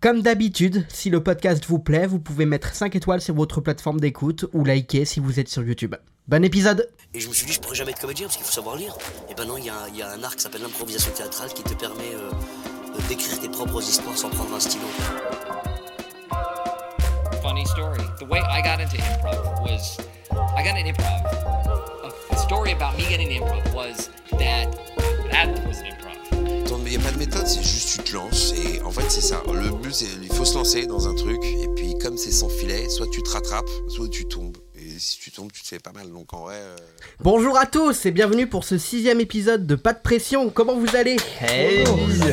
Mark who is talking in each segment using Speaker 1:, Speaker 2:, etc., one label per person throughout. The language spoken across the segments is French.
Speaker 1: Comme d'habitude, si le podcast vous plaît, vous pouvez mettre 5 étoiles sur votre plateforme d'écoute ou liker si vous êtes sur YouTube. Bon épisode
Speaker 2: Et je me suis dit, je pourrais jamais être comédien parce qu'il faut savoir lire. Et ben non, il y a, il y a un art qui s'appelle l'improvisation théâtrale qui te permet euh, euh, d'écrire tes propres histoires sans prendre un stylo.
Speaker 3: funny story. The way I got into improv was I got into improv. A story about me getting into improv was that that was an improv.
Speaker 4: Attends, mais il n'y a pas de méthode, c'est juste tu te lances et en fait c'est ça. Le but c'est il faut se lancer dans un truc et puis comme c'est sans filet, soit tu te rattrapes, soit tu tombes. Et si tu tombes, tu te fais pas mal. Donc en vrai, euh,
Speaker 1: Bonjour à tous et bienvenue pour ce sixième épisode de Pas de pression, comment vous allez Hey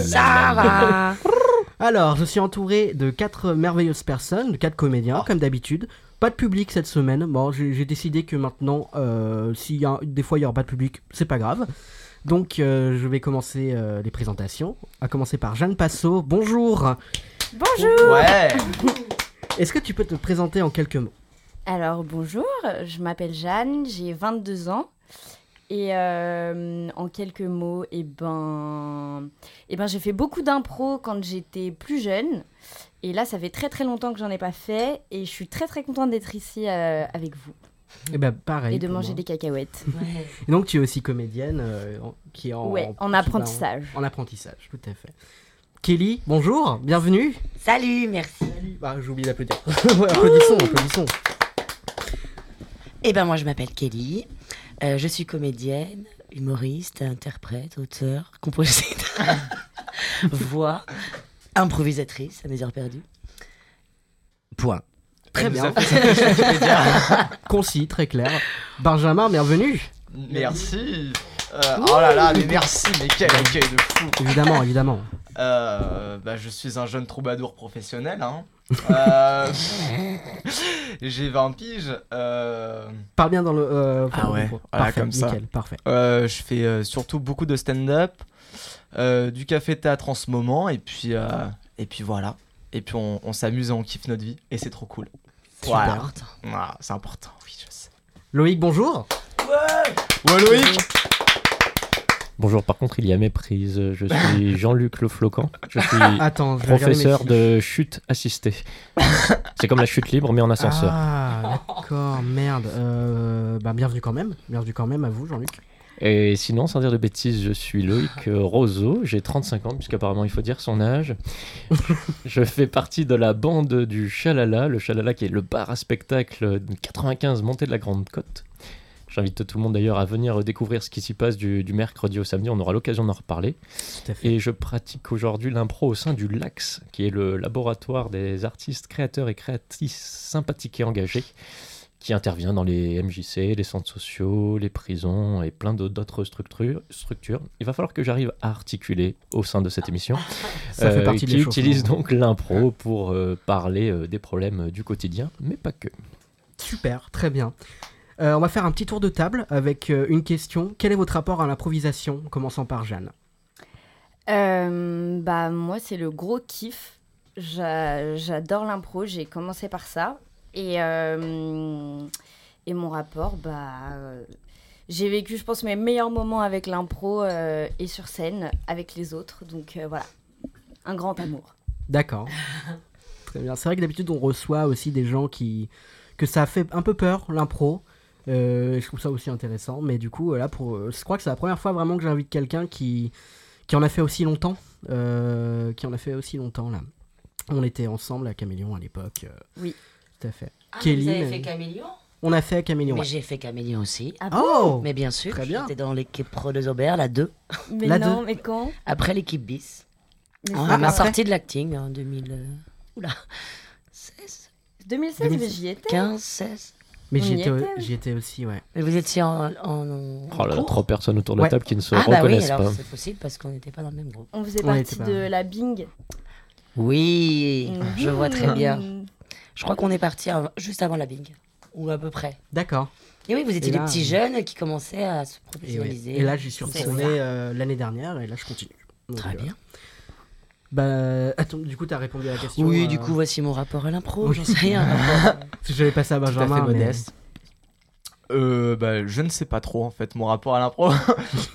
Speaker 5: Ça va
Speaker 1: Alors, je suis entouré de quatre merveilleuses personnes, de quatre comédiens, comme d'habitude. Pas de public cette semaine. Bon, j'ai j'ai décidé que maintenant, euh, s'il y a des fois il y aura pas de public, c'est pas grave. Donc, euh, je vais commencer euh, les présentations. À commencer par Jeanne Passot. Bonjour.
Speaker 5: Bonjour
Speaker 6: Ouais
Speaker 1: Est-ce que tu peux te présenter en quelques mots
Speaker 5: Alors bonjour, je m'appelle Jeanne, j'ai 22 ans. Et euh, en quelques mots, eh ben, eh ben, j'ai fait beaucoup d'impro quand j'étais plus jeune. Et là, ça fait très très longtemps que j'en ai pas fait. Et je suis très très contente d'être ici euh, avec vous.
Speaker 1: Eh ben, pareil.
Speaker 5: et de
Speaker 1: pour
Speaker 5: manger
Speaker 1: moi.
Speaker 5: des cacahuètes.
Speaker 1: Et donc, tu es aussi comédienne euh, en- qui est en,
Speaker 5: ouais,
Speaker 1: qui
Speaker 5: en
Speaker 1: va
Speaker 5: apprentissage.
Speaker 1: En, en apprentissage, tout à fait. Kelly, bonjour, bienvenue.
Speaker 7: Salut, merci.
Speaker 1: Bah, j'ai oublié d'applaudir. ouais, applaudissons, applaudissons.
Speaker 7: Eh ben moi je m'appelle Kelly, Euh, je suis comédienne, humoriste, interprète, auteur, compositeur, voix, improvisatrice à mes heures perdues. Point.
Speaker 1: Très bien. Concis, très clair. Benjamin, bienvenue.
Speaker 6: Merci Euh, Oh là là, mais merci, mais quel accueil de fou
Speaker 1: Évidemment, évidemment.
Speaker 6: Euh, bah, Je suis un jeune troubadour professionnel, hein. Euh, J'ai 20 piges. euh,
Speaker 1: Parle bien dans le. euh,
Speaker 6: Ah ouais,
Speaker 1: parfait,
Speaker 6: voilà, comme ça.
Speaker 1: nickel, parfait.
Speaker 6: euh, je fais euh, surtout beaucoup de stand-up, euh, du café-théâtre en ce moment, et puis, euh, et puis voilà. Et puis on, on s'amuse et on kiffe notre vie, et c'est trop cool. Voilà.
Speaker 7: Super.
Speaker 6: Ah, c'est important, oui, je sais.
Speaker 1: Loïc, bonjour.
Speaker 6: Ouais, Loïc
Speaker 8: Bonjour, par contre, il y a méprise. Je suis Jean-Luc Le Floquant. Je suis
Speaker 1: Attends, je vais regarder mes
Speaker 8: professeur
Speaker 1: fiches.
Speaker 8: de chute assistée. C'est comme la chute libre, mais en ascenseur.
Speaker 1: Ah, d'accord, merde. Euh, bah, bienvenue quand même. Bienvenue quand même à vous, Jean-Luc.
Speaker 8: Et sinon, sans dire de bêtises, je suis Loïc euh, Roseau. J'ai 35 ans, puisqu'apparemment, il faut dire son âge. je fais partie de la bande du Chalala. Le Chalala qui est le bar à spectacle de 95 montée de la Grande Côte. J'invite tout le monde d'ailleurs à venir découvrir ce qui s'y passe du- du mercredi au samedi. On aura l'occasion d'en reparler.
Speaker 1: Tout à fait.
Speaker 8: Et je pratique aujourd'hui l'impro au sein du LAX, qui est le laboratoire des artistes, créateurs et créatrices sympathiques et engagés, qui intervient dans les MJC, les centres sociaux, les prisons et plein de- d'autres structures, structures. Il va falloir que j'arrive à articuler au sein de cette émission,
Speaker 1: Ça fait
Speaker 8: euh,
Speaker 1: partie hein. de
Speaker 8: qui
Speaker 1: l'échauffement.
Speaker 8: utilise donc l'impro pour euh, parler euh, des problèmes euh, du quotidien, mais pas que.
Speaker 1: Super, très bien. Euh, on va faire un petit tour de table avec euh, une question. Quel est votre rapport à l'improvisation en Commençant par Jeanne.
Speaker 5: Euh, bah moi c'est le gros kiff. J'a- J'adore l'impro, j'ai commencé par ça et euh, et mon rapport bah euh, j'ai vécu je pense mes meilleurs moments avec l'impro euh, et sur scène avec les autres donc euh, voilà un grand amour.
Speaker 1: D'accord. Très bien. C'est vrai que d'habitude, on reçoit aussi des gens qui. que ça fait un peu peur, l'impro. Euh, je trouve ça aussi intéressant. Mais du coup, euh, là, pour... euh, je crois que c'est la première fois vraiment que j'invite quelqu'un qui... qui en a fait aussi longtemps. euh, Qui en a fait aussi longtemps, là. On était ensemble à Caméléon à l'époque. euh,
Speaker 5: Oui.
Speaker 1: Tout à fait.
Speaker 7: Ah,
Speaker 1: Kelly,
Speaker 7: vous avez
Speaker 1: mais-
Speaker 7: fait Camélion
Speaker 1: On a fait Caméléon.
Speaker 7: Mais
Speaker 1: ouais.
Speaker 7: j'ai fait Camélion aussi.
Speaker 5: Ah
Speaker 1: Oh
Speaker 7: Mais bien sûr,
Speaker 1: Très bien.
Speaker 7: j'étais dans l'équipe pro de Zobert, la 2,
Speaker 5: Mais
Speaker 1: La
Speaker 5: non,
Speaker 1: deux.
Speaker 5: mais quand
Speaker 7: après l'équipe bis.
Speaker 5: Mais
Speaker 7: On
Speaker 1: Ah,
Speaker 7: m'a
Speaker 1: après.
Speaker 7: sorti de l'acting en 2000... euh, Oula 16
Speaker 5: 2016 mais j'y étais.
Speaker 7: 15, 16
Speaker 1: Mais
Speaker 5: On
Speaker 1: j'y
Speaker 5: y
Speaker 1: étais,
Speaker 5: était.
Speaker 1: j'y étais aussi, ouais.
Speaker 7: Mais vous étiez en... en-
Speaker 8: Oh là là,
Speaker 7: en
Speaker 8: trois personnes autour de la
Speaker 1: Ouais.
Speaker 8: table qui ne se
Speaker 7: ah bah oui,
Speaker 8: reconnaissent
Speaker 7: alors
Speaker 8: pas.
Speaker 7: c'est possible parce qu'on n'était pas dans le même groupe.
Speaker 5: On faisait
Speaker 1: On
Speaker 5: partie
Speaker 1: était pas-
Speaker 5: de la Bing.
Speaker 7: Oui, je vois très bien.
Speaker 5: Mhm.
Speaker 7: Je crois qu'on est parti av- juste avant la Bing, ou à peu près.
Speaker 1: D'accord.
Speaker 7: Et oui, vous étiez
Speaker 1: Et là,
Speaker 7: des petits jeunes qui commençaient à se
Speaker 1: Et, ouais.
Speaker 7: professionnaliser.
Speaker 1: Et là, j'y suis
Speaker 7: C'est
Speaker 1: retourné
Speaker 7: ça.
Speaker 1: euh, l'année dernière et là, je continue. Donc,
Speaker 7: Très
Speaker 1: euh,
Speaker 7: bien.
Speaker 1: Bah, attends, du coup, t'as répondu à la question.
Speaker 7: Oui,
Speaker 1: euh,
Speaker 7: du coup, voici mon rapport à l'impro.
Speaker 1: oui.
Speaker 7: J'en sais rien.
Speaker 1: parce que J'avais passé à
Speaker 6: Tout à
Speaker 1: Benjamin.
Speaker 6: fait
Speaker 1: mais-
Speaker 6: modeste. Euh, bah, je ne sais pas trop en fait mon rapport à l'impro.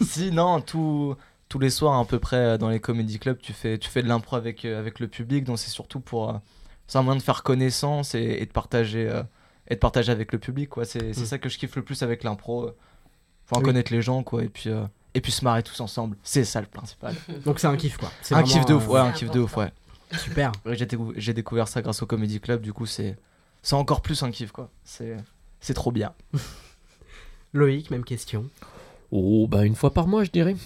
Speaker 6: si non, tout, tous les soirs à peu près euh, dans les comédie clubs, tu fais, tu fais de l'impro avec, euh, avec le public, donc c'est surtout pour. euh, c'est un moyen de faire connaissance et, et de, partager, euh, et de partager avec le public, quoi. C'est c'est
Speaker 1: Mm.
Speaker 6: ça que je kiffe le plus avec l'impro. euh. Faut en
Speaker 1: Oui.
Speaker 6: connaître les gens, quoi, et puis, euh, et puis se marrer tous ensemble. C'est ça le principal.
Speaker 1: Donc c'est un kiff quoi. C'est
Speaker 6: Un
Speaker 1: vraiment,
Speaker 6: kiff de
Speaker 1: euh,
Speaker 6: ouf, ouais, un
Speaker 7: C'est
Speaker 6: kiff de ouf, ouais.
Speaker 1: Super.
Speaker 6: Ouais, j'ai, décou- j'ai découvert ça grâce au Comedy Club, du coup, c'est, c'est encore plus un kiff, quoi. C'est, c'est trop bien.
Speaker 1: Loïc, même question.
Speaker 8: Oh, bah une fois par mois, je dirais.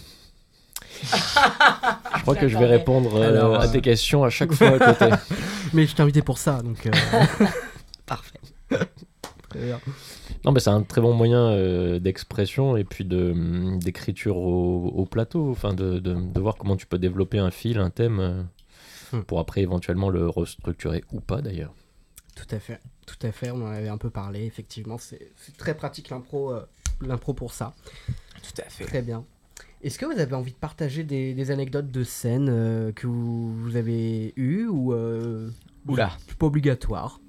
Speaker 8: je crois que je vais répondre euh,
Speaker 1: Alors,
Speaker 8: à
Speaker 1: euh,
Speaker 8: tes questions à chaque fois à côté.
Speaker 1: Mais je t'ai invité pour ça, donc. euh,
Speaker 7: Parfait.
Speaker 1: très bien.
Speaker 8: Non, mais c'est un très bon moyen euh, d'expression et puis de, hum, d'écriture au, au plateau, enfin de, de, de voir comment tu peux développer un fil, un thème, euh,
Speaker 1: Hmm.
Speaker 8: pour après éventuellement le restructurer ou pas d'ailleurs.
Speaker 1: Tout à fait, tout à fait. On en avait un peu parlé. Effectivement, c'est c'est très pratique l'impro, euh, l'impro pour ça.
Speaker 6: Tout à fait.
Speaker 1: Très bien. Est-ce que vous avez envie de partager des, des anecdotes de scène euh, que vous, vous avez eues ou euh,
Speaker 6: Oula.
Speaker 1: c'est pas obligatoire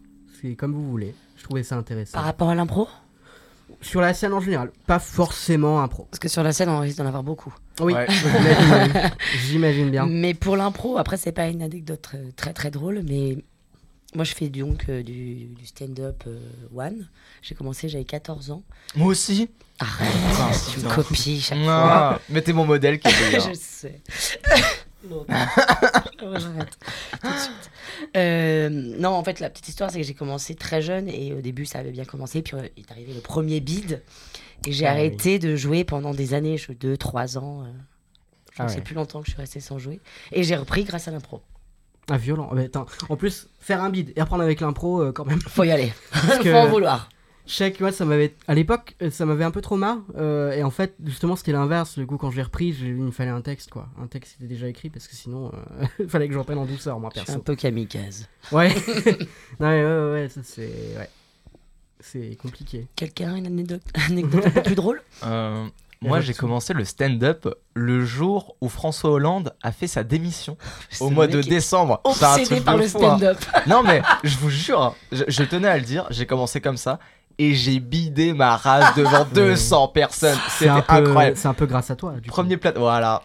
Speaker 1: C'est comme vous voulez. Je trouvais ça intéressant.
Speaker 7: Par rapport à l'impro
Speaker 1: Sur la scène en général, pas forcément impro.
Speaker 7: Parce que sur la scène, on risque d'en avoir beaucoup.
Speaker 1: Oui,
Speaker 6: Ouais.
Speaker 1: j'imagine bien. j'imagine bien.
Speaker 7: Mais pour l'impro, après, c'est pas une anecdote très très, très drôle, mais moi, je fais donc euh, du, du stand-up euh, one. J'ai commencé, j'avais 14 ans.
Speaker 6: Moi aussi.
Speaker 7: Arrête,
Speaker 6: Ah,
Speaker 7: tu me
Speaker 6: putain.
Speaker 7: copies chaque fois.
Speaker 6: Ah, mais t'es mon modèle qui est
Speaker 7: je sais. non, non. Ouais, j'arrête. Tout de suite. Euh, non, en fait, la petite histoire, c'est que j'ai commencé très jeune et au début, ça avait bien commencé. Puis euh, est arrivé le premier bid et j'ai
Speaker 1: Ah oui.
Speaker 7: arrêté de jouer pendant des années, je, deux, trois ans. euh, je
Speaker 1: Ah
Speaker 7: ne sais
Speaker 1: ouais.
Speaker 7: plus longtemps que je suis restée sans jouer. Et j'ai repris grâce à l'impro.
Speaker 1: Ah, violent. Mais attends, En plus, faire un bid et reprendre avec l'impro euh, quand même.
Speaker 7: Faut y aller.
Speaker 1: que-
Speaker 7: Faut en vouloir.
Speaker 1: Je sais que moi, ça m'avait. À l'époque, euh, ça m'avait un peu trop marre. euh, et en fait, justement, c'était l'inverse. Du coup, quand je l'ai repris, j'ai- il me fallait un texte, quoi. Un texte qui était déjà écrit, parce que sinon, euh, il fallait que je reprenne en douceur, moi,
Speaker 7: Je suis un
Speaker 1: perso.
Speaker 7: peu kamikaze.
Speaker 1: Ouais. non, mais ouais, ouais, ouais, ça, c'est. Ouais. C'est compliqué.
Speaker 7: Quelqu'un a une anecdote, anecdote un peu plus drôle
Speaker 6: Euh, moi, j'ai commencé le stand-up le jour où François Hollande a fait sa démission au
Speaker 7: Ce
Speaker 6: mois
Speaker 7: mec
Speaker 6: de
Speaker 7: est
Speaker 6: décembre. C'est un
Speaker 7: Obsédé
Speaker 6: truc
Speaker 7: par
Speaker 6: de
Speaker 7: le
Speaker 6: fou, hein.
Speaker 7: stand-up.
Speaker 6: Non mais je vous jure, je, je tenais à le dire, j'ai commencé comme ça et j'ai bidé ma race devant 200 personnes. C'était
Speaker 1: un peu,
Speaker 6: incroyable.
Speaker 1: C'est un peu grâce à toi, du coup.
Speaker 6: Premier plateau, voilà.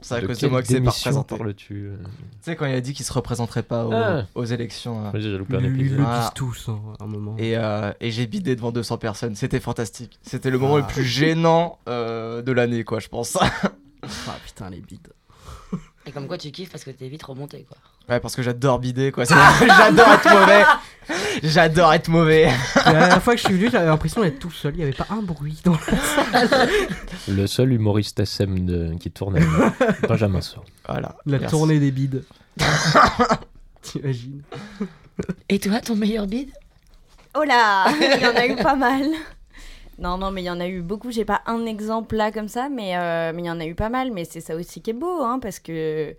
Speaker 6: C'est à
Speaker 8: De
Speaker 6: cause de
Speaker 8: quelle
Speaker 6: moi que c'est pas
Speaker 8: démission
Speaker 6: représenté. Tu
Speaker 8: parles-tu euh
Speaker 6: sais, quand il a dit qu'il se représenterait pas aux,
Speaker 8: Ah.
Speaker 6: aux élections. euh,
Speaker 8: Vas-y, j'ai loupé
Speaker 1: Ils
Speaker 8: un
Speaker 1: le
Speaker 8: épisode.
Speaker 6: Ah.
Speaker 1: disent tous, hein, à un moment.
Speaker 6: Et, euh, et j'ai bidé devant 200 personnes. C'était fantastique. C'était le moment
Speaker 1: Ah.
Speaker 6: le plus gênant euh, de l'année, quoi, je pense.
Speaker 1: Ah, putain, les bides.
Speaker 7: Et comme quoi, tu kiffes parce que t'es vite remonté, quoi.
Speaker 6: ouais, parce que j'adore bider, quoi. C'est- j'adore être mauvais. J'adore être mauvais.
Speaker 1: Et la dernière fois que je suis venu, j'avais l'impression d'être tout seul. Il n'y avait pas un bruit dans la-
Speaker 8: Le seul humoriste SM de- qui tourne, à- Benjamin Saut.
Speaker 6: Voilà.
Speaker 1: la
Speaker 6: Merci.
Speaker 1: tournée des bides. T'imagines
Speaker 7: Et toi, ton meilleur bid
Speaker 5: Oh là Il y en a eu pas mal. Non, non, mais il y en a eu beaucoup. J'ai pas un exemple là comme ça, mais euh, mais il y en a eu pas mal. Mais c'est ça aussi qui est beau, hein, parce que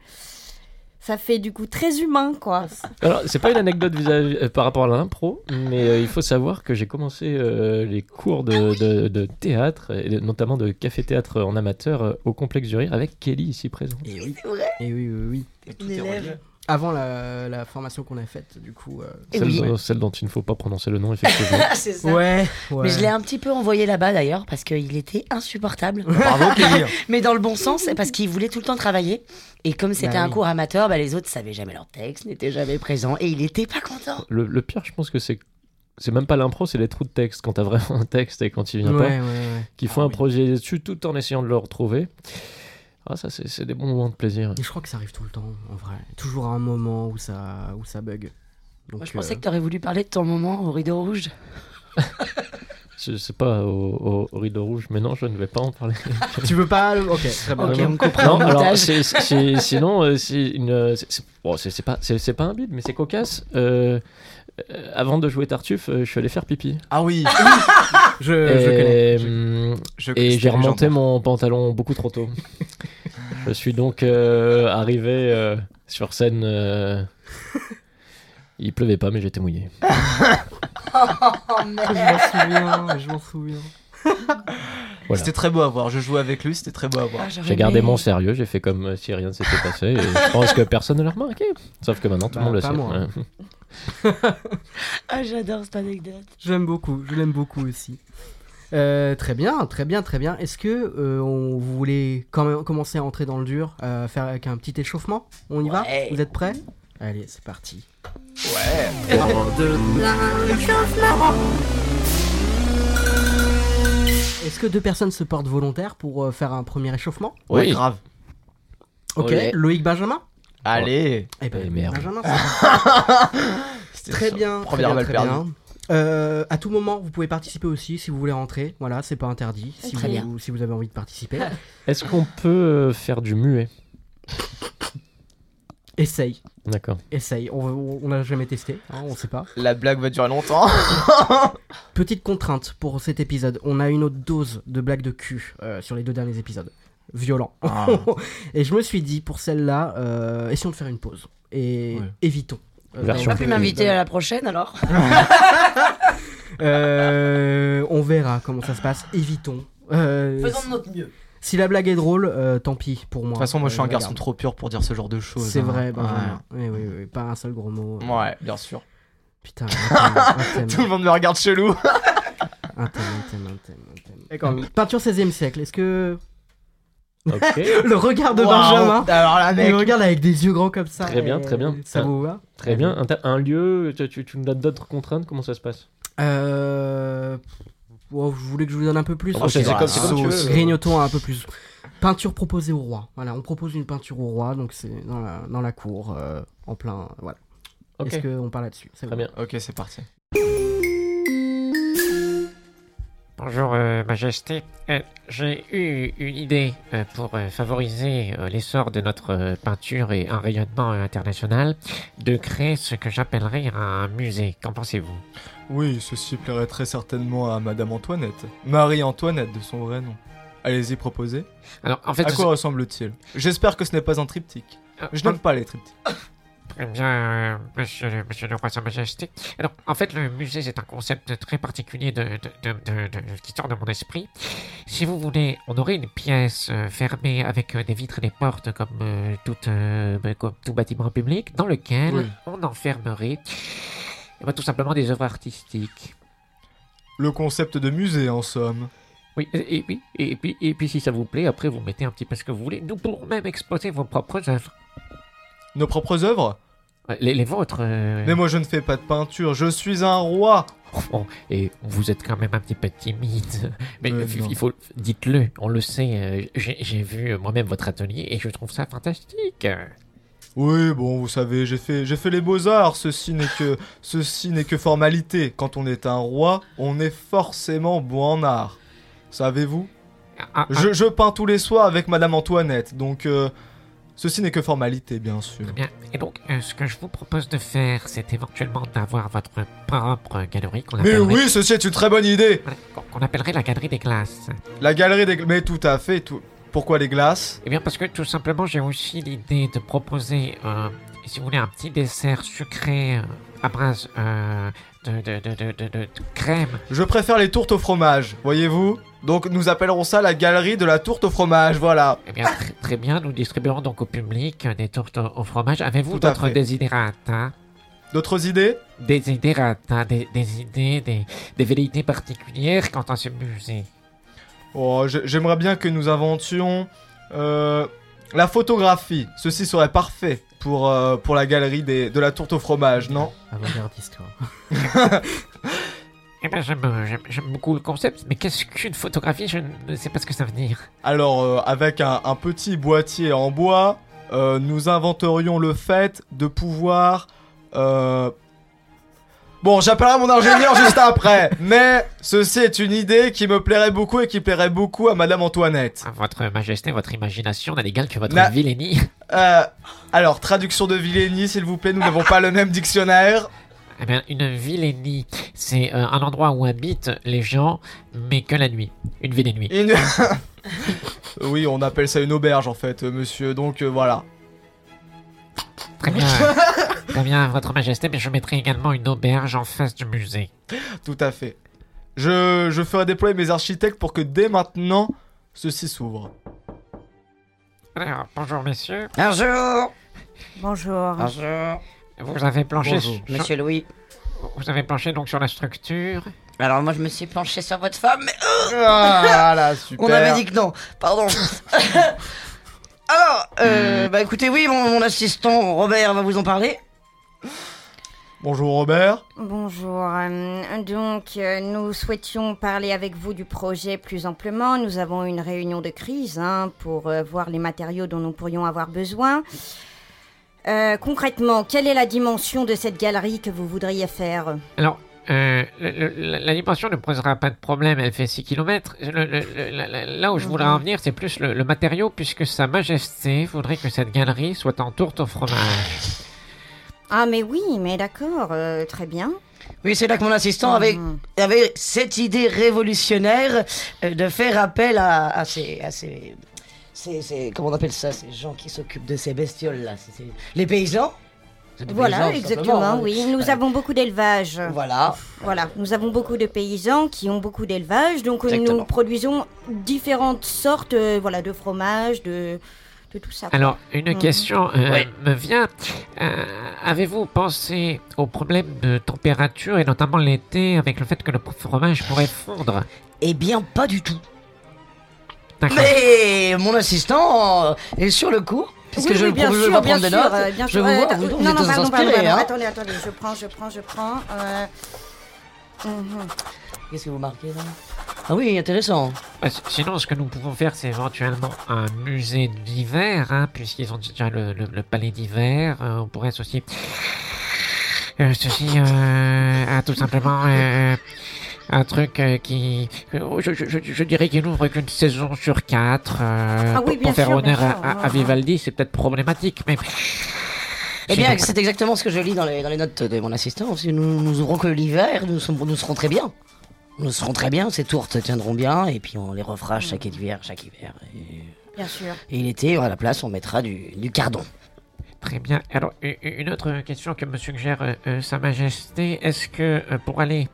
Speaker 5: ça fait du coup très humain, quoi.
Speaker 8: Alors, c'est pas une anecdote vis-à-vis euh, par rapport à l'impro, mais euh, il faut savoir que j'ai commencé euh, les cours de, de- de théâtre, et de- notamment de café-théâtre en amateur, euh, au Complexe du Rire, avec Kelly ici présente.
Speaker 1: Et Eh oui. Et oui, oui, oui.
Speaker 7: Une élève.
Speaker 1: Avant la, la formation qu'on a faite, du coup. euh,
Speaker 7: Eh
Speaker 8: Celle,
Speaker 7: oui.
Speaker 8: dont, celle dont il ne faut pas prononcer le nom, effectivement.
Speaker 7: Ah, c'est ça.
Speaker 1: Ouais, ouais.
Speaker 7: Mais je l'ai un petit peu envoyé là-bas d'ailleurs parce qu'il était insupportable.
Speaker 6: Ah, Bravo, Kelly.
Speaker 7: Mais dans le bon sens, parce qu'il voulait tout le temps travailler. Et comme c'était
Speaker 1: Bah
Speaker 7: un
Speaker 1: oui.
Speaker 7: cours amateur, bah, les autres savaient jamais leur texte, n'étaient jamais présents et il était pas content.
Speaker 8: le, le pire, je pense que c'est. C'est même pas l'impro, c'est les trous de texte quand t'as vraiment un texte et quand il vient pas,
Speaker 1: ouais, ouais, ouais.
Speaker 8: qui font
Speaker 6: Ah
Speaker 8: un
Speaker 6: oui.
Speaker 8: projet dessus tout en essayant de le retrouver. Ah, ça, c'est c'est des bons moments de plaisir.
Speaker 1: Et je crois que ça arrive tout le temps, en vrai. Toujours à un moment où ça, où ça bug. Donc,
Speaker 7: Moi, je
Speaker 1: euh,
Speaker 7: pensais que t'aurais voulu parler de ton moment au rideau rouge.
Speaker 8: Je sais pas au, au- au rideau rouge, mais non, je ne vais pas en parler.
Speaker 1: Tu veux pas. le- Ok, très bien.
Speaker 7: Ok,
Speaker 8: non.
Speaker 7: on comprend.
Speaker 8: Non,
Speaker 7: le
Speaker 8: alors,
Speaker 7: montage.
Speaker 8: c'est- c'est- c'est- sinon, euh, c'est une. euh, c'est- c'est- Bon, c'est c'est pas, c'est- c'est pas un bide, mais c'est cocasse. Euh, euh, avant de jouer Tartuffe, euh, je suis allé faire pipi.
Speaker 6: Ah oui,
Speaker 1: Je, je connais.
Speaker 8: et hum,
Speaker 6: je-
Speaker 8: et
Speaker 6: c'était
Speaker 8: j'ai remonté
Speaker 6: légendaire.
Speaker 8: mon pantalon beaucoup trop tôt. je suis donc euh, arrivé euh, sur scène. euh, Il pleuvait pas, mais j'étais mouillé.
Speaker 7: Ah, Oh,
Speaker 1: Je m'en souviens, je m'en souviens.
Speaker 8: Voilà.
Speaker 6: C'était très beau à voir. Je jouais avec lui, c'était très beau à voir.
Speaker 7: Ah, j'aurais
Speaker 8: J'ai gardé
Speaker 7: aimé.
Speaker 8: mon sérieux, j'ai fait comme euh, si rien ne s'était passé. Et je pense que personne ne l'a remarqué. Sauf que maintenant, tout le
Speaker 1: Bah,
Speaker 8: monde le
Speaker 1: pas
Speaker 8: sait.
Speaker 1: moi.
Speaker 8: Ouais.
Speaker 7: Ah, j'adore cette anecdote.
Speaker 1: J'aime beaucoup, je l'aime beaucoup aussi. Euh, très bien, très bien, très bien. Est-ce que euh, on vous voulez quand même commencer à entrer dans le dur, euh, faire avec un petit échauffement On y va
Speaker 7: Ouais.
Speaker 1: Vous êtes prêts Eh, Allez, c'est parti. Ouais. Est-ce que deux personnes se portent volontaires pour euh, faire un premier échauffement
Speaker 6: Ouais,
Speaker 8: Oui.
Speaker 6: grave.
Speaker 1: Ok.
Speaker 8: Ouais.
Speaker 1: Loïc Benjamin
Speaker 6: Allez.
Speaker 1: Eh ben,
Speaker 8: Eh merde.
Speaker 1: Benjamin, c'est
Speaker 6: C'était
Speaker 1: Très
Speaker 6: sur-
Speaker 1: bien. très
Speaker 6: Première
Speaker 1: bien,
Speaker 6: balle
Speaker 1: très
Speaker 6: perdue.
Speaker 1: bien. Euh, à tout moment, vous pouvez participer aussi si vous voulez rentrer. Voilà, c'est pas interdit. Si
Speaker 7: Ah, Très
Speaker 1: vous,
Speaker 7: bien.
Speaker 1: si vous avez envie de participer,
Speaker 8: Est-ce qu'on peut euh, faire du muet
Speaker 1: essaye,
Speaker 8: D'accord.
Speaker 1: essaye. On- On on l'a jamais testé, hein, on sait pas.
Speaker 6: La blague va durer longtemps.
Speaker 1: Petite contrainte pour cet épisode. On a une autre dose de blagues de cul euh, sur les deux derniers épisodes. Violent.
Speaker 6: Ah.
Speaker 1: et je me suis dit pour celle-là, euh, essayons de faire une pause et
Speaker 6: Ouais.
Speaker 1: évitons. euh,
Speaker 8: Version
Speaker 1: d'aller-
Speaker 7: Pas pu m'inviter à la prochaine alors
Speaker 1: Euh, on verra comment ça se passe. Évitons. Euh,
Speaker 7: Faisons de notre mieux.
Speaker 1: Si la blague est drôle, euh, tant pis pour moi.
Speaker 6: De toute façon, moi, je suis
Speaker 1: Euh,
Speaker 6: un garçon
Speaker 1: regarde.
Speaker 6: trop pur pour dire ce genre de choses.
Speaker 1: C'est
Speaker 6: hein.
Speaker 1: vrai,
Speaker 6: Ouais.
Speaker 1: Benjamin. Oui, oui, oui, pas un seul gros mot.
Speaker 6: Ouais, bien sûr.
Speaker 1: Putain, un thème, un
Speaker 6: Tout le
Speaker 1: thème,
Speaker 6: monde me regarde chelou.
Speaker 1: un thème, un thème, un thème, un thème. Et quand même, Mmh. Peinture 16e siècle, est-ce que.
Speaker 8: Ok.
Speaker 1: Le regard de
Speaker 6: Waouh.
Speaker 1: Benjamin
Speaker 6: Alors là,
Speaker 1: Il me
Speaker 6: mec.
Speaker 1: regarde avec des yeux grands comme ça.
Speaker 8: Très bien,
Speaker 1: et-
Speaker 8: très bien.
Speaker 1: Ça
Speaker 8: Ah.
Speaker 1: vous va
Speaker 8: Très bien. Un, ta- un lieu, tu, tu, tu nous donnes d'autres contraintes Comment ça se passe
Speaker 1: Euh. oh, vous voulez que je vous donne un peu plus
Speaker 8: Oh, c'est- c'est comme- c'est comme tu veux.
Speaker 1: Grignotons un peu plus. Peinture proposée au roi. Voilà, on propose une peinture au roi, donc c'est dans la, dans la cour, euh, en plein. Voilà.
Speaker 8: Ok.
Speaker 1: Est-ce qu'on parle là-dessus C'est
Speaker 8: Très
Speaker 1: bon.
Speaker 8: bien.
Speaker 6: Ok, c'est parti.
Speaker 9: Bonjour, euh, Majesté. Euh, J'ai eu une idée euh, pour euh, favoriser euh, l'essor de notre euh, peinture et un rayonnement euh, international, de créer ce que j'appellerais un musée. Qu'en pensez-vous
Speaker 6: Oui, ceci plairait très certainement à Madame Antoinette. Marie-Antoinette de son vrai nom. Allez-y, proposez.
Speaker 9: Alors, en fait,
Speaker 6: À quoi ressemble-t-il J'espère que ce n'est pas un triptyque.
Speaker 9: Ah,
Speaker 6: Je n'aime pas les triptyques.
Speaker 9: Eh bien, euh, monsieur, le- monsieur le roi, sa majesté. Alors, en fait, le musée, c'est un concept très particulier de, de, de- de- de- qui sort de mon esprit. Si vous voulez, on aurait une pièce euh, fermée avec euh, des vitres et des portes comme, euh, toute, euh, bah, comme tout bâtiment public, dans lequel
Speaker 6: Oui.
Speaker 9: on enfermerait eh ben, tout simplement des œuvres artistiques.
Speaker 6: Le concept de musée, en somme.
Speaker 9: Oui, et, et puis, et, puis, et puis si ça vous plaît, après, vous mettez un petit peu ce que vous voulez. Nous pourrons même exposer vos propres œuvres.
Speaker 6: Nos propres œuvres
Speaker 9: Euh, Les, les vôtres. euh,
Speaker 6: Mais moi, je ne fais pas de peinture, je suis un roi
Speaker 9: Bon, et vous êtes quand même un petit peu timide. Mais
Speaker 6: Euh,
Speaker 9: il
Speaker 6: non.
Speaker 9: il faut, dites-le, on le sait. euh, J'ai j'ai vu euh, moi-même votre atelier et je trouve ça fantastique.
Speaker 6: Oui, bon, vous savez, j'ai fait, j'ai fait les beaux-arts, ceci n'est que, ceci n'est que formalité. Quand on est un roi, on est forcément bon en art. Savez-vous
Speaker 9: Ah, ah,
Speaker 6: je, je peins tous les soirs avec Madame Antoinette, donc euh, ceci n'est que formalité, bien sûr.
Speaker 9: très bien. Et donc, euh, ce que je vous propose de faire, c'est éventuellement d'avoir votre propre galerie qu'on
Speaker 6: Mais
Speaker 9: appellerait,
Speaker 6: oui, ceci est une très bonne idée
Speaker 9: voilà, qu'on- qu'on appellerait la galerie des glaces.
Speaker 6: La galerie des... Mais tout à fait, tout... Pourquoi les glaces
Speaker 9: Eh bien, parce que tout simplement, j'ai aussi l'idée de proposer, euh, si vous voulez, un petit dessert sucré euh, à base euh, de, de- de- de- de- de- de crème.
Speaker 6: Je préfère les tourtes au fromage, voyez-vous Donc nous appellerons ça la galerie de la tourte au fromage, voilà.
Speaker 9: Eh bien, tr- très bien, nous distribuerons donc au public euh, des tourtes au au fromage. Avez-vous
Speaker 6: Tout à
Speaker 9: d'autres
Speaker 6: fait.
Speaker 9: désidérates hein
Speaker 6: D'autres idées
Speaker 9: Des idérates, hein, des, des idées, des, des velléités particulières quant à ce musée.
Speaker 6: Oh, je- j'aimerais bien que nous inventions... euh, la photographie, ceci serait parfait pour, euh, pour la galerie des, de la tourte au fromage, non
Speaker 1: Avant-gardiste, quoi.
Speaker 9: Eh bien, j'aime, euh, j'aime- j'aime beaucoup le concept, mais qu'est-ce qu'une photographie Je ne sais pas ce que ça veut dire.
Speaker 6: Alors, euh, avec un, un petit boîtier en bois, euh, nous inventerions le fait de pouvoir. euh, Bon, j'appellerai mon ingénieur juste après, mais ceci est une idée qui me plairait beaucoup et qui plairait beaucoup à Madame Antoinette.
Speaker 9: Ah, Votre majesté, votre imagination n'a d'égal que votre
Speaker 6: La-
Speaker 9: vilainie.
Speaker 6: Euh, alors, traduction de Villény, s'il vous plaît, nous n'avons pas le même dictionnaire.
Speaker 9: Eh bien, une vilainie, c'est euh, un endroit où habitent les gens, mais que la nuit. Une ville de nuit.
Speaker 6: Une- oui, on appelle ça une auberge en fait, euh, monsieur, donc euh, voilà.
Speaker 9: Très bien, très bien, votre majesté, mais je mettrai également une auberge en face du musée.
Speaker 6: Tout à fait. Je, je ferai déployer mes architectes pour que dès maintenant, ceci s'ouvre.
Speaker 9: Alors, bonjour messieurs,
Speaker 7: Bonjour
Speaker 5: Bonjour.
Speaker 7: Bonjour
Speaker 9: vous avez planché,
Speaker 6: Bonjour.
Speaker 9: sur-
Speaker 7: Monsieur Louis.
Speaker 9: vous avez planché donc sur la structure.
Speaker 7: Alors moi je me suis penchée sur votre femme, mais oh
Speaker 6: Ah là, super.
Speaker 7: on avait dit que non. Pardon. Alors, euh, bah écoutez, oui, mon, mon assistant Robert va vous en parler.
Speaker 6: Bonjour Robert.
Speaker 5: Bonjour. euh, Donc, euh, nous souhaitions parler avec vous du projet plus amplement. Nous avons une réunion de crise hein, pour euh, voir les matériaux dont nous pourrions avoir besoin. Euh, concrètement, quelle est la dimension de cette galerie que vous voudriez faire
Speaker 9: Alors, euh, le- le- la la dimension ne posera pas de problème, elle fait 6 km. là où je voudrais
Speaker 5: Mhm.
Speaker 9: en venir, c'est plus le, le matériau, puisque Sa Majesté voudrait que cette galerie soit en tourte au fromage.
Speaker 5: Ah, mais oui, mais d'accord, euh, très bien.
Speaker 7: Oui, c'est là que mon assistant
Speaker 5: Ah.
Speaker 7: avait, avait cette idée révolutionnaire euh, de faire appel à, à ces... à ces- ces- ces- comment on appelle ça Ces gens qui s'occupent de ces bestioles-là. c'est- c'est- Les paysans C'est des paysans,
Speaker 5: Voilà,
Speaker 7: tout simplement,
Speaker 5: exactement,
Speaker 7: hein.
Speaker 5: oui. Nous
Speaker 7: Euh,
Speaker 5: avons beaucoup d'élevage.
Speaker 7: Voilà.
Speaker 5: Voilà, nous avons beaucoup de paysans qui ont beaucoup d'élevage, donc euh,
Speaker 7: Exactement.
Speaker 5: nous produisons différentes sortes euh, voilà, de fromages, de, de tout ça.
Speaker 9: Alors, une
Speaker 5: Mhm.
Speaker 9: question euh,
Speaker 7: Ouais.
Speaker 9: me vient. Euh, Avez-vous pensé au problème de température, et notamment l'été, avec le fait que le fromage pourrait fondre
Speaker 7: Eh bien, pas du tout.
Speaker 9: D'accord.
Speaker 7: Mais mon assistant euh, est sur le coup, puisque
Speaker 5: Oui,
Speaker 7: je
Speaker 5: oui,
Speaker 7: ne
Speaker 5: bien
Speaker 7: vais
Speaker 5: sûr,
Speaker 7: pas
Speaker 5: bien
Speaker 7: prendre de
Speaker 5: sûr,
Speaker 7: notes.
Speaker 5: euh, bien
Speaker 7: je
Speaker 5: sûr.
Speaker 7: vous
Speaker 5: Euh,
Speaker 7: vois,
Speaker 5: euh,
Speaker 7: vous,
Speaker 5: non, non,
Speaker 7: vous êtes
Speaker 5: pardon, pardon,
Speaker 7: inspiré.
Speaker 5: pardon,
Speaker 7: Hein.
Speaker 5: attendez, attendez, je prends, je prends, je prends. euh, mhm.
Speaker 7: Qu'est-ce que vous marquez là Ah oui, intéressant.
Speaker 9: Bah, si- Sinon, ce que nous pouvons faire, c'est éventuellement un musée d'hiver, hein, puisqu'ils ont déjà le, le- le palais d'hiver. Euh, on pourrait associer euh, ceci euh, à tout simplement euh, un truc euh, qui, euh, je, je- je- je dirais qu'il n'ouvre qu'une saison sur quatre. euh,
Speaker 5: Ah oui,
Speaker 9: pour,
Speaker 5: bien
Speaker 9: pour faire
Speaker 5: sûr, bien
Speaker 9: honneur à-
Speaker 5: sûr,
Speaker 9: à, à
Speaker 5: ouais.
Speaker 9: Vivaldi, c'est peut-être problématique, mais
Speaker 7: Eh bien,
Speaker 9: Sinon-
Speaker 7: c'est exactement ce que je lis dans les, dans les notes de mon assistant. Si nous, nous ouvrons que l'hiver, nous, sommes- nous serons très bien. Nous serons très bien, ces tourtes tiendront bien, et puis on les refera chaque hiver, chaque hiver. Et,
Speaker 5: Bien sûr.
Speaker 7: et l'été, à la place, on mettra du, du cardon.
Speaker 9: Très bien. Alors, u- u- une autre question que me suggère euh, euh, Sa Majesté, est-ce que euh, pour aller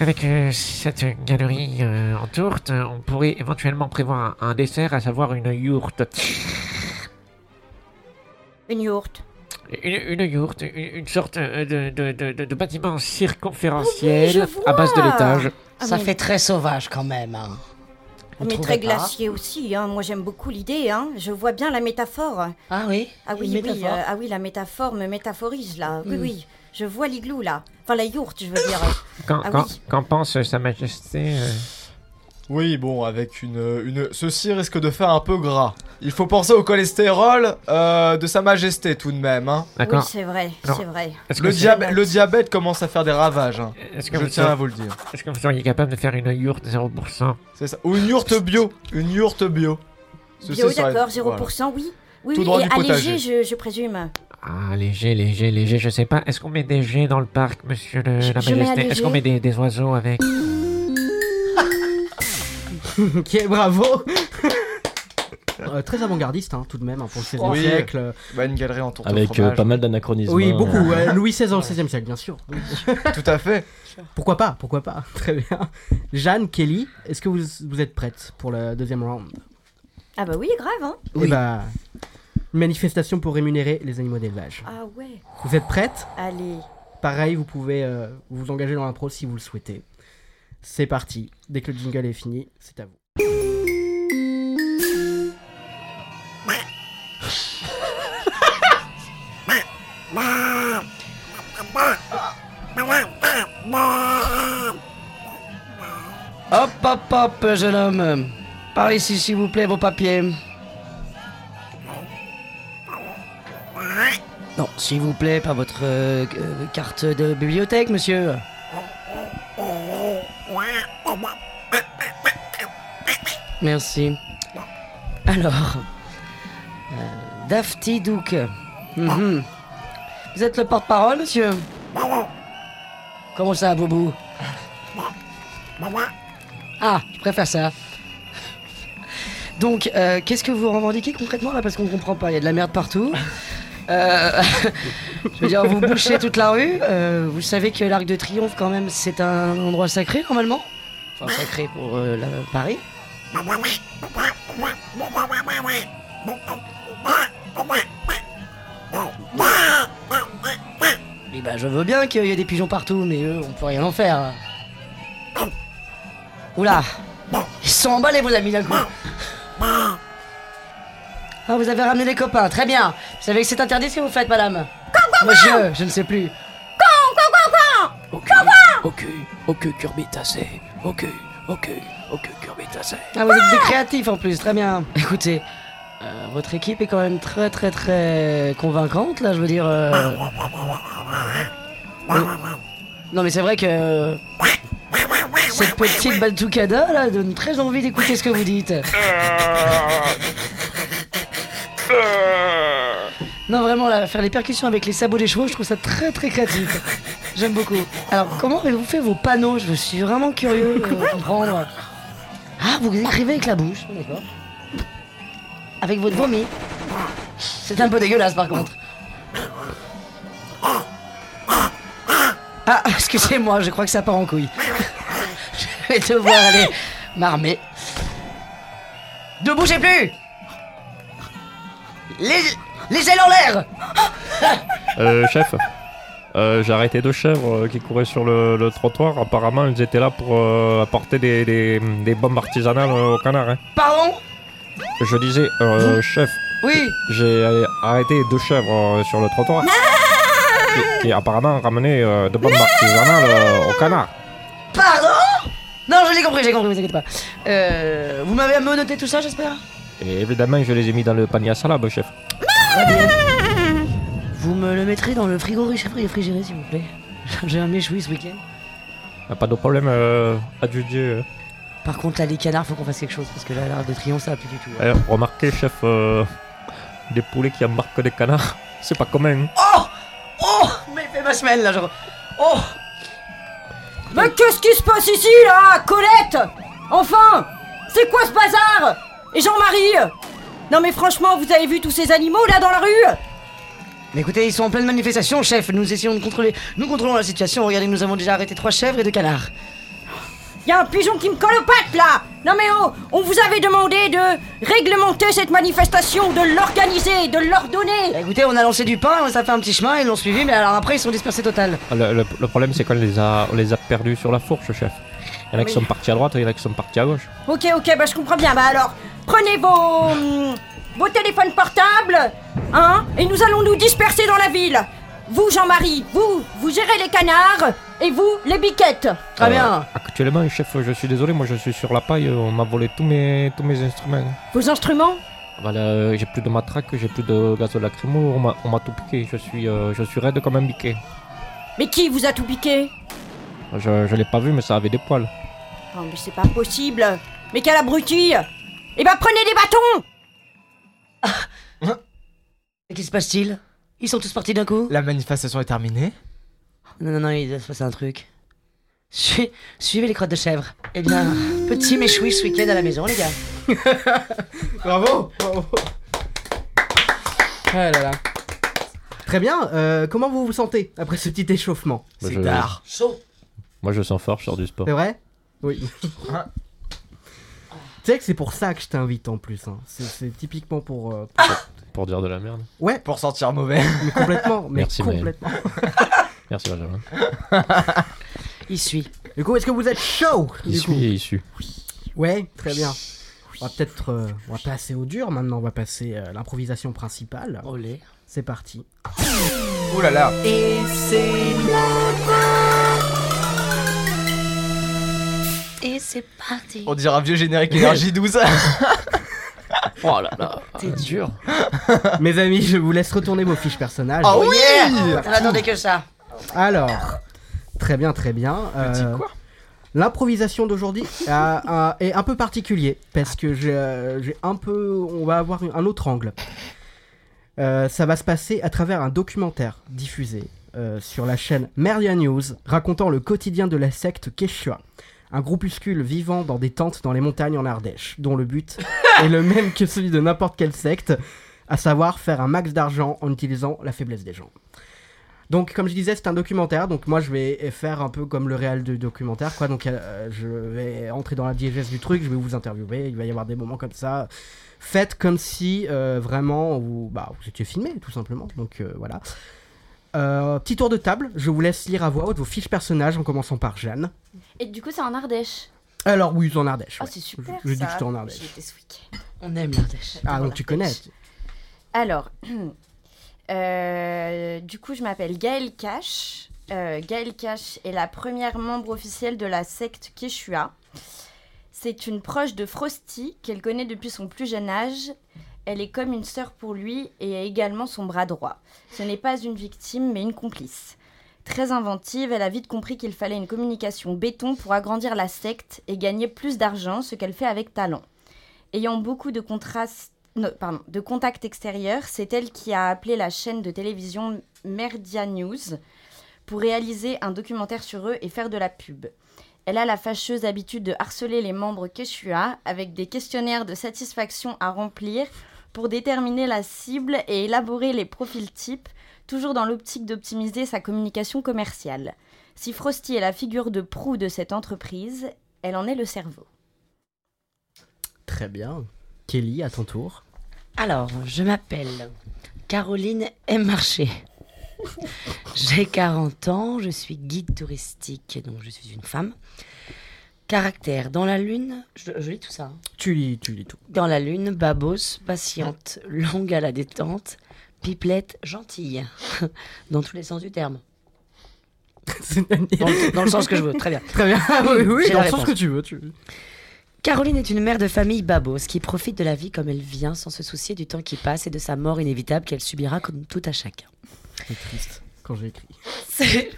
Speaker 9: avec euh, cette galerie euh, en tourte, euh, on pourrait éventuellement prévoir un, un dessert, à savoir une yourte
Speaker 5: Une yourte.
Speaker 9: Une, une yourte, une, une sorte euh, de, de- de- de- de bâtiment
Speaker 5: Oh
Speaker 9: circonférentiel
Speaker 5: oui, je
Speaker 9: à base de
Speaker 5: vois.
Speaker 9: l'étage.
Speaker 5: Ah,
Speaker 7: Ça
Speaker 5: mais-
Speaker 7: fait très sauvage quand même. Hein. Vous
Speaker 5: Mais
Speaker 7: trouvez
Speaker 5: très
Speaker 7: pas
Speaker 5: glacier aussi, hein. moi j'aime beaucoup l'idée, hein. je vois bien la métaphore.
Speaker 7: Ah oui
Speaker 5: Ah oui,
Speaker 7: une
Speaker 5: oui,
Speaker 7: métaphore. Hmm.
Speaker 5: euh, ah oui, la métaphore me métaphorise là, oui, oui, je vois l'igloo là, enfin la yourte je veux dire.
Speaker 9: Qu'en
Speaker 5: Ah
Speaker 9: qu'en-
Speaker 5: oui.
Speaker 9: qu'en pense euh, Sa Majesté euh
Speaker 6: Oui, bon, avec une, une... Ceci risque de faire un peu gras. Il faut penser au cholestérol euh, de Sa Majesté tout de même. Hein.
Speaker 5: Oui,
Speaker 9: D'accord.
Speaker 5: c'est vrai,
Speaker 9: Alors,
Speaker 5: c'est vrai.
Speaker 9: Est-ce que,
Speaker 6: Le,
Speaker 9: c'est-
Speaker 6: diabè- le diabète commence à faire des ravages. hein.
Speaker 9: est-ce que
Speaker 6: Je
Speaker 9: vous-
Speaker 6: tiens à vous le dire.
Speaker 9: est-ce que vous seriez capable de faire une yourte 0%
Speaker 6: C'est ça. Ou une yourte bio. Une yourte bio. Ceci
Speaker 5: Bio,
Speaker 6: serait-
Speaker 5: d'accord,
Speaker 6: voilà.
Speaker 5: 0%, oui. Oui,
Speaker 6: Tout
Speaker 5: oui,
Speaker 6: droit
Speaker 5: et
Speaker 6: du potager.
Speaker 5: allégé, je, je présume.
Speaker 9: Ah, léger, léger, léger, je sais pas. Est-ce qu'on met des jets dans le parc, monsieur le, la
Speaker 5: je mets un
Speaker 9: majesté Est-ce qu'on
Speaker 5: léger.
Speaker 9: met des, des oiseaux avec
Speaker 1: Ok, bravo Euh, Très avant-gardiste, hein, tout de même, hein, pour le 16e
Speaker 6: Oui.
Speaker 1: siècle.
Speaker 6: Bah, une galerie en tourte au
Speaker 8: Avec euh,
Speaker 6: fromage.
Speaker 8: pas mal d'anachronismes.
Speaker 1: Oui,
Speaker 8: hein.
Speaker 1: beaucoup. ouais, Louis XVI dans le 16e siècle, bien sûr. Oui.
Speaker 6: Tout à fait.
Speaker 1: Pourquoi pas Pourquoi pas Très bien. Jeanne, Kelly, est-ce que vous, vous êtes prête pour le deuxième round
Speaker 5: Ah bah oui, grave, hein.
Speaker 7: Eh
Speaker 1: Oui.
Speaker 7: ben.
Speaker 1: bah, une manifestation pour rémunérer les animaux d'élevage.
Speaker 5: Ah ouais,
Speaker 1: Vous êtes prête
Speaker 5: allez.
Speaker 1: Pareil, vous pouvez euh, vous engager dans l'impro si vous le souhaitez. C'est parti. Dès que le jingle est fini, c'est à vous.
Speaker 7: Hop, hop, hop, jeune homme. Par ici, s'il vous plaît, vos papiers. Non, s'il vous plaît, pas votre euh, euh, carte de bibliothèque, monsieur. Merci. Alors, euh, Dafty Duke. Mhm. Vous êtes le porte-parole, monsieur Comment ça, Boubou ah, je préfère ça. Donc, euh, qu'est-ce que vous revendiquez concrètement là Parce qu'on comprend pas, il y a de la merde partout. Euh, je veux dire, vous bouchez toute la rue. euh, vous savez que l'Arc de Triomphe, quand même, c'est un endroit sacré normalement. Enfin, sacré pour euh, la- Paris. Eh ben, Oui, bah, je veux bien qu'il y ait des pigeons partout, mais eux, on peut rien en faire. Oula Ils sont emballés, vos amis, d'un coup Ah, vous avez ramené les copains, très bien Vous savez que c'est interdit ce que vous faites, madame Monsieur, je ne sais plus.
Speaker 10: Ok, ok, curbitacé. Ok, ok, ok, curbitacé.
Speaker 7: Ah, vous êtes des créatifs en plus, très bien Écoutez, euh, votre équipe est quand même très très très convaincante, là, je veux dire... euh, euh, Non, mais c'est vrai que... euh, Cette petite baltoukada, là, donne très envie d'écouter ce que vous dites. Non, vraiment, là, faire les percussions avec les sabots des chevaux, je trouve ça très très créatif. J'aime beaucoup. Alors, comment avez-vous fait vos panneaux Je suis vraiment curieux euh, de comprendre. Ah, vous écrivez avec la bouche, d'accord. Avec votre vomi. C'est un peu dégueulasse, par contre. Ah, excusez-moi, je crois que ça part en couille. Je vais devoir aller m'armer. Ne bougez plus Les, les ailes en l'air
Speaker 8: Euh, chef, euh, j'ai arrêté deux chèvres euh, qui couraient sur le, le trottoir. Apparemment, ils étaient là pour euh, apporter des, des- des bombes artisanales euh, aux canards. hein.
Speaker 7: Pardon
Speaker 8: Je disais, euh, chef,
Speaker 7: Oui
Speaker 8: j'ai euh, arrêté deux chèvres euh, sur le trottoir. qui- Qui apparemment ramenaient euh, des bombes artisanales euh, aux canards.
Speaker 7: Pardon Non, je l'ai compris, j'ai compris, vous inquiétez pas. Euh, vous m'avez noté tout ça, j'espère
Speaker 8: Et évidemment, je les ai mis dans le panier à salade, chef.
Speaker 7: Très bien. Vous me le mettrez dans le frigo riche- réfrigéré, s'il vous plaît. J'ai un méchoui ce week-end.
Speaker 8: Ah, Pas de problème, euh, adieu Dieu.
Speaker 7: Par contre, là, les canards, faut qu'on fasse quelque chose parce que là, l'art de triomphe, ça va plus du tout. hein.
Speaker 8: Eh, remarquez, chef, euh, des poulets qui embarquent des canards, c'est pas commun. hein.
Speaker 7: Oh Oh Mais fais ma semaine, là, genre. Oh
Speaker 5: Mais qu'est-ce qui se passe ici, là Colette Enfin C'est quoi ce bazar Et Jean-Marie Non mais franchement, vous avez vu tous ces animaux, là, dans la rue
Speaker 7: Mais écoutez, ils sont en pleine manifestation, chef. Nous essayons de contrôler. Nous contrôlons la situation. Regardez, nous avons déjà arrêté trois chèvres et deux canards.
Speaker 5: Il y a un pigeon qui me colle aux pattes là Non mais oh On vous avait demandé de réglementer cette manifestation, de l'organiser, de l'ordonner
Speaker 7: Bah, Écoutez, on a lancé du pain, ça fait un petit chemin, ils l'ont suivi, mais alors après, ils sont dispersés total.
Speaker 8: Ah, Le, le- le problème, c'est qu'on les a, on les a perdus sur la fourche, chef. Il y en a qui sont partis à droite, il y en a qui sont partis à gauche.
Speaker 5: Ok ok bah je comprends bien, bah alors prenez vos. hum, vos téléphones portables, hein, et nous allons nous disperser dans la ville Vous Jean-Marie, vous, vous gérez les canards, et vous les biquettes
Speaker 7: Très
Speaker 8: Euh,
Speaker 5: Ah.
Speaker 7: bien.
Speaker 8: Actuellement, chef, je suis désolé, moi je suis sur la paille, euh, on m'a volé tous mes, tous mes instruments.
Speaker 5: Vos instruments
Speaker 8: Voilà, euh, j'ai plus de matraque, j'ai plus de gaz lacrymo, on m'a- on m'a tout piqué, je suis, euh, je suis raide comme un biquet.
Speaker 5: Mais qui vous a tout piqué
Speaker 8: Je, je l'ai pas vu, mais ça avait des poils. Bah,
Speaker 5: Oh mais c'est pas possible Mais quel abruti Eh bah prenez des bâtons
Speaker 7: Qu'est-ce qui se passe-t-il Ils sont tous partis d'un coup
Speaker 11: La manifestation est terminée.
Speaker 7: Non, non, non, il doit se passer un truc. Su- Suivez les crottes de chèvre. Eh bien, petit méchoui ce week-end à la maison, les gars.
Speaker 11: Bravo,
Speaker 1: Oh.
Speaker 11: bravo. Ah là là.
Speaker 1: Très bien, euh, comment vous vous sentez après ce petit échauffement
Speaker 8: Moi,
Speaker 11: C'est
Speaker 8: Bah, je-
Speaker 11: tard.
Speaker 8: Moi je sens fort, je sors du sport.
Speaker 1: C'est vrai Oui. tu
Speaker 11: Ah.
Speaker 1: sais que c'est pour ça que je t'invite en plus. hein. C'est- C'est typiquement pour. euh, pour-
Speaker 8: Pour dire de la merde.
Speaker 1: Ouais,
Speaker 11: Ah. Pour sentir mauvais.
Speaker 1: mais complètement. mais
Speaker 8: Merci, Maël.
Speaker 1: complètement.
Speaker 8: Merci Benjamin.
Speaker 7: Il suit.
Speaker 1: Du coup, est-ce que vous êtes chaud du
Speaker 8: Issu
Speaker 1: coup
Speaker 8: et issu.
Speaker 1: Ouais, très bien. On va peut-être. euh, on va passer au dur maintenant, on va passer euh, à l'improvisation principale.
Speaker 7: Olé.
Speaker 1: C'est parti.
Speaker 6: Oh là là.
Speaker 7: Et c'est parti.
Speaker 11: On dirait un vieux générique énergie 12.
Speaker 8: Oh là là,
Speaker 7: C'est
Speaker 8: dur.
Speaker 1: Mes amis, je vous laisse retourner vos fiches personnages. Ah.
Speaker 11: Oh
Speaker 7: On
Speaker 11: yeah
Speaker 7: attendait Ah, que ça.
Speaker 1: Alors, très bien, très bien. Euh, L'improvisation d'aujourd'hui a- a- est un peu particulier parce que j'ai euh, j'ai un peu, on va avoir un autre angle. Euh, ça va se passer à travers un documentaire diffusé euh, sur la chaîne Meria News racontant le quotidien de la secte Quechua, un groupuscule vivant dans des tentes dans les montagnes en Ardèche, dont le but est le même que celui de n'importe quelle secte, à savoir faire un max d'argent en utilisant la faiblesse des gens. Donc, comme je disais, c'est un documentaire. Donc, moi, je vais faire un peu comme le réel du documentaire, quoi. Donc, euh, je vais entrer dans la diégèse du truc. Je vais vous interviewer. Il va y avoir des moments comme ça. Faites comme si euh, vraiment vous, bah, vous étiez filmé, tout simplement. Donc, euh, voilà. Euh, petit tour de table. Je vous laisse lire à voix haute vos fiches personnages en commençant par Jeanne.
Speaker 5: Et du coup, c'est en Ardèche.
Speaker 1: Alors oui, c'est en Ardèche.
Speaker 5: Oh,
Speaker 1: ouais.
Speaker 5: c'est super.
Speaker 1: Je, je dis
Speaker 5: ça.
Speaker 1: que c'était en Ardèche.
Speaker 5: J'y étais ce week-end.
Speaker 7: On aime l'Ardèche.
Speaker 1: Ah, donc tu connais.
Speaker 5: Alors, euh, du coup, je m'appelle Gaëlle Cash. Euh, Gaëlle Cash est la première membre officielle de la secte Quechua. C'est une proche de Frosty qu'elle connaît depuis son plus jeune âge. Elle est comme une sœur pour lui et est également son bras droit. Ce n'est pas une victime, mais une complice. Très inventive, elle a vite compris qu'il fallait une communication béton pour agrandir la secte et gagner plus d'argent, ce qu'elle fait avec talent. Ayant beaucoup de contrastes non, pardon, de contact extérieur, c'est elle qui a appelé la chaîne de télévision Merdia News pour réaliser un documentaire sur eux et faire de la pub. Elle a la fâcheuse habitude de harceler les membres Quechua avec des questionnaires de satisfaction à remplir pour déterminer la cible et élaborer les profils types, toujours dans l'optique d'optimiser sa communication commerciale. Si Frosty est la figure de proue de cette entreprise, elle en est le cerveau.
Speaker 1: Très bien. Kelly, à ton tour.
Speaker 7: Alors, je m'appelle Caroline M. Marché. J'ai 40 ans, je suis guide touristique, donc je suis une femme. Caractère, dans la lune, je, je lis tout ça. hein.
Speaker 1: Tu lis, tu lis tout.
Speaker 7: Dans la lune, babos, patiente, longue à la détente, pipelette, gentille, dans tous les sens du terme. Dans le, dans le sens que je veux, très bien.
Speaker 1: Très bien. Ah oui, oui,
Speaker 7: J'ai
Speaker 1: dans
Speaker 7: la
Speaker 1: le sens
Speaker 7: réponse.
Speaker 1: que tu veux. Tu...
Speaker 7: Caroline est une mère de famille babos qui profite de la vie comme elle vient sans se soucier du temps qui passe et de sa mort inévitable qu'elle subira comme tout à chacun.
Speaker 1: C'est triste quand j'ai écrit.
Speaker 7: C'est-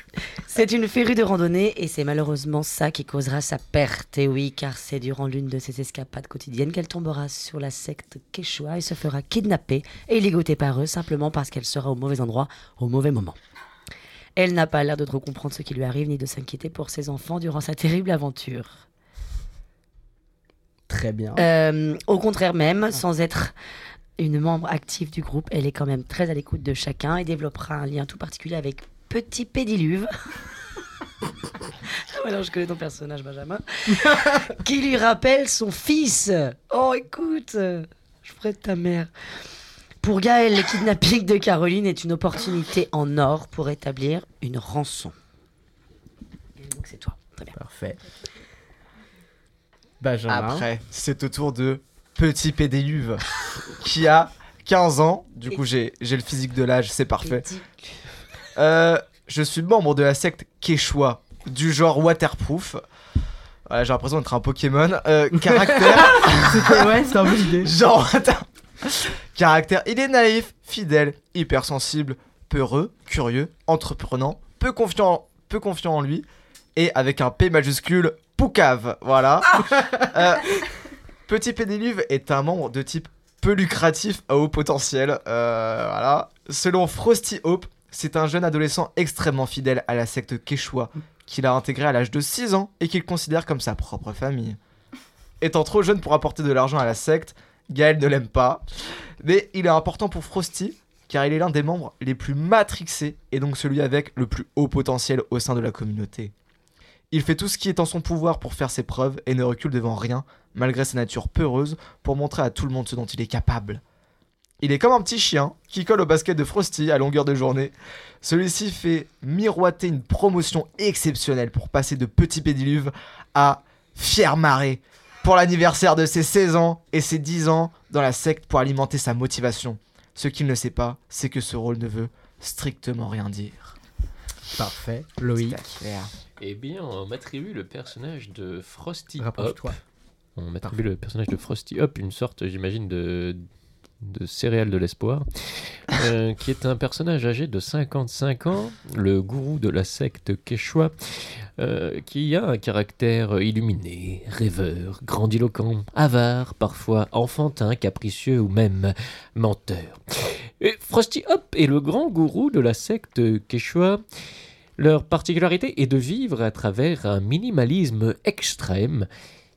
Speaker 7: C'est une férue de randonnée et c'est malheureusement ça qui causera sa perte. Et oui, car c'est durant l'une de ses escapades quotidiennes qu'elle tombera sur la secte Quechua et se fera kidnapper et ligoter par eux simplement parce qu'elle sera au mauvais endroit au mauvais moment. Elle n'a pas l'air de trop comprendre ce qui lui arrive ni de s'inquiéter pour ses enfants durant sa terrible aventure.
Speaker 1: Très bien.
Speaker 7: Euh, au contraire même, sans être une membre active du groupe, elle est quand même très à l'écoute de chacun et développera un lien tout particulier avec Petit Pédiluve. Alors Ah je connais ton personnage Benjamin, qui lui rappelle son fils. Oh écoute, euh, je prête ta mère. Pour Gaël, le kidnapping de Caroline est une opportunité en or pour établir une rançon. Et donc c'est toi, très bien.
Speaker 1: Parfait. Benjamin.
Speaker 11: Après, c'est au tour de Petit Pédéluve qui a 15 ans. Du coup, j'ai j'ai le physique de l'âge, c'est parfait. Euh, je suis membre de la secte Quechua, du genre waterproof. Voilà, j'ai l'impression d'être un Pokémon. Euh, caractère,
Speaker 1: C'était- ouais, c'était un peu l'idée.
Speaker 11: genre water- Caractère, il est naïf, fidèle, hypersensible, peureux, curieux, entreprenant, peu confiant, peu confiant en lui, et avec un P majuscule, poucave. Voilà. Euh, Petit Pédiluve est un membre de type peu lucratif à haut potentiel. euh, voilà. Selon Frosty Hope, c'est un jeune adolescent extrêmement fidèle à la secte Quechua qu'il a intégré à l'âge de 6 ans et qu'il considère comme sa propre famille. Étant trop jeune pour apporter de l'argent à la secte, Gaël ne l'aime pas. Mais il est important pour Frosty car il est l'un des membres les plus matrixés et donc celui avec le plus haut potentiel au sein de la communauté. Il fait tout ce qui est en son pouvoir pour faire ses preuves et ne recule devant rien, malgré sa nature peureuse, pour montrer à tout le monde ce dont il est capable. Il est comme un petit chien qui colle au basket de Frosty à longueur de journée. Celui-ci fait miroiter une promotion exceptionnelle pour passer de petit pédiluve à fier marée pour l'anniversaire de ses 16 ans et ses 10 ans dans la secte pour alimenter sa motivation. Ce qu'il ne sait pas, c'est que ce rôle ne veut strictement rien dire.
Speaker 1: Parfait. Loïc.
Speaker 10: Eh bien, on m'attribue le personnage de Frosty Hop.
Speaker 1: Rapproche-toi.
Speaker 10: On m'attribue le personnage de Frosty Hop, une sorte, j'imagine, de, de céréale de l'espoir, euh, qui est un personnage âgé de 55 ans, le gourou de la secte Quechua, euh, qui a un caractère euh, illuminé, rêveur, grandiloquent, avare, parfois enfantin, capricieux ou même menteur. Et Frosty Hop est le grand gourou de la secte Quechua. Leur particularité est de vivre à travers un minimalisme extrême,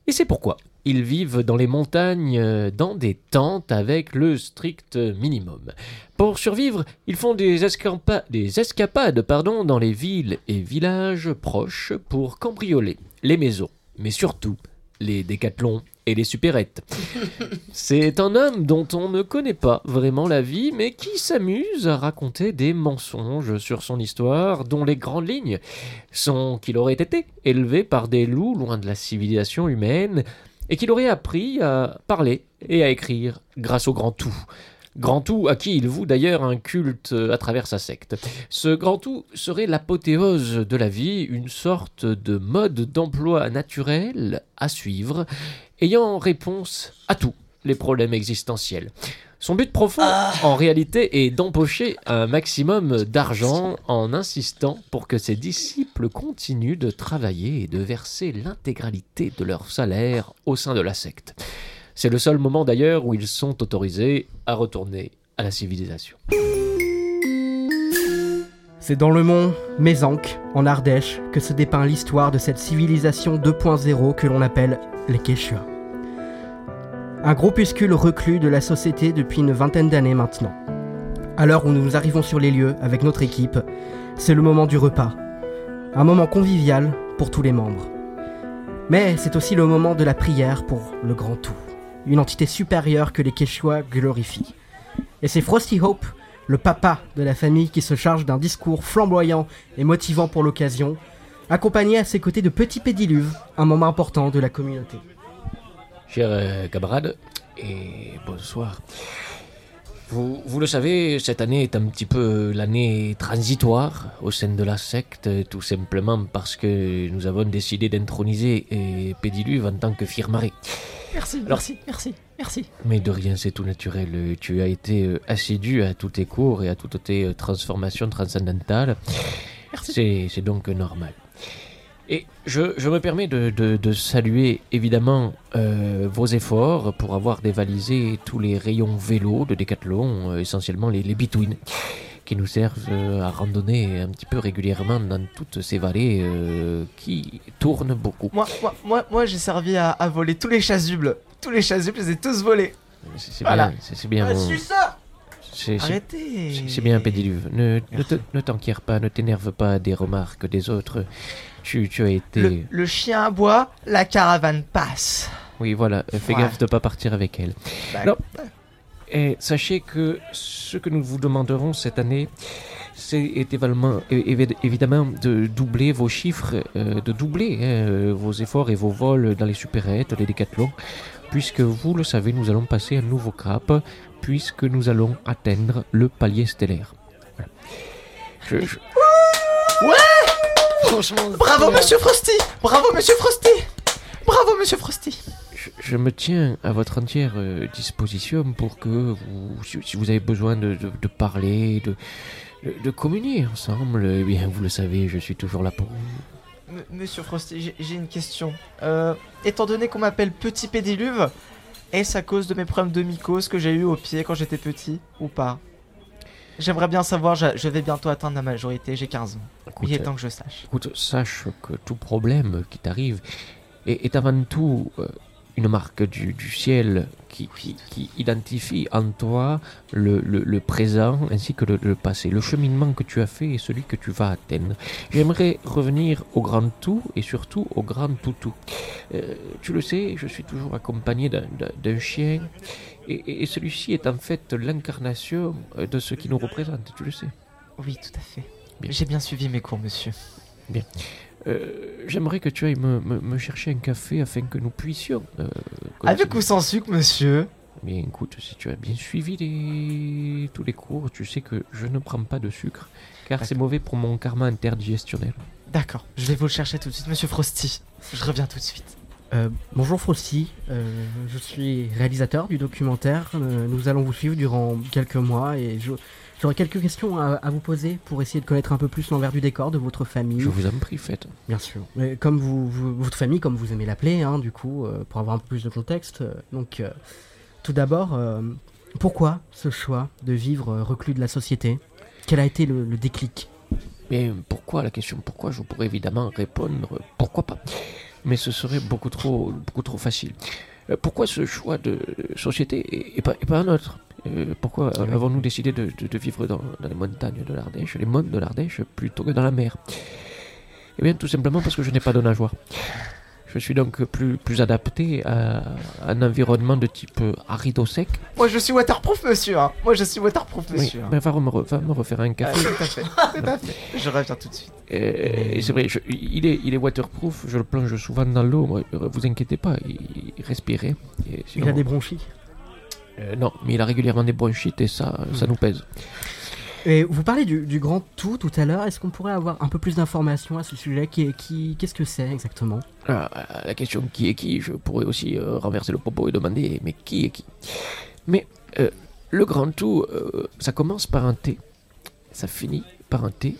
Speaker 10: et c'est pourquoi ils vivent dans les montagnes, euh, dans des tentes avec le strict minimum. Pour survivre, ils font des, escampa- des escapades pardon, dans les villes et villages proches pour cambrioler les maisons, mais surtout les décathlons et les supérettes. C'est un homme dont on ne connaît pas vraiment la vie, mais qui s'amuse à raconter des mensonges sur son histoire, dont les grandes lignes sont qu'il aurait été élevé par des loups loin de la civilisation humaine, et qu'il aurait appris à parler et à écrire grâce au grand tout. Grand Tout, à qui il voue d'ailleurs un culte euh, à travers sa secte. Ce Grand Tout serait l'apothéose de la vie, une sorte de mode d'emploi naturel à suivre, ayant réponse à tous les problèmes existentiels. Son but profond, en réalité, est d'empocher un maximum d'argent en insistant pour que ses disciples continuent de travailler et de verser l'intégralité de leur salaire au sein de la secte. C'est le seul moment d'ailleurs où ils sont autorisés à retourner à la civilisation.
Speaker 1: C'est dans le mont Mézenc, en Ardèche, que se dépeint l'histoire de cette civilisation 2.0 que l'on appelle les Quechua. Un groupuscule reclus de la société depuis une vingtaine d'années maintenant. À l'heure où nous arrivons sur les lieux avec notre équipe, c'est le moment du repas. Un moment convivial pour tous les membres. Mais c'est aussi le moment de la prière pour le grand tout, une entité supérieure que les Quechua glorifient. Et c'est Frosty Hope, le papa de la famille qui se charge d'un discours flamboyant et motivant pour l'occasion, accompagné à ses côtés de Petit Pédiluve, un membre important de la communauté.
Speaker 10: Chers euh, camarades, et bonsoir. Vous, vous le savez, cette année est un petit peu euh, l'année transitoire au sein de la secte, tout simplement parce que nous avons décidé d'introniser euh, Pédiluve en tant que firmaré.
Speaker 6: Merci,
Speaker 10: Alors-
Speaker 6: merci, merci, merci.
Speaker 10: Mais de rien, c'est tout naturel. Tu as été euh, assidu à tous tes cours et à toutes tes euh, transformations transcendantales. C'est c'est donc normal. Et je, je me permets de, de- de saluer évidemment euh, vos efforts pour avoir dévalisé tous les rayons vélo de Decathlon, euh, essentiellement les, les Between, qui nous servent euh, à randonner un petit peu régulièrement dans toutes ces vallées euh, qui tournent beaucoup.
Speaker 11: Moi, moi, moi, moi j'ai servi à, à voler tous les chasubles. Tous les chasubles, je les ai tous volés.
Speaker 10: C'est c'est
Speaker 11: Voilà.
Speaker 10: bien, c'est- c'est bien.
Speaker 11: Ah,
Speaker 10: mon-
Speaker 11: je suis ça
Speaker 10: c'est- c'est-
Speaker 11: Arrêtez
Speaker 10: C'est- C'est bien, Pédiluve. Ne, ne, te- ne t'enquière pas, ne t'énerve pas des remarques des autres. Tu, tu as été.
Speaker 11: Le, le chien aboie, la caravane passe.
Speaker 10: Oui, voilà. euh, Fais
Speaker 11: Ouais.
Speaker 10: gaffe de pas partir avec elle.
Speaker 11: Bah,
Speaker 10: Non. Et sachez que ce que nous vous demanderons cette année, c'est évidemment, é- évi- évidemment de doubler vos chiffres, euh, de doubler hein, euh, vos efforts et vos vols dans les supérettes, les décathlons, puisque vous le savez, nous allons passer un nouveau cap, puisque nous allons atteindre le palier stellaire. Voilà. Je- je-
Speaker 6: Franchement,
Speaker 11: Bravo, monsieur Frosty Bravo, monsieur Frosty Bravo, monsieur Frosty
Speaker 10: Je me tiens à votre entière euh, disposition pour que vous, si, si vous avez besoin de, de- de parler, de, de, de communier ensemble, eh bien vous le savez, je suis toujours là pour vous.
Speaker 11: M- Monsieur Frosty, j'ai- j'ai une question. Euh, étant donné qu'on m'appelle Petit Pédiluve, est-ce à cause de mes problèmes de mycose que j'ai eu au pied quand j'étais petit ou pas J'aimerais bien savoir, je, je vais bientôt atteindre la majorité, j'ai 15 ans.
Speaker 10: Écoute,
Speaker 11: Il est
Speaker 10: euh,
Speaker 11: temps que je sache.
Speaker 10: Écoute, sache que tout problème qui t'arrive est, est avant tout euh, une marque du, du ciel qui, qui, qui identifie en toi le, le- le présent ainsi que le, le passé, le cheminement que tu as fait et celui que tu vas atteindre. J'aimerais revenir au grand tout et surtout au grand toutou. Euh, tu le sais, je suis toujours accompagné d'un- d'un d'un chien et, et- et celui-ci est en fait l'incarnation euh, de ce qui nous représente, tu le sais.
Speaker 11: Oui, tout à fait.
Speaker 10: Bien.
Speaker 11: J'ai bien suivi mes cours, monsieur.
Speaker 10: Euh, J'aimerais que tu ailles me, me- me chercher un café afin que nous puissions. euh,
Speaker 11: Avec
Speaker 10: continuer.
Speaker 11: ou sans sucre, monsieur
Speaker 10: Bien écoute, si tu as bien suivi les- tous les cours, tu sais que je ne prends pas de sucre, car c'est mauvais pour mon karma interdigestionnel.
Speaker 11: D'accord, je vais vous le chercher tout de suite, monsieur Frosty. Je reviens tout de suite.
Speaker 1: Euh, bonjour Frosty, Euh, je suis réalisateur du documentaire. Euh, nous allons vous suivre durant quelques mois et je- j'aurais quelques questions à, à vous poser pour essayer de connaître un peu plus l'envers du décor de votre famille.
Speaker 10: Je vous en prie, faites.
Speaker 1: Bien sûr. Mais comme vous, vous- votre famille, comme vous aimez l'appeler, hein, du coup, euh, pour avoir un peu plus de contexte. euh, donc, euh, tout d'abord, euh, pourquoi ce choix de vivre euh, reclus de la société Quel a été le, le déclic
Speaker 10: Mais pourquoi la question pourquoi Je pourrais évidemment répondre euh, pourquoi pas, mais ce serait beaucoup trop, beaucoup trop facile. Euh, Pourquoi ce choix de société et- et pas, et pas un autre Euh, Pourquoi
Speaker 1: Oui.
Speaker 10: avons-nous décidé de, de- de vivre dans, dans les montagnes de l'Ardèche, les monts de l'Ardèche, plutôt que dans la mer Eh bien, tout simplement parce que je n'ai pas de nageoire. Je suis donc plus, plus adapté à un environnement de type euh, arido sec.
Speaker 11: Moi, je suis waterproof, monsieur. hein. Moi, je suis waterproof,
Speaker 10: Oui,
Speaker 11: monsieur.
Speaker 10: ben, va, me re- va me refaire un
Speaker 11: Ah,
Speaker 10: café.
Speaker 11: tout à fait. Tout à fait. Je reviens tout de suite.
Speaker 10: Euh, et c'est vrai, je- il, est, il est waterproof, je le plonge souvent dans l'eau, moi, euh, vous inquiétez pas, il, il respirait. Et
Speaker 1: Il
Speaker 10: sinon-
Speaker 1: a des bronchies.
Speaker 10: Euh, non, mais il a régulièrement des bronchites et ça,
Speaker 1: Hmm.
Speaker 10: ça nous pèse.
Speaker 1: Et vous parlez du, du grand tout tout à l'heure. Est-ce qu'on pourrait avoir un peu plus d'informations à ce sujet qui, qui, Qu'est-ce que c'est exactement
Speaker 10: Ah, la question qui est qui, je pourrais aussi euh, renverser le propos et demander mais qui est qui Mais euh, le grand tout, euh, ça commence par un T, ça finit par un T.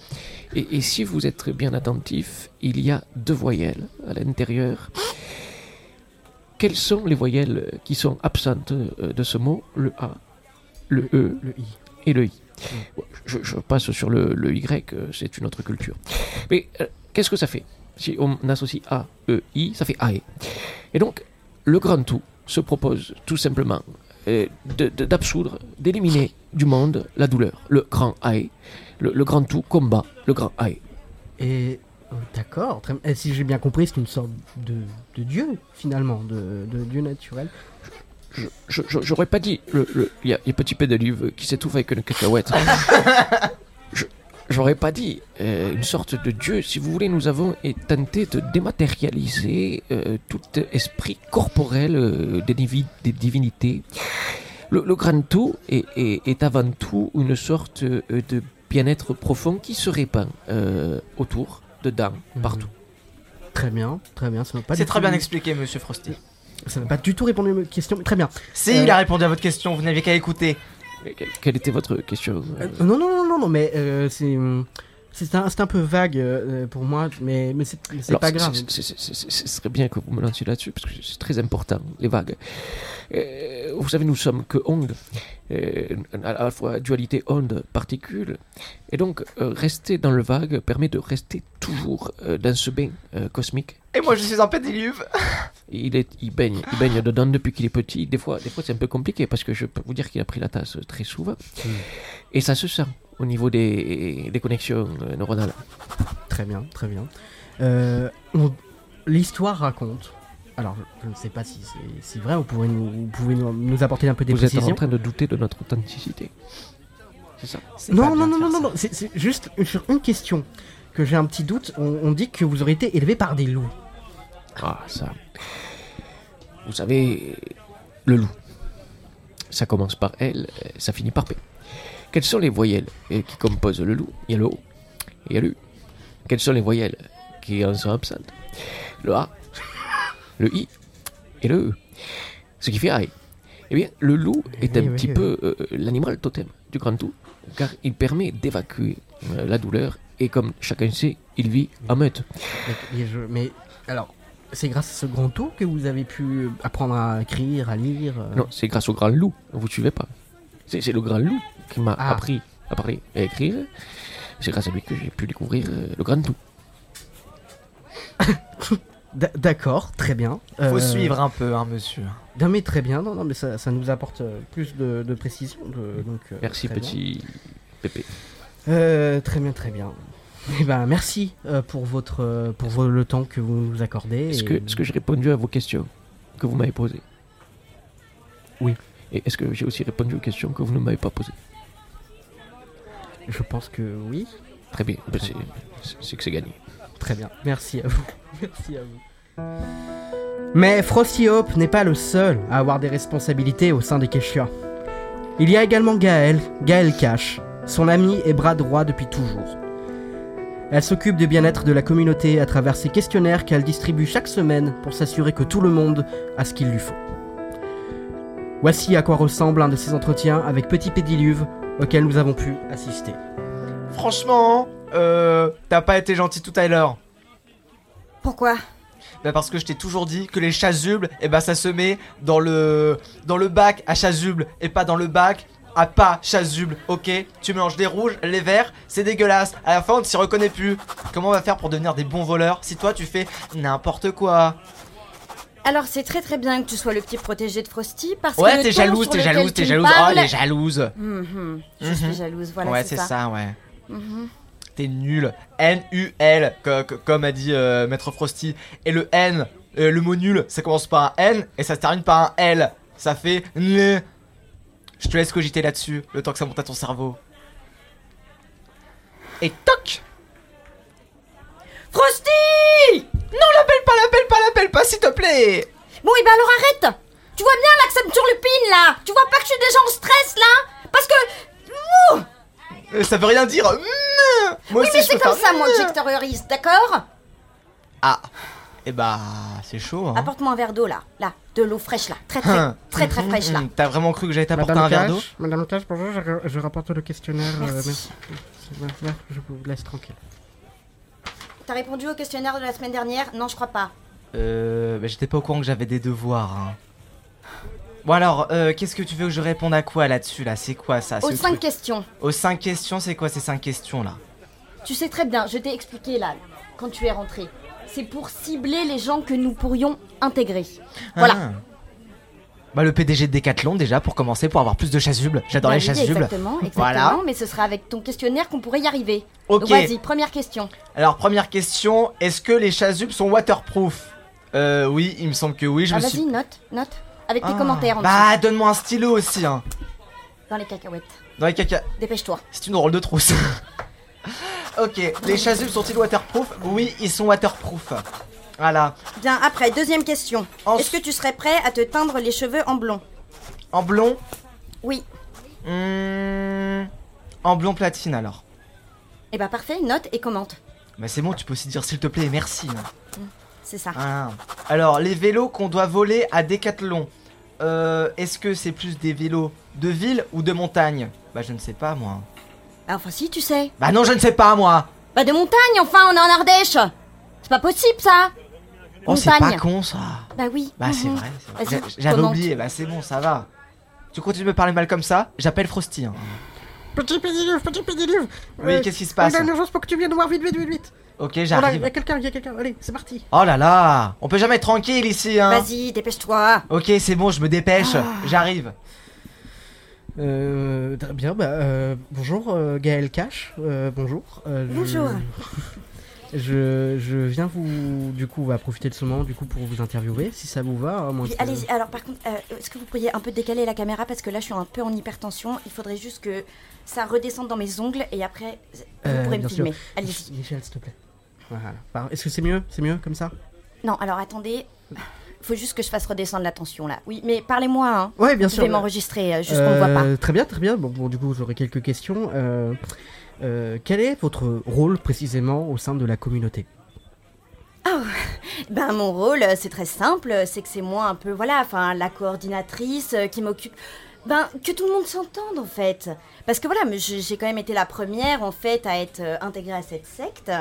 Speaker 10: Et, et si vous êtes bien attentif, il y a deux voyelles à l'intérieur. Quelles sont les voyelles qui sont absentes euh, de ce mot Le A, le E,
Speaker 1: Le I.
Speaker 10: et le i. Bon, Je, je passe sur le, le y, euh, c'est une autre culture. Mais euh, qu'est-ce que ça fait Si on associe a, e, i, ça fait ae. Et donc, le grand tout se propose tout simplement euh, de- de- d'absoudre, d'éliminer du monde la douleur. Le grand ae, le, le grand tout combat le grand E. ae.
Speaker 1: Et euh, d'accord. très- et si j'ai bien compris, c'est une sorte de, de dieu finalement, de, de dieu naturel.
Speaker 10: Je- je- je- J'aurais pas dit le, le- il y a, il y a petit peu d'olive qui s'étouffe avec une cacahuète. Je- J'aurais pas dit euh, une sorte de dieu. Si vous voulez, nous avons et- tenté de dématérialiser euh, tout esprit corporel euh, des, divi- des divinités. Le, le grand tout est, est- est avant tout une sorte euh, de bien-être profond qui se répand euh, autour, dedans, partout.
Speaker 1: Très bien, très bien. Ça m'a pas
Speaker 11: C'est
Speaker 1: du
Speaker 11: très
Speaker 1: tout-
Speaker 11: bien expliqué, monsieur Frosty.
Speaker 1: Ça m'a pas du tout répondu à ma question. mais Très bien.
Speaker 11: Si,
Speaker 1: Euh,
Speaker 11: il a répondu à votre question, vous n'avez qu'à écouter.
Speaker 10: Mais que- Quelle était votre question euh,
Speaker 1: Euh, non, non, non, non, non, mais euh, c'est. hum, C'est un, c'est un peu vague euh, pour moi, mais, mais c'est mais c'est
Speaker 10: Alors,
Speaker 1: pas
Speaker 10: c'est-
Speaker 1: grave.
Speaker 10: c'est- c'est- c'est- c'est- Ce serait bien que vous me lanciez là-dessus, parce que c'est très important, les vagues. Euh, vous savez, nous sommes que ondes, euh, à la fois dualité onde-particule. Et donc, euh, rester dans le vague permet de rester toujours euh, dans ce bain euh, cosmique.
Speaker 11: Et moi, je suis un pédiluve.
Speaker 10: Il, est, il, baigne, il baigne dedans depuis qu'il est petit. Des fois, des fois c'est un peu compliqué, parce que je peux vous dire qu'il a pris la tasse très souvent.
Speaker 1: Hmm.
Speaker 10: Et ça se sent au niveau des, des connexions euh, neuronales.
Speaker 1: Très bien, très bien. Euh, on- L'histoire raconte. Alors, je, je ne sais pas si c'est si vrai, vous pouvez, nous, vous pouvez nous, nous apporter un peu des
Speaker 10: Vous êtes
Speaker 1: précisions.
Speaker 10: en train de douter de notre authenticité. C'est ça
Speaker 1: Non, non, non, non, non, non, c'est c'est juste sur une question que j'ai un petit doute. On, on dit que vous aurez été élevé par des loups.
Speaker 10: Ah, ça. Vous savez, le loup. Ça commence par L, euh, ça finit par P. Quelles sont les voyelles euh, qui composent le loup Il y a le O, il y a le U. Quelles sont les voyelles qui en sont absentes Le A, le I et le E. Ce qui fait aïe. Eh bien, le loup est un
Speaker 1: oui,
Speaker 10: petit
Speaker 1: oui.
Speaker 10: peu euh, l'animal totem du grand tout, car il permet d'évacuer euh, la douleur, et comme chacun sait, il vit en meute.
Speaker 1: Mais, et je- mais alors, c'est grâce à ce grand tour que vous avez pu apprendre à écrire, à lire. euh.
Speaker 10: Non, c'est grâce au grand loup, vous suivez pas. C'est c'est le grand loup qui m'a
Speaker 1: Ah.
Speaker 10: appris à parler et à écrire. C'est grâce à lui que j'ai pu découvrir euh, le grand loup.
Speaker 1: D- D'accord, très bien.
Speaker 11: Faut
Speaker 1: Euh,
Speaker 11: suivre un peu, hein, monsieur.
Speaker 1: Non mais très bien, non, non mais ça, ça nous apporte euh, plus de, de précision. de- donc, euh,
Speaker 10: Merci
Speaker 1: très bien.
Speaker 10: petit Pépé.
Speaker 1: Euh, très bien, très bien. Eh ben merci euh, pour votre euh, pour vo- le temps que vous nous accordez.
Speaker 10: Est-ce
Speaker 1: et-
Speaker 10: que, est-ce que j'ai répondu à vos questions que vous m'avez posées
Speaker 1: Oui.
Speaker 10: Et est-ce que j'ai aussi répondu aux questions que vous ne m'avez pas posées
Speaker 1: je pense que oui.
Speaker 10: Très bien, Ben, c'est- c'est c'est que c'est gagné.
Speaker 1: Très bien. Merci à vous. Merci à vous. Mais Frosty Hope n'est pas le seul à avoir des responsabilités au sein des Keshia. Il y a également Gaël, Gaël Cash, son ami et bras droit depuis toujours. Elle s'occupe du bien-être de la communauté à travers ses questionnaires qu'elle distribue chaque semaine pour s'assurer que tout le monde a ce qu'il lui faut. Voici à quoi ressemble un de ses entretiens avec Petit Pédiluve auquel nous avons pu assister.
Speaker 11: Franchement, euh, t'as pas été gentil tout à l'heure.
Speaker 5: Pourquoi
Speaker 11: Bah parce que je t'ai toujours dit que les chasubles, et bah ça se met dans le dans le bac à chasuble et pas dans le bac à pas chasuble, ok Tu mélanges les rouges, les verts, c'est dégueulasse. À la fin, on ne s'y reconnaît plus. Comment on va faire pour devenir des bons voleurs si toi tu fais n'importe quoi
Speaker 5: Alors c'est très très bien que tu sois le petit protégé de Frosty parce que
Speaker 11: Ouais,
Speaker 5: le
Speaker 11: t'es
Speaker 5: ton
Speaker 11: jalouse,
Speaker 5: sur
Speaker 11: t'es
Speaker 5: lequel
Speaker 11: jalouse,
Speaker 5: tu
Speaker 11: t'es
Speaker 5: me
Speaker 11: jalouse. Oh,
Speaker 5: parles-
Speaker 11: elle est jalouse.
Speaker 5: Mhm, Je
Speaker 11: Mhm.
Speaker 5: suis jalouse, voilà
Speaker 11: ouais,
Speaker 5: c'est
Speaker 11: c'est
Speaker 5: ça.
Speaker 11: ça. ouais.
Speaker 5: Mhm.
Speaker 11: T'es nul. N-U-L, co- co- comme a dit euh, Maître Frosty. Et le N, Euh, le mot nul, ça commence par un N et ça se termine par un L. Ça fait N. Je te laisse cogiter là-dessus, le temps que ça monte à ton cerveau. Et toc
Speaker 5: Frosty
Speaker 11: Non, l'appelle pas, l'appelle pas, l'appelle pas, s'il te plaît
Speaker 5: Bon, et ben alors arrête Tu vois bien là que ça me turlupine là Tu vois pas que je suis déjà en stress là Parce que. Ouh
Speaker 11: Euh, Ça veut rien dire N. Moi
Speaker 5: oui,
Speaker 11: aussi,
Speaker 5: mais
Speaker 11: je
Speaker 5: c'est
Speaker 11: peux
Speaker 5: comme
Speaker 11: faire hmm. Hein?
Speaker 5: ça moi que
Speaker 11: N.
Speaker 5: j'extériorise, d'accord
Speaker 11: Ah Eh bah, c'est chaud, hein
Speaker 5: Apporte-moi un verre d'eau là, là, de l'eau fraîche là, très très, très très fraîche là.
Speaker 11: Hum, T'as vraiment cru que j'allais t'apporter
Speaker 1: Madame
Speaker 11: un verre d'eau
Speaker 1: Cash, Madame Cash, bonjour, je, je rapporte le questionnaire. euh,
Speaker 5: Merci.
Speaker 1: merci. Voilà, Je vous laisse tranquille.
Speaker 11: hmm.
Speaker 5: T'as répondu au questionnaire de la semaine dernière Non, je crois pas.
Speaker 11: Euh, bah, j'étais pas au courant que j'avais des devoirs, hein. Bon alors, euh, qu'est-ce que tu veux que je réponde à quoi là-dessus, là Ah, C'est quoi ça
Speaker 5: Aux
Speaker 11: ce
Speaker 5: cinq
Speaker 11: truc
Speaker 5: questions.
Speaker 11: Aux 5 questions, c'est quoi ces 5 questions, là
Speaker 5: Tu sais très bien, je t'ai expliqué là, quand tu es rentré. C'est pour cibler les gens que nous pourrions intégrer. Voilà.
Speaker 11: Ah. Bah le PDG de Decathlon déjà pour commencer pour avoir plus de chasubles. J'adore
Speaker 5: Bah
Speaker 11: les
Speaker 5: oui,
Speaker 11: chasubles.
Speaker 5: Exactement, exactement.
Speaker 11: Voilà.
Speaker 5: Mais ce sera avec ton questionnaire qu'on pourrait y arriver.
Speaker 11: Ok.
Speaker 5: Donc vas-y, première question.
Speaker 11: Alors première question, est-ce que les chasubles sont waterproof Euh oui, il me semble que oui, je
Speaker 5: Ah,
Speaker 11: me
Speaker 5: vas-y,
Speaker 11: suis
Speaker 5: note, note. Avec tes
Speaker 11: Ah.
Speaker 5: commentaires en
Speaker 11: Bah donne-moi un stylo aussi hein.
Speaker 5: dessous, dans les cacahuètes.
Speaker 11: Dans les caca.
Speaker 5: Dépêche-toi.
Speaker 11: C'est une drôle de trousse. ok, les chasubles sont-ils waterproof Oui, ils sont waterproof. Voilà,
Speaker 5: Bien, après, deuxième question.
Speaker 11: En-
Speaker 5: Est-ce que tu serais prêt à te teindre les cheveux en blond
Speaker 11: en blond
Speaker 5: Oui.
Speaker 11: hmm, en blond platine alors.
Speaker 5: Eh bah parfait, note et commente.
Speaker 11: Bah c'est bon, tu peux aussi dire s'il te plaît et merci. hein.
Speaker 5: C'est ça.
Speaker 11: Ah. Alors, les vélos qu'on doit voler à Décathlon, euh, est-ce que c'est plus des vélos de ville ou de montagne Bah, je ne sais pas, moi.
Speaker 5: Ah, enfin si, tu sais.
Speaker 11: Bah, non, je ne sais pas, moi
Speaker 5: Bah de montagne, enfin, on est en Ardèche C'est pas possible, ça
Speaker 11: Oh, c'est pas
Speaker 5: Montagne
Speaker 11: con, ça
Speaker 5: Bah oui.
Speaker 11: Bah, c'est
Speaker 5: Mhm.
Speaker 11: vrai. c'est vrai.
Speaker 5: Vas-y,
Speaker 11: J'a- J'avais
Speaker 5: commente.
Speaker 11: oublié, bah, c'est bon, ça va. Tu continues de me parler mal comme ça J'appelle Frosty. hein.
Speaker 1: Petit pédiluve, petit pédiluve
Speaker 11: Oui, qu'est-ce qui se passe
Speaker 1: On a une urgence pour que tu viennes nous voir vite, vite, vite, vite
Speaker 11: Ok,
Speaker 1: Voilà, il y
Speaker 11: j'arrive.
Speaker 1: a quelqu'un, il y a quelqu'un, allez, c'est parti
Speaker 11: Oh là là On peut jamais être tranquille ici, hein
Speaker 5: Vas-y, dépêche-toi.
Speaker 11: Ok, c'est bon, je me dépêche. J'arrive.
Speaker 1: Euh, très bien, bah, euh, bonjour euh, Gaël Cash, euh, bonjour. Euh, je-
Speaker 5: Bonjour.
Speaker 1: Je, je viens vous, du coup, on va profiter de ce moment du coup pour vous interviewer, si ça vous va. à moins
Speaker 5: Oui,
Speaker 1: que-
Speaker 5: Allez-y, alors par contre, euh, est-ce que vous pourriez un peu décaler la caméra Parce que là, je suis un peu en hypertension. Il faudrait juste que ça redescende dans mes ongles et après, vous
Speaker 1: Euh,
Speaker 5: pourrez me
Speaker 1: bien sûr.
Speaker 5: filmer. Allez-y.
Speaker 1: Michel, s'il te plaît. Voilà. Par- Est-ce que c'est mieux C'est mieux comme ça
Speaker 5: Non, alors attendez. Faut juste que je fasse redescendre la tension là. Oui, mais parlez-moi, hein.
Speaker 1: Ouais, bien
Speaker 5: Je
Speaker 1: sûr.
Speaker 5: vais m'enregistrer, euh, juste qu'on ne voit pas.
Speaker 1: Euh, Très bien, très bien. Bon, bon, du coup, j'aurais quelques questions. Euh, euh, quel est votre rôle précisément au sein de la communauté
Speaker 5: Ah Ben mon rôle, euh, c'est très simple, euh, c'est que c'est moi un peu, voilà, enfin la coordinatrice euh, qui m'occupe. Ben que tout le monde s'entende en fait, parce que voilà, mais je- j'ai quand même été la première en fait à être euh, intégrée à cette secte.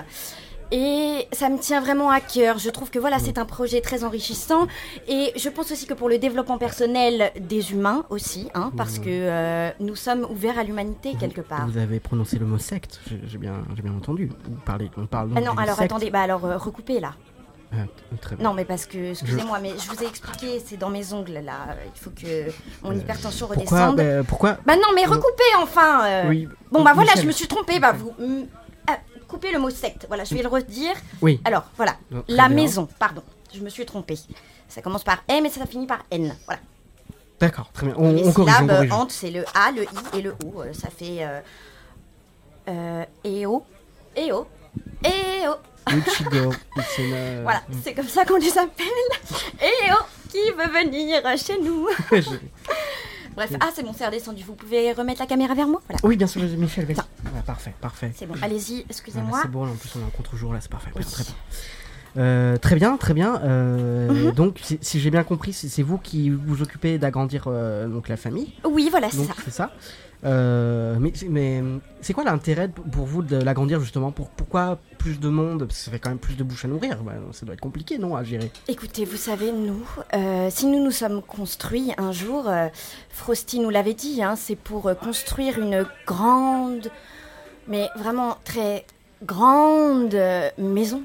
Speaker 5: Et ça me tient vraiment à cœur. Je trouve que voilà, c'est un projet très enrichissant. Et je pense aussi que pour le développement personnel des humains aussi, hein, parce que euh, nous sommes ouverts à l'humanité quelque part.
Speaker 1: Vous avez prononcé le mot secte, j'ai j'ai bien, j'ai bien entendu. Vous parlez, on parle donc
Speaker 5: Ah non,
Speaker 1: d'une
Speaker 5: alors
Speaker 1: Mmh. secte.
Speaker 5: attendez, bah alors euh, recoupez là.
Speaker 1: Ah, t- très bien.
Speaker 5: Non, mais parce que, excusez-moi, mais je vous ai expliqué, c'est dans mes ongles là. Il faut que mon hypertension
Speaker 1: Euh, Pourquoi
Speaker 5: redescende. Bah...
Speaker 1: bah, Pourquoi
Speaker 5: non, mais recoupez enfin euh.
Speaker 1: Oui.
Speaker 5: Bon, bah voilà,
Speaker 1: Michel.
Speaker 5: je me suis trompée, bah vous. mm, ah, coupez le mot secte, voilà, je vais le redire.
Speaker 1: Oui.
Speaker 5: Alors, voilà,
Speaker 1: Non, très
Speaker 5: la
Speaker 1: bien.
Speaker 5: maison, pardon, je me suis trompée. Ça commence par M et ça finit par N, voilà.
Speaker 1: D'accord, très bien. On,
Speaker 5: Les
Speaker 1: on corrige, on
Speaker 5: syllabes
Speaker 1: corrige.
Speaker 5: entre, c'est le A, le I et le O, euh, ça fait. Euh, euh, E EO, EO, EO.
Speaker 1: Ichigo, Ichena-
Speaker 5: Voilà, c'est comme ça qu'on les appelle. Et oh, qui veut venir chez nous
Speaker 1: Je- Mm.
Speaker 5: Bref, ah c'est bon, c'est redescendu. Vous pouvez remettre la caméra vers moi Voilà,
Speaker 1: Oui, bien sûr, Michel. vas-y. Voilà, parfait, parfait.
Speaker 5: c'est bon. Allez-y,
Speaker 1: Mm. Voilà,
Speaker 5: excusez-moi.
Speaker 1: C'est bon, Ah, là, en plus on est en contre-jour, là, c'est parfait.
Speaker 5: Oui.
Speaker 1: Très bien. Euh, très bien, très bien. Euh,
Speaker 5: Mhm.
Speaker 1: Donc, si, si j'ai bien compris, c'est c'est vous qui vous occupez d'agrandir euh, donc la famille.
Speaker 5: Oui, voilà, c'est
Speaker 1: Donc
Speaker 5: ça.
Speaker 1: c'est ça. Euh, mais mais c'est quoi l'intérêt de- pour vous de l'agrandir justement pour, Pourquoi plus de monde Parce que ça fait quand même plus de bouches à nourrir. Bah, ça doit être compliqué, non, à gérer.
Speaker 5: Écoutez, vous savez, nous, euh, si nous nous sommes construits un jour, euh, Frosty nous l'avait dit, hein, c'est pour euh, construire une grande, mais vraiment très grande euh, maison.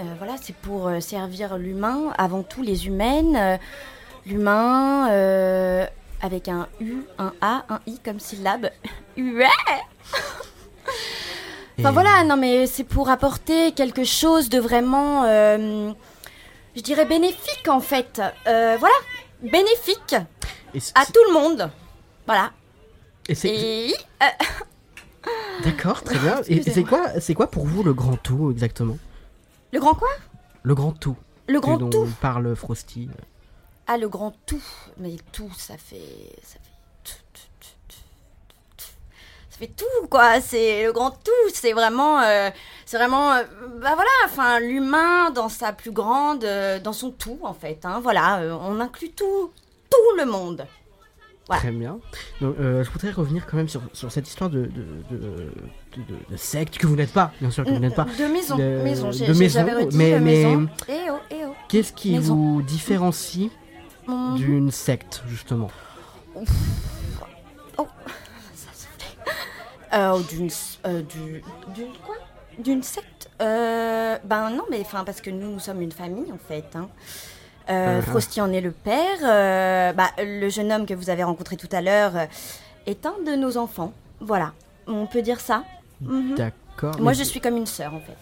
Speaker 5: Euh, voilà, c'est pour euh, servir l'humain, avant tout les humaines, euh, l'humain euh, avec un U, un A, un I comme syllabe. Ouais
Speaker 1: Et-
Speaker 5: Enfin voilà, non mais c'est pour apporter quelque chose de vraiment euh, je dirais bénéfique en fait. Euh, voilà, bénéfique
Speaker 1: Et c-
Speaker 5: à
Speaker 1: c-
Speaker 5: tout le monde. Voilà.
Speaker 1: et c'est-
Speaker 5: Et euh,
Speaker 1: D'accord, très bien. Et
Speaker 5: Excusez-moi.
Speaker 1: c'est quoi, c'est quoi pour vous le grand tout exactement
Speaker 5: le grand quoi
Speaker 1: Le grand tout.
Speaker 5: Le grand
Speaker 1: que dont
Speaker 5: tout.
Speaker 1: Parle Frosty. euh,
Speaker 5: Ah, le grand tout. Mais tout, ça fait. Ça fait tout, tout, tout, tout, tout. Ça fait tout, quoi. C'est le grand tout. C'est vraiment. euh, c'est vraiment. euh, bah voilà, enfin, l'humain dans sa plus grande. euh, dans son tout, en fait. hein. voilà, euh, on inclut tout. Tout le monde. Voilà.
Speaker 1: Très bien. Donc, euh, je voudrais revenir quand même sur, sur cette histoire de, de, de, de- de- de secte que vous n'êtes pas, bien sûr que vous n'êtes pas.
Speaker 5: Mm, De maison.
Speaker 1: Le-
Speaker 5: maison. J'ai,
Speaker 1: de
Speaker 5: j'ai-
Speaker 1: maison,
Speaker 5: j'avais redit
Speaker 1: mais-
Speaker 5: euh,
Speaker 1: mais-
Speaker 5: maison. Eh oh, eh oh.
Speaker 1: Qu'est-ce qui
Speaker 5: Maison.
Speaker 1: vous différencie
Speaker 5: Mhm.
Speaker 1: d'une secte justement
Speaker 5: Ça soufflait. Oh. Euh, d'une, s- euh, du- d'une quoi D'une secte Euh, Ben non, mais enfin parce que nous, nous sommes une famille en fait. hein. Euh,
Speaker 1: Ah.
Speaker 5: Frosty en est le père. euh, bah, le jeune homme que vous avez rencontré tout à l'heure euh, est un de nos enfants. Voilà, on peut dire ça. Mhm.
Speaker 1: D'accord.
Speaker 5: Moi,
Speaker 1: mais-
Speaker 5: je suis comme une sœur en fait.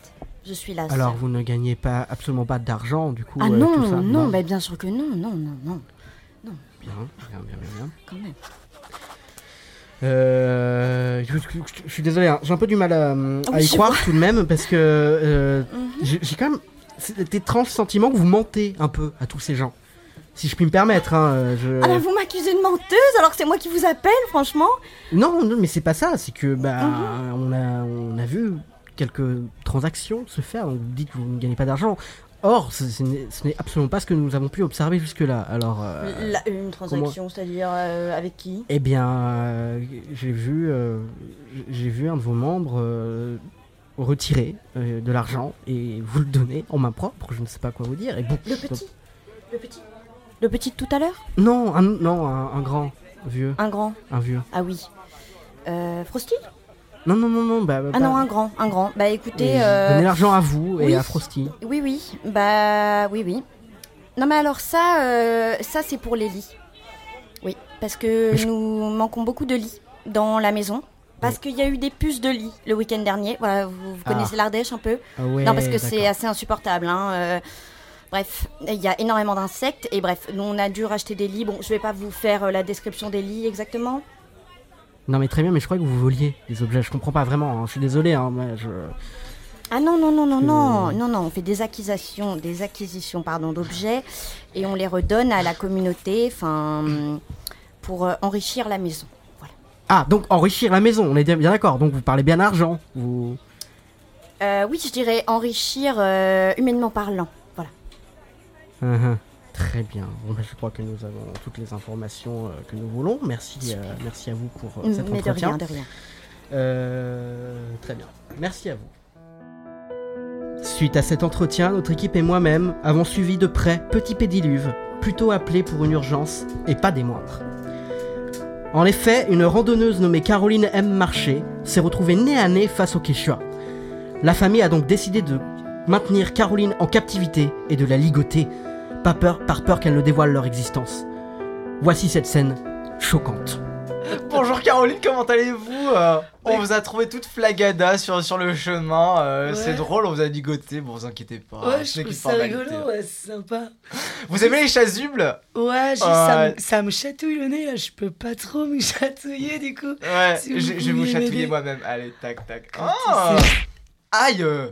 Speaker 5: Je suis la
Speaker 1: Alors
Speaker 5: sœur.
Speaker 1: vous ne gagnez pas absolument pas d'argent du coup.
Speaker 5: Ah
Speaker 1: euh,
Speaker 5: non,
Speaker 1: tout ça.
Speaker 5: non, bah, bien sûr que non, non, non, non,
Speaker 1: Bien, bien, bien, bien, bien.
Speaker 5: quand même.
Speaker 1: Euh, je, je- je- je suis désolé, hein, j'ai un peu du mal à, à
Speaker 5: Ah Oui,
Speaker 1: y
Speaker 5: je
Speaker 1: croire tout de même parce que euh,
Speaker 5: Mhm.
Speaker 1: j'ai j'ai quand même cet étrange sentiment que vous mentez un peu à tous ces gens. Si je puis me permettre, hein, euh, je...
Speaker 5: Ah bah, vous m'accusez de menteuse alors que c'est moi qui vous appelle, franchement.
Speaker 1: Non, non, mais c'est pas ça. C'est que bah
Speaker 5: Mhm.
Speaker 1: on a on a vu quelques transactions se faire. Donc vous dites que vous ne gagnez pas d'argent. Or, ce, ce n'est ce n'est absolument pas ce que nous avons pu observer jusque là. Alors, euh,
Speaker 5: La- une transaction, c'est-à-dire euh, avec qui
Speaker 1: eh bien, euh, j'ai vu euh, j'ai vu un de vos membres euh, retirer euh, de l'argent et vous le donner en main propre. Je ne sais pas quoi vous dire. Et bon,
Speaker 5: Le petit Le petit Le petit de tout à l'heure
Speaker 1: non, un, non, un, un grand, vieux,
Speaker 5: Un grand
Speaker 1: un vieux.
Speaker 5: Ah oui. Euh, Frosty
Speaker 1: Non, non, non, non. Bah, bah,
Speaker 5: Ah non, un grand, un grand. Bah écoutez, euh,
Speaker 1: Donnez l'argent à vous et
Speaker 5: oui.
Speaker 1: à Frosty.
Speaker 5: oui, oui, bah oui, oui. Non mais alors ça, euh, ça c'est pour les lits. Oui, parce que
Speaker 1: Mais je-
Speaker 5: nous manquons beaucoup de lits dans la maison. Parce qu'il y a eu des puces de lits le week-end dernier. Voilà, vous, vous
Speaker 1: Ah.
Speaker 5: connaissez l'Ardèche un peu
Speaker 1: Ah ouais,
Speaker 5: Non, parce que
Speaker 1: d'accord.
Speaker 5: c'est assez insupportable. hein, euh, bref, il y a énormément d'insectes. Et bref, nous, on a dû racheter des lits. Bon, je vais pas vous faire euh, la description des lits exactement.
Speaker 1: Non mais très bien, mais je crois que vous voliez des objets. Je comprends pas vraiment. hein. Je suis désolé. Hein, mais je...
Speaker 5: Ah non, non, non, non,
Speaker 1: que-
Speaker 5: non, non, non, on fait des acquisitions, des acquisitions, pardon, d'objets et on les redonne à la communauté, enfin, pour euh, enrichir la maison. Voilà.
Speaker 1: Ah donc enrichir la maison. On est bien bien d'accord. Donc vous parlez bien d'argent. Vous.
Speaker 5: Euh, oui, je dirais enrichir euh, humainement parlant. Voilà.
Speaker 1: Uhum. Très bien. Bon, bah, je crois que nous avons toutes les informations euh, que nous voulons. Merci, euh, merci à vous pour euh, cet
Speaker 5: Mais de
Speaker 1: entretien.
Speaker 5: rien, de rien.
Speaker 1: Euh, très bien. Merci à vous. Suite à cet entretien, notre équipe et moi-même avons suivi de près Petit Pédiluve, plutôt appelé pour une urgence et pas des moindres. En effet, une randonneuse nommée Caroline M. Marché s'est retrouvée nez à nez face au Quechua. La famille a donc décidé de maintenir Caroline en captivité et de la ligoter, pas peur, par peur qu'elle ne dévoile leur existence. Voici cette scène choquante.
Speaker 11: Bonjour Caroline, comment allez-vous Euh, On vous a trouvé toute flagada sur, sur le chemin. euh,
Speaker 7: Ouais.
Speaker 11: C'est drôle, on vous a ligoté. Bon, vous inquiétez pas.
Speaker 7: Ouais,
Speaker 11: ce
Speaker 7: je trouve
Speaker 11: n'est qu'une
Speaker 7: ça
Speaker 11: formalité.
Speaker 7: rigolo, ouais, c'est sympa.
Speaker 11: Vous aimez les Ah. chasubles
Speaker 7: Ouais, j'ai- ça,
Speaker 11: Ouais.
Speaker 7: me, ça me chatouille le nez là, je peux pas trop me chatouiller du coup.
Speaker 11: Ouais,
Speaker 7: Si
Speaker 11: je,
Speaker 7: vous
Speaker 11: je vais vous
Speaker 7: pouviez
Speaker 11: chatouiller
Speaker 7: m'aider.
Speaker 11: moi-même. Allez, tac, tac. Ah Aïe euh.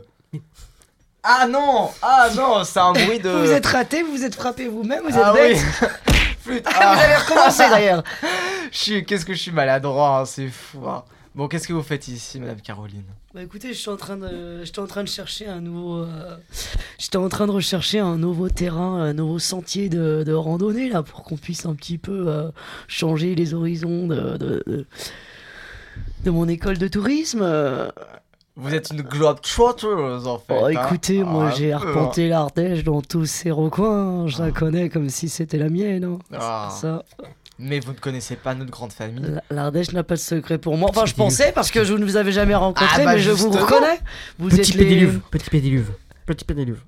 Speaker 11: Ah non Ah non, c'est un bruit de...
Speaker 7: Vous vous êtes raté, vous vous êtes frappé vous-même, vous êtes
Speaker 11: ah
Speaker 7: bête. Ah,
Speaker 11: oui. Flûte.
Speaker 7: vous allez recommencer d'ailleurs.
Speaker 11: Ah, je suis- Qu'est-ce que je suis maladroit, hein, c'est fou. hein. Bon, qu'est-ce que vous faites ici, Madame Caroline
Speaker 7: Bah écoutez, je suis en train de, j'étais en train de chercher un nouveau, euh, j'étais en train de rechercher un nouveau terrain, un nouveau sentier de, de randonnée là, pour qu'on puisse un petit peu euh, changer les horizons de, de, de- de mon école de tourisme. euh.
Speaker 11: Vous êtes une globetrotter, en fait.
Speaker 7: Oh,
Speaker 11: hein.
Speaker 7: écoutez, moi
Speaker 11: Ah,
Speaker 7: j'ai
Speaker 11: un peu,
Speaker 7: arpenté l'Ardèche dans tous ses recoins, hein, je la connais comme si c'était la mienne. hein.
Speaker 11: hein. Ah.
Speaker 7: Ça,
Speaker 11: Mais vous ne connaissez pas notre grande famille.
Speaker 7: l- l'Ardèche n'a pas de secret pour moi. Enfin, je pensais parce que je ne vous avais jamais rencontré,
Speaker 11: Ah, bah,
Speaker 7: mais je vous
Speaker 11: justement.
Speaker 7: reconnais. Vous
Speaker 1: Petit
Speaker 7: êtes les-
Speaker 1: Pédiluve, Petit Pédiluve, Petit Pédiluve.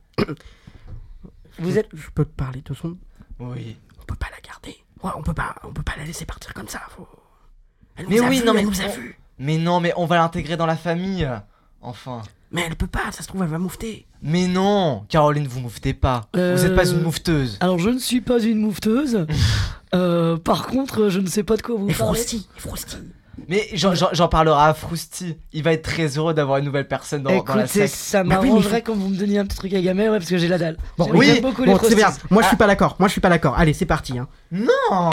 Speaker 7: Vous êtes.
Speaker 1: Je peux te parler deux secondes
Speaker 11: Oui.
Speaker 1: On peut pas la garder. Ouais, on peut pas, on peut pas la laisser partir comme ça. Faut... Elle nous
Speaker 11: Mais
Speaker 1: a
Speaker 11: oui,
Speaker 1: vu,
Speaker 11: non, mais
Speaker 1: elle nous a
Speaker 11: on-
Speaker 1: vu.
Speaker 11: Mais non, mais on va l'intégrer dans la famille. Enfin.
Speaker 1: Mais elle peut pas, ça se trouve, elle va moufter.
Speaker 11: Mais non, Caroline, vous mouvetez pas. Vous n'êtes pas
Speaker 7: Euh,
Speaker 11: une moufteuse.
Speaker 7: Alors je ne suis pas une moufteuse. Euh, par contre, je ne sais pas de quoi vous parlez.
Speaker 11: Mais j'en- j'en j'en parlerai à Frousti. Il va être très heureux d'avoir une nouvelle personne dans, dans la
Speaker 7: Écoutez,
Speaker 11: secte.
Speaker 7: ça
Speaker 1: Bah oui, mais
Speaker 7: m'arrangerait quand vous me donniez un petit truc à gamer, ouais, parce que j'ai la dalle. Bon,
Speaker 11: Oui,
Speaker 7: j'aime beaucoup les
Speaker 1: bon, c'est bien.
Speaker 7: prostis.
Speaker 1: Moi, je suis pas d'accord. Moi, je suis pas d'accord. Allez, c'est parti. Hein.
Speaker 11: Non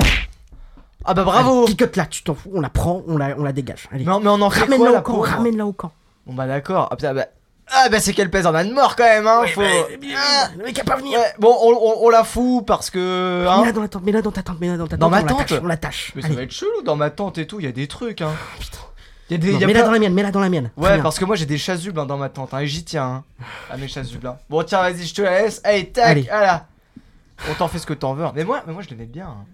Speaker 11: Ah bah bravo
Speaker 1: Allez, picote là, tu t'en fous. On la prend, on la, on la dégage. Allez.
Speaker 11: mais, on- mais on en fait quoi
Speaker 1: Ramène-la
Speaker 11: la
Speaker 1: au camp.
Speaker 11: pauvre
Speaker 1: Ramène-la au camp.
Speaker 11: Bon bah d'accord. Ah, putain, bah... ah bah c'est qu'elle pèse en âne mort quand même, hein. Faut... Ah,
Speaker 1: Le mec a pas venir.
Speaker 11: ouais, bon, on, on- on la fout parce que. hein.
Speaker 1: Mets-la dans la tente, mets-la dans ta tente, mets-la dans ta tente.
Speaker 11: Dans ma
Speaker 1: on l'attache,
Speaker 11: tente
Speaker 1: On l'attache.
Speaker 11: Mais ça
Speaker 1: Allez. Ah,
Speaker 11: va être chelou dans ma tente et tout, il y a des trucs, hein. Il y a des.
Speaker 1: Non,
Speaker 11: y a
Speaker 1: Mets-la
Speaker 11: plein-
Speaker 1: dans la mienne, mets-la dans la mienne. Très
Speaker 11: Ouais,
Speaker 1: bien.
Speaker 11: parce que moi j'ai des chasubles hein, dans ma tente, hein, et j'y tiens, hein, à mes chasubles. Hein. Bon, tiens, vas-y, je te la laisse. Allez, tac,
Speaker 1: Allez.
Speaker 11: voilà. On t'en fait ce que t'en veux. hein. Mais moi, mais moi je l'aimais bien. hein.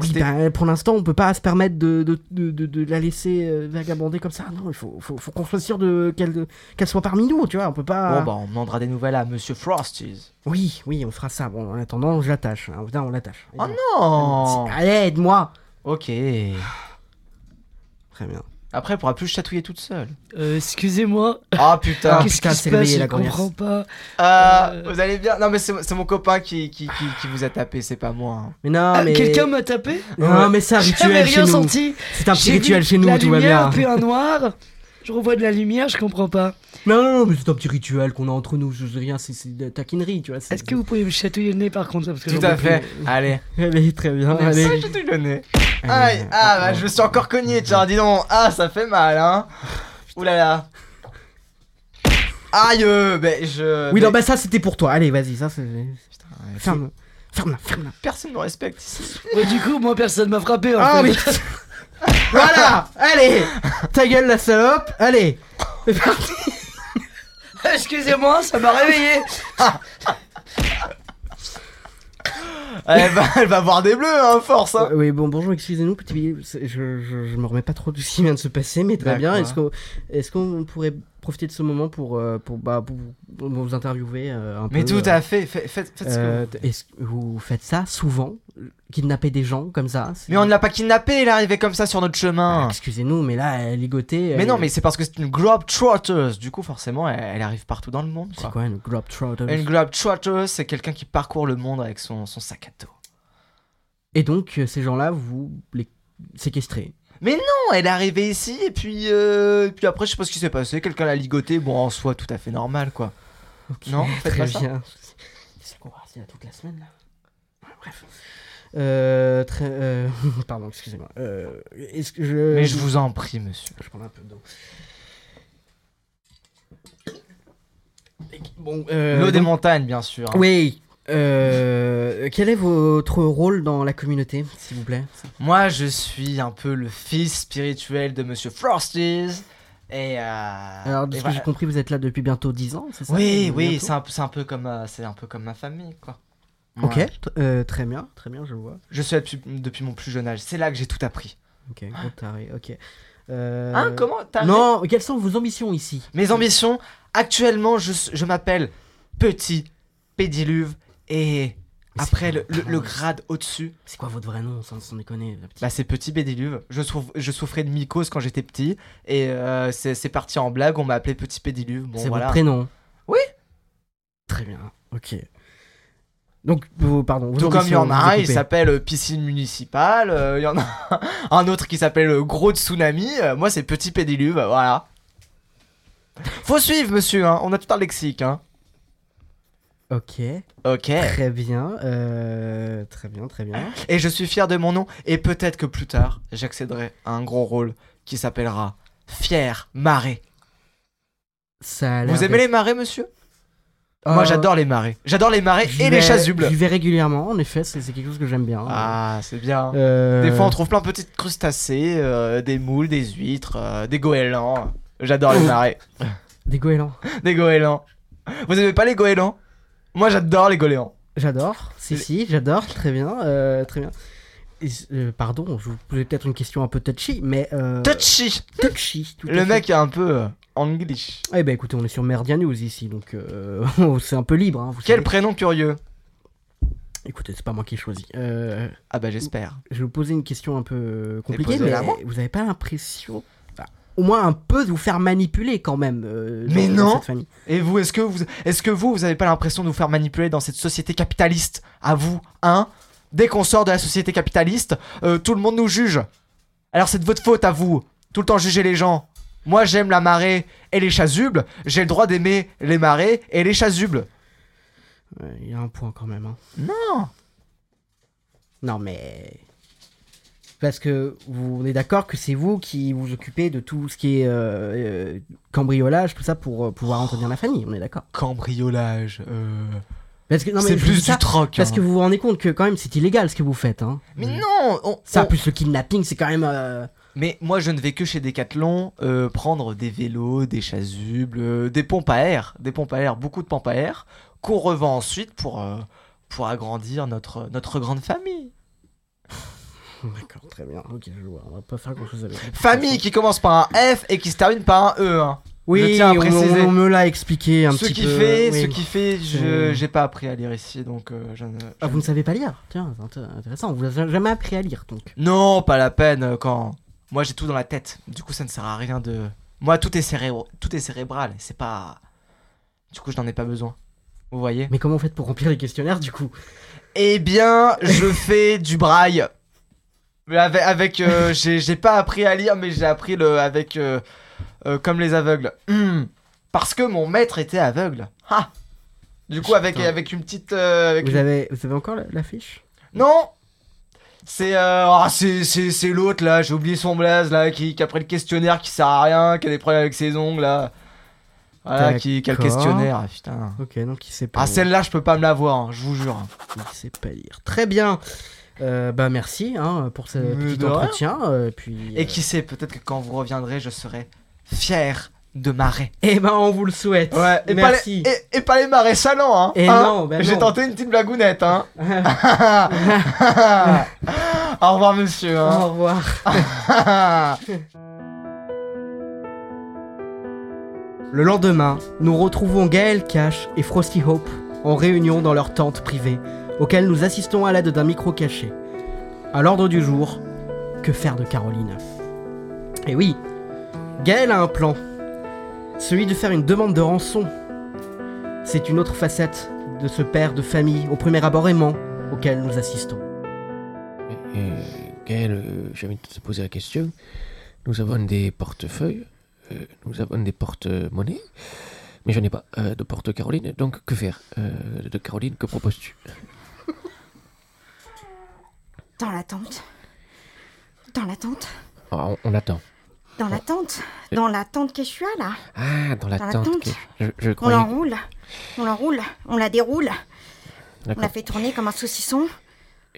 Speaker 1: Oui,
Speaker 11: C'était-
Speaker 1: ben, pour l'instant, on peut pas se permettre de, de, de, de- de la laisser euh, vagabonder comme ça. Non, il faut, faut, faut qu'on soit sûr de qu'elle qu'elle soit parmi nous, tu vois. On peut pas.
Speaker 11: Bon, bah, on demandera des nouvelles à Monsieur Frosties.
Speaker 1: Ah. Oui, oui, on fera ça. Bon, en attendant, je l'attache. hein. Putain, on l'attache.
Speaker 11: Oh non
Speaker 1: Allez, aide-moi.
Speaker 11: Ok.
Speaker 1: Très bien.
Speaker 11: Après, elle pourra plus chatouiller toute seule.
Speaker 7: Euh, Excusez-moi.
Speaker 11: Ah putain.
Speaker 1: Ah,
Speaker 7: Qu'est-ce
Speaker 1: putain,
Speaker 7: qui se
Speaker 1: c'est
Speaker 7: passe
Speaker 1: réveillé,
Speaker 7: Je
Speaker 1: la grognasse.
Speaker 7: comprends pas.
Speaker 11: Euh,
Speaker 7: Euh.
Speaker 11: Vous allez bien Non, mais c'est c'est mon copain qui, qui, qui, qui vous a tapé, c'est pas moi. hein.
Speaker 1: Mais non,
Speaker 7: Ah,
Speaker 1: mais.
Speaker 7: Quelqu'un m'a tapé
Speaker 1: Non, mais c'est un
Speaker 7: J'avais
Speaker 1: rituel chez
Speaker 7: rien
Speaker 1: nous.
Speaker 7: senti.
Speaker 1: C'est un petit
Speaker 7: J'ai
Speaker 1: rituel
Speaker 7: vu
Speaker 1: chez nous,
Speaker 7: la
Speaker 1: tout va
Speaker 7: lumière,
Speaker 1: bien.
Speaker 7: puis un noir. Je revois de la lumière, je comprends pas.
Speaker 1: Non, non, non, mais c'est un petit rituel qu'on a entre nous. Je sais rien, c'est- c'est de la taquinerie, tu vois. c'est-
Speaker 7: Est-ce que vous pouvez me chatouiller le nez par contre parce que
Speaker 11: Tout
Speaker 7: j'en
Speaker 11: à
Speaker 7: peux plus. Ah,
Speaker 11: fait. Allez.
Speaker 1: Allez, très bien,
Speaker 11: Allez. Ah,
Speaker 1: allez.
Speaker 11: chatouille le nez. Aïe, ah bah je me suis encore cogné, tiens, dis donc, ah ça fait mal, hein. Ouh là là. Aïe, euh, ben je.
Speaker 1: Oui,
Speaker 11: mais
Speaker 1: non, bah ça, c'était pour toi. Allez, vas-y, ça, c'est. Ferme. Ferme-la, ferme-la.
Speaker 11: Personne ne respecte ici.
Speaker 7: Ouais, du coup, moi personne m'a frappé. en
Speaker 1: Ah,
Speaker 7: fait.
Speaker 1: mais. voilà Allez Ta gueule, la salope Allez C'est parti
Speaker 7: Excusez-moi, ça m'a réveillé.
Speaker 1: Ah.
Speaker 11: Elle va, Eh ben, elle va voir des bleus, hein, force, hein.
Speaker 1: Oui, bon, bonjour, excusez-nous, petit Billy. C'est- Je, je, je me remets pas trop de ce qui vient de se passer, mais très bien.
Speaker 11: D'accord.
Speaker 1: Est-ce qu'on est qu'on pourrait profiter de ce moment pour, euh, pour, bah, pour, pour vous interviewer euh, un
Speaker 11: Mais
Speaker 1: peu
Speaker 11: tout à fait, fait- faites, faites ce que
Speaker 1: Euh, est-ce que vous faites ça souvent Kidnapper des gens comme ça c'est-
Speaker 11: Mais on ne l'a pas kidnappé, il est arrivé comme ça sur notre
Speaker 1: Ah,
Speaker 11: chemin.
Speaker 1: Excusez-nous, mais là, elle est ligotée.
Speaker 11: Mais
Speaker 1: elle-
Speaker 11: non, mais c'est parce que c'est une globetrotter. Du coup, forcément, elle, elle arrive partout dans le monde.
Speaker 1: C'est
Speaker 11: Quoi.
Speaker 1: quoi une globetrotter
Speaker 11: Une globetrotter, c'est quelqu'un qui parcourt le monde avec son, son sac à dos.
Speaker 1: Et donc, euh, ces gens-là, vous les séquestrez.
Speaker 11: Non, elle est arrivée ici et puis, euh, et puis après, je sais pas ce qui s'est passé. Quelqu'un l'a ligotée. Bon, en soi, tout à fait normal, quoi. Non, faites
Speaker 1: Très
Speaker 11: pas ça.
Speaker 1: bien. C'est qu'on va rester là toute la semaine, là Ouais, Bref. Euh, très, euh, Pardon, excusez-moi. Euh, Est-ce que je...
Speaker 11: Mais je vous en prie, monsieur.
Speaker 1: Je prends un peu d'eau. Bon, euh,
Speaker 11: L'eau des
Speaker 1: donc-
Speaker 11: montagnes, bien sûr. hein.
Speaker 1: Oui. Euh, quel est votre rôle dans la communauté, s'il vous plaît
Speaker 11: Moi, je suis un peu le fils spirituel de monsieur Frosties. Et. euh,
Speaker 1: Alors, de
Speaker 11: et
Speaker 1: ce que
Speaker 11: voilà.
Speaker 1: j'ai compris, vous êtes là depuis bientôt 10 ans, c'est ça
Speaker 11: Oui, oui,
Speaker 1: Bientôt
Speaker 11: c'est un, peu- c'est un peu comme, euh, c'est un peu comme ma famille, quoi.
Speaker 1: Ok,
Speaker 11: Ouais.
Speaker 1: t- euh, très bien, très bien, je vois.
Speaker 11: Je suis là depuis, depuis mon plus jeune âge. C'est là que j'ai tout appris.
Speaker 1: Ok, gros taré, ok. Euh,
Speaker 11: Hein, comment t'as-
Speaker 1: Non, quelles sont vos ambitions ici
Speaker 11: Mes ambitions, actuellement, je, je m'appelle Petit Pédiluve et
Speaker 1: Mais c'est
Speaker 11: après
Speaker 1: pas
Speaker 11: le, le-
Speaker 1: grave.
Speaker 11: le grade au-dessus,
Speaker 1: C'est quoi votre vrai nom, sans, sans déconner la petite-
Speaker 11: bah, c'est Petit Pédiluve. Je, souff- je souffrais de mycose quand j'étais petit et euh, c'est c'est parti en blague, on m'a appelé Petit Pédiluve. Bon,
Speaker 1: C'est
Speaker 11: voilà.
Speaker 1: votre prénom
Speaker 11: Oui.
Speaker 1: Très bien, ok. Donc, vous, pardon, vos
Speaker 11: Tout comme il y
Speaker 1: ambitions,
Speaker 11: en a un,
Speaker 1: vous
Speaker 11: il
Speaker 1: occupez.
Speaker 11: s'appelle euh, Piscine Municipale, euh, il y en a un autre qui s'appelle euh, Gros Tsunami, euh, moi c'est Petit Pédiluve, voilà. Faut suivre monsieur, hein, on a tout un lexique. Hein.
Speaker 1: Ok,
Speaker 11: Ok.
Speaker 1: très bien, euh, très bien, très bien.
Speaker 11: Et je suis fier de mon nom. Et peut-être que plus tard, j'accéderai à un gros rôle qui s'appellera Fier Marais.
Speaker 1: Ça a l'air
Speaker 11: Vous aimez
Speaker 1: d'être-
Speaker 11: les marais, monsieur Moi,
Speaker 1: Euh,
Speaker 11: j'adore les marais. J'adore les marais
Speaker 1: j'y
Speaker 11: et
Speaker 1: vais-
Speaker 11: les chasubles.
Speaker 1: J'y vais régulièrement, en effet, c'est c'est quelque chose que j'aime bien.
Speaker 11: Ah, c'est bien.
Speaker 1: Oh. Euh,
Speaker 11: Des fois, on trouve plein de petites crustacés, euh, des moules, des huîtres, euh, des goélands. J'adore
Speaker 1: Oh.
Speaker 11: les marais.
Speaker 1: Des goélands.
Speaker 11: Des goélands. Vous aimez pas les goélands Moi, j'adore les goélands.
Speaker 1: J'adore, si,
Speaker 11: Les-
Speaker 1: si, j'adore, très bien, euh, très bien. Et, euh, pardon, je vous posais peut-être une question un peu touchy, mais. euh,
Speaker 11: Touchy
Speaker 1: touchy, tout à
Speaker 11: Le
Speaker 1: fait.
Speaker 11: mec est un peu euh, English.
Speaker 1: Eh ben écoutez, on est sur Merdia News ici, donc euh, c'est un peu libre. Hein, vous
Speaker 11: Quel
Speaker 1: savez.
Speaker 11: prénom curieux
Speaker 1: Écoutez, c'est pas moi qui ai choisi. Euh,
Speaker 11: Ah, bah, j'espère.
Speaker 1: je vais vous poser une question un peu euh, compliquée,
Speaker 11: posez-la
Speaker 1: mais
Speaker 11: à moi.
Speaker 1: vous avez pas l'impression. Ah, au moins un peu de vous faire manipuler quand même. euh, dans-
Speaker 11: Mais
Speaker 1: dans
Speaker 11: non
Speaker 1: cette famille.
Speaker 11: Et vous, est-ce que vous, est-ce que vous, vous avez pas l'impression de vous faire manipuler dans cette société capitaliste À vous, hein Dès qu'on sort de la société capitaliste, euh, tout le monde nous juge. Alors c'est de votre faute à vous. Tout le temps juger les gens. Moi, j'aime la marée et les chasubles. J'ai le droit d'aimer les marées et les chasubles.
Speaker 1: Ouais, Euh, Il y a un point quand même. hein.
Speaker 11: Non.
Speaker 1: Non, mais. Parce que vous on est d'accord que c'est vous qui vous occupez de tout ce qui est euh, euh, cambriolage, tout ça pour euh, pouvoir entretenir la famille, on est d'accord.
Speaker 11: Cambriolage. euh,
Speaker 1: Parce que- non, mais
Speaker 11: c'est
Speaker 1: je
Speaker 11: plus
Speaker 1: dis ça
Speaker 11: du troc.
Speaker 1: Parce
Speaker 11: hein.
Speaker 1: que vous vous rendez compte que quand même c'est illégal ce que vous faites. Hein.
Speaker 11: Mais non. on-
Speaker 1: Ça,
Speaker 11: on-
Speaker 1: plus le kidnapping, c'est quand même. euh,
Speaker 11: Mais moi, je ne vais que chez Decathlon euh, prendre des vélos, des chasubles, euh, des pompes à air, des pompes à air, beaucoup de pompes à air, qu'on revend ensuite pour, euh, pour agrandir notre, notre grande famille.
Speaker 1: D'accord, très bien. Ok, je vois. On va pas faire grand chose avec.
Speaker 11: Famille qui commence par un F et qui se termine par un E. hein.
Speaker 1: Oui,
Speaker 11: Je tiens à
Speaker 1: on-
Speaker 11: préciser.
Speaker 1: on, me l'a expliqué un
Speaker 11: ce
Speaker 1: petit
Speaker 11: qui
Speaker 1: peu.
Speaker 11: fait,
Speaker 1: oui.
Speaker 11: ce qui fait, je
Speaker 1: Euh.
Speaker 11: j'ai pas appris à lire ici, donc euh, je ne. je
Speaker 1: Ah, vous
Speaker 11: ne-
Speaker 1: ne savez pas lire Tiens, c'est int- intéressant. On vous a jamais appris à lire donc.
Speaker 11: Non, pas la peine euh, quand. Moi, j'ai tout dans la tête. Du coup, ça ne sert à rien de. Moi, tout est cérébro, tout est cérébral. C'est pas. Du coup, je n'en ai pas besoin. Vous voyez.
Speaker 1: Mais comment vous faites pour remplir les questionnaires du coup
Speaker 11: Eh bien, je fais du braille. Mais Avec, avec, euh, j'ai j'ai pas appris à lire, mais j'ai appris le avec euh, euh, comme les aveugles. Hmm. Parce que mon maître était aveugle. Ah. Du coup, avec
Speaker 1: Putain.
Speaker 11: avec une petite. euh, avec
Speaker 1: vous,
Speaker 11: une-
Speaker 1: avez, vous avez encore la, la fiche
Speaker 11: Non. C'est euh, ah, c'est c'est c'est l'autre là. J'ai oublié son blaze là, qui, qui a pris le questionnaire, qui sert à rien, qui a des problèmes avec ses ongles là. Voilà, qui, qui a le
Speaker 1: D'accord.
Speaker 11: questionnaire. Ah, putain.
Speaker 1: Ok, donc il sait pas.
Speaker 11: Ah,
Speaker 1: lire.
Speaker 11: celle-là, je peux pas me la voir, hein, je vous jure.
Speaker 1: Il sait pas lire. Très bien. Euh, bah merci hein, pour ce
Speaker 11: Mais
Speaker 1: petit
Speaker 11: de rien.
Speaker 1: entretien. euh, puis,
Speaker 11: Et qui sait, peut-être que quand vous reviendrez, je serai fier de marais.
Speaker 1: Et ben on vous le souhaite.
Speaker 11: et
Speaker 1: merci.
Speaker 11: Pas les, et, et pas les marais salants, hein.
Speaker 1: Eh
Speaker 11: hein.
Speaker 1: non,
Speaker 2: ben
Speaker 1: bah
Speaker 11: J'ai
Speaker 1: non.
Speaker 11: tenté une petite blagounette, hein. Au revoir, monsieur. hein.
Speaker 1: Au revoir.
Speaker 2: Ah.
Speaker 1: Le lendemain, nous retrouvons Gaël Cash et Frosty Hope en réunion dans leur tente privée, auquel nous assistons à l'aide d'un micro caché. À l'ordre du jour, que faire de Caroline Eh oui, Gaël a un plan, celui de faire une demande de rançon. C'est une autre facette de ce père de famille au premier abord aimant auquel nous assistons.
Speaker 10: Et Gaël, euh, j'ai envie de te poser la question. Nous avons des portefeuilles, euh, nous avons des porte-monnaies, mais je n'ai pas euh, de porte Caroline, donc que faire Euh, De Caroline, que proposes-tu
Speaker 5: Dans la tente. Dans la tente.
Speaker 10: Ah, on, on l'attend.
Speaker 5: Dans la tente. Dans la tente Quechua, là.
Speaker 10: Ah, dans la
Speaker 5: Dans la
Speaker 10: tente.
Speaker 5: tente.
Speaker 10: que- Je, je
Speaker 5: On
Speaker 10: croyais.
Speaker 5: l'enroule. On l'enroule. On la déroule. On la
Speaker 10: D'accord.
Speaker 5: fait tourner comme un saucisson.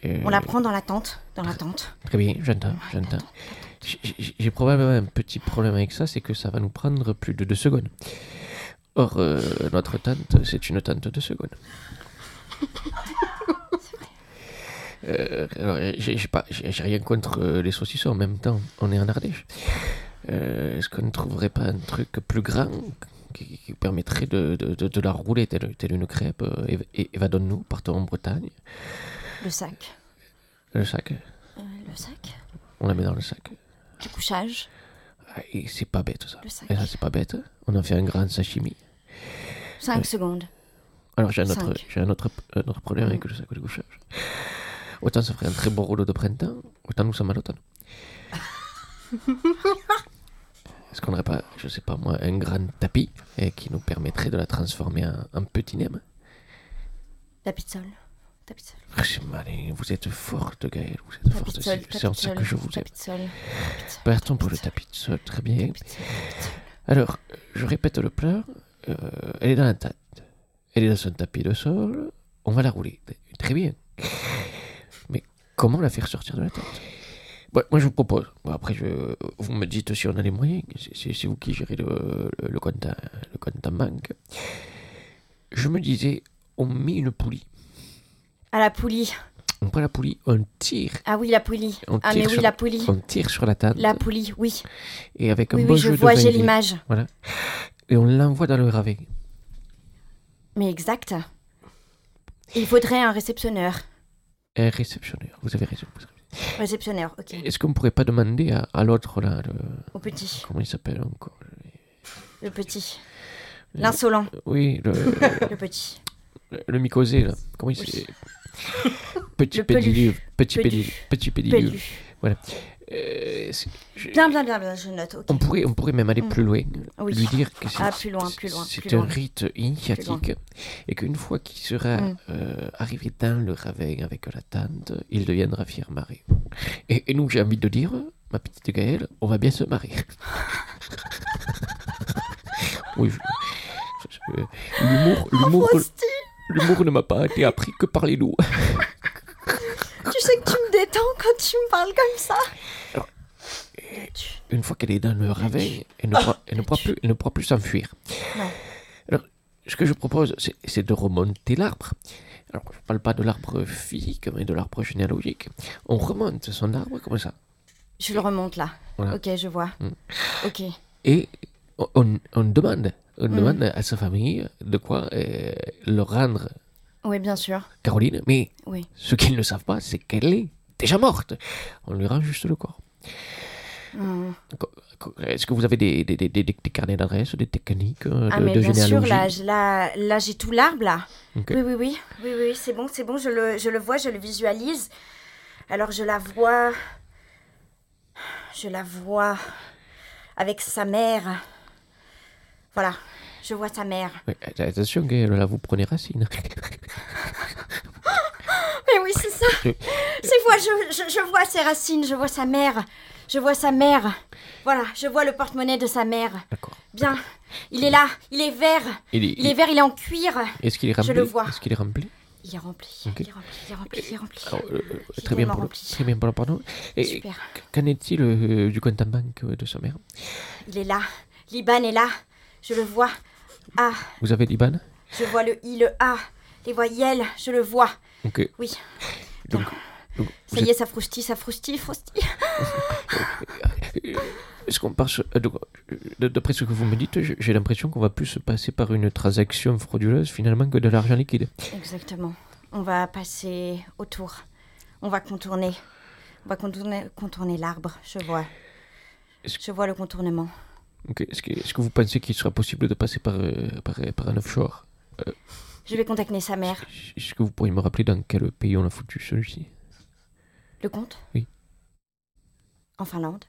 Speaker 10: Euh,
Speaker 5: On la prend dans la tente. Dans la tente.
Speaker 10: Très bien, j'entends, j'entends. J'ai- J'ai j'ai probablement un petit problème avec ça, c'est que ça va nous prendre plus de deux secondes. Or, euh, notre tente, c'est une tente de secondes. Euh, alors, j'ai j'ai pas- j'ai- j'ai rien contre euh, les saucissons en même temps, on est en Ardèche. Euh, Est-ce qu'on ne trouverait pas un truc plus grand qui, qui permettrait de, de- de- de la rouler telle, telle une crêpe euh, Et, et, et va nous, partons en Bretagne.
Speaker 5: Le sac.
Speaker 10: Le sac,
Speaker 5: Euh, le sac.
Speaker 10: on la met dans le sac.
Speaker 5: Du couchage.
Speaker 10: Ah, et c'est pas bête ça.
Speaker 5: Le sac.
Speaker 10: Et ça, c'est pas bête. On en fait un grand sashimi. Euh,
Speaker 5: 5 secondes.
Speaker 10: Alors, j'ai un, autre,
Speaker 5: Cinq.
Speaker 10: j'ai un, autre, un autre problème avec le sac de couchage. Autant ça ferait un très beau rouleau de printemps, autant nous sommes à l'automne. Est-ce qu'on n'aurait pas, je sais pas moi, un grand tapis eh, qui nous permettrait de la transformer en, en petit nem
Speaker 5: Tapis de sol. Tapis de sol.
Speaker 10: Ah, c'est malin, vous êtes forte, Gaël, vous êtes
Speaker 5: Tapis
Speaker 10: forte.
Speaker 5: de sol.
Speaker 10: C'est c'est en ça que je vous aime.
Speaker 5: Tapis de sol. tapis de sol,
Speaker 10: Partons pour le
Speaker 5: tapis
Speaker 10: tapis de sol, très bien.
Speaker 5: de sol, tapis de sol.
Speaker 10: Alors, je répète le plat. euh, elle est dans la tête. Elle est dans son tapis de sol. On va la rouler. Très bien. Mais comment la faire sortir de la tête Bon, Moi, je vous propose. Bon, après, je- vous me dites si on a les moyens. C'est- C'est c'est vous qui gérez le, le- le compte, en- le compte en banque. Je me disais, on met une poulie.
Speaker 5: À la poulie.
Speaker 10: On prend la poulie, on tire.
Speaker 5: Ah oui, la poulie.
Speaker 10: On
Speaker 5: Ah mais
Speaker 10: tire
Speaker 5: oui,
Speaker 10: sur-
Speaker 5: la poulie.
Speaker 10: On tire sur la table.
Speaker 5: La poulie, oui.
Speaker 10: Et avec un
Speaker 5: Oui,
Speaker 10: bon
Speaker 5: oui, je
Speaker 10: jeu
Speaker 5: vois,
Speaker 10: de
Speaker 5: j'ai
Speaker 10: 20.
Speaker 5: l'image.
Speaker 10: Et on l'envoie dans le ravet.
Speaker 5: Mais exact. Il faudrait un réceptionneur.
Speaker 10: Un réceptionnaire, vous avez raison. vous avez raison.
Speaker 5: Réceptionnaire, ok.
Speaker 10: Est-ce qu'on pourrait pas demander à, à l'autre là, le-
Speaker 5: Au petit,
Speaker 10: comment il s'appelle encore
Speaker 5: le petit. L'insolent,
Speaker 10: Oui, le,
Speaker 5: le petit.
Speaker 10: le, le mycosé là. Comment il
Speaker 5: Oui.
Speaker 10: s'appelle Petit
Speaker 5: Le pelu.
Speaker 10: pédiluve. Petit
Speaker 5: Pelu.
Speaker 10: pédiluve. Petit pédiluve.
Speaker 5: Pelu.
Speaker 10: Euh, c'est- je-
Speaker 5: Bien, bien, bien, bien, je note, ok.
Speaker 10: on pourrait, on pourrait même aller
Speaker 5: Mm.
Speaker 10: plus loin,
Speaker 5: Oui.
Speaker 10: lui dire que c'est
Speaker 5: Ah, plus loin, plus loin,
Speaker 10: c'est
Speaker 5: plus
Speaker 10: un
Speaker 5: loin.
Speaker 10: rite initiatique et qu'une fois qu'il sera
Speaker 5: Mm.
Speaker 10: euh, arrivé dans le ravin avec la tante, il deviendra fier mari. Et, et nous, j'ai envie de dire, ma petite Gaëlle, on va bien se marier. oui, je- je- je-
Speaker 5: Oh,
Speaker 10: l'humour, l'humour,
Speaker 5: Prosti,
Speaker 10: l'humour ne m'a pas été appris que par les loups.
Speaker 5: tu sais que tu me détends quand tu me parles comme ça. Tu-
Speaker 10: Une fois qu'elle est dans le ravin, elle ne pourra, elle ne pourra plus, elle ne pourra plus s'enfuir.
Speaker 5: Non.
Speaker 10: Alors, ce que je propose, c'est- c'est de remonter l'arbre. Alors, je ne parle pas de l'arbre physique, mais de l'arbre généalogique. On remonte son arbre comme ça.
Speaker 5: Je le remonte là.
Speaker 10: Voilà.
Speaker 5: Ok, je vois.
Speaker 10: Mm.
Speaker 5: Ok.
Speaker 10: Et on- on, on demande, on
Speaker 5: Mhm.
Speaker 10: demande à sa famille de quoi euh, le rendre
Speaker 5: Oui, bien sûr.
Speaker 10: Caroline. Mais
Speaker 5: Oui.
Speaker 10: ce qu'ils ne savent pas, c'est qu'elle est déjà morte. On lui rend juste le corps.
Speaker 5: Mm.
Speaker 10: Est-ce que vous avez des, des, des, des- des carnets d'adresses, des techniques euh, de,
Speaker 5: Ah, mais
Speaker 10: de
Speaker 5: bien sûr,
Speaker 10: généalogie
Speaker 5: là, je- là, là j'ai tout l'arbre là.
Speaker 10: Ok.
Speaker 5: Oui, oui, oui. Oui, oui, c'est bon, c'est bon, je le, je le vois, je le visualise. Alors, je la vois. Je la vois. Avec sa mère. Voilà, je vois sa mère.
Speaker 10: Ouais, attention, Gaël, là, vous prenez racine.
Speaker 5: Ah, Mais oui, c'est ça.
Speaker 10: Oui.
Speaker 5: C'est moi, je, je, je vois ses racines, je vois sa mère. Je vois sa mère. Voilà, je vois le porte-monnaie de sa mère.
Speaker 10: D'accord.
Speaker 5: Bien. Il est là, il est vert.
Speaker 10: Il est-
Speaker 5: Il est vert, il est en cuir.
Speaker 10: Est-ce qu'il est
Speaker 5: Je
Speaker 10: rempli
Speaker 5: le vois.
Speaker 10: Est-ce qu'il est rempli
Speaker 5: Il est rempli,
Speaker 10: Ok.
Speaker 5: il est rempli, il est rempli, il est rempli.
Speaker 10: Alors, euh, euh,
Speaker 5: Il est
Speaker 10: très, bien pour le,
Speaker 5: rempli.
Speaker 10: très bien pour le pardon. Et
Speaker 5: Super.
Speaker 10: qu'en est-il euh, du compte en banque euh, de sa mère
Speaker 5: Il est là. Liban est là. Je le vois. Ah,
Speaker 10: Vous avez l'Iban
Speaker 5: je vois le I, le A. Les voyelles, je le vois.
Speaker 10: Ok.
Speaker 5: Oui.
Speaker 10: Donc, donc, vous
Speaker 5: Ça y est, ça froustille, ça froustille, froustille.
Speaker 10: êtes- euh, est-ce qu'on part sur- euh, donc, euh, d- D'après ce que vous me dites, j'ai- j'ai l'impression qu'on va plus se passer par une transaction frauduleuse finalement que de l'argent liquide.
Speaker 5: Exactement. On va passer autour. On va contourner. On va contourner, contourner l'arbre, je vois.
Speaker 10: Est-ce-
Speaker 5: Je vois le contournement.
Speaker 10: Ok, Est-ce que, est-ce que vous pensez qu'il sera possible de passer par, euh, par, par un offshore euh,
Speaker 5: Je vais contacter sa mère.
Speaker 10: Est-ce que vous pourriez me rappeler dans quel pays on a foutu celui-ci
Speaker 5: Le compte
Speaker 10: Oui.
Speaker 5: En Finlande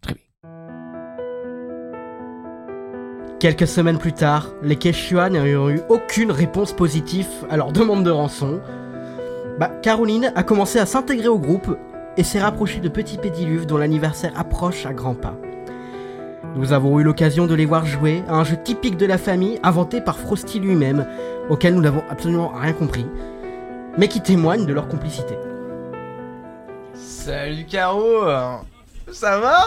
Speaker 10: Très bien.
Speaker 1: Quelques semaines plus tard, les Quechua n'ayant eu aucune réponse positive à leur demande de rançon, bah, Caroline a commencé à s'intégrer au groupe et s'est rapprochée de Petit Pédiluve dont l'anniversaire approche à grands pas. Nous avons eu l'occasion de les voir jouer à un jeu typique de la famille inventé par Frosty lui-même, auquel nous n'avons absolument rien compris, mais qui témoigne de leur complicité.
Speaker 11: Salut Caro Ça va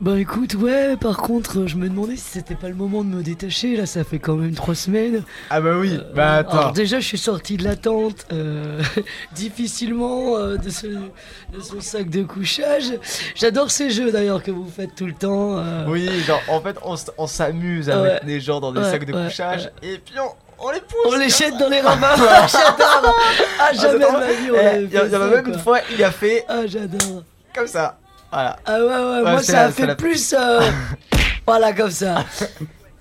Speaker 2: Bah écoute, ouais, par contre, je me demandais si c'était pas le moment de me détacher, là, ça fait quand même trois semaines. Euh,
Speaker 11: Ah bah oui, bah
Speaker 2: Alors
Speaker 11: attends.
Speaker 2: déjà, je suis sorti de la tente, euh, difficilement, euh, de, ce- de son sac de couchage. J'adore ces jeux, d'ailleurs, que vous faites tout le temps. euh,
Speaker 11: Oui, genre en fait on, s- on s'amuse à
Speaker 2: Ouais.
Speaker 11: mettre des gens dans des
Speaker 2: Ouais,
Speaker 11: sacs de
Speaker 2: ouais,
Speaker 11: couchage et puis on, on les pousse.
Speaker 2: On les jette dans les rabats, j'adore Ah, jamais de
Speaker 11: j'adore.
Speaker 2: ma vie, on avait
Speaker 11: eh, Il y,
Speaker 2: fait
Speaker 11: en a
Speaker 2: ça,
Speaker 11: même
Speaker 2: quoi.
Speaker 11: une fois, il a fait
Speaker 2: Ah, j'adore
Speaker 11: comme ça. Voilà.
Speaker 2: Ah ouais, ouais,
Speaker 11: Ouais,
Speaker 2: moi ça
Speaker 11: c'est la-
Speaker 2: a
Speaker 11: c'est
Speaker 2: fait
Speaker 11: la-
Speaker 2: plus. euh, voilà, comme ça.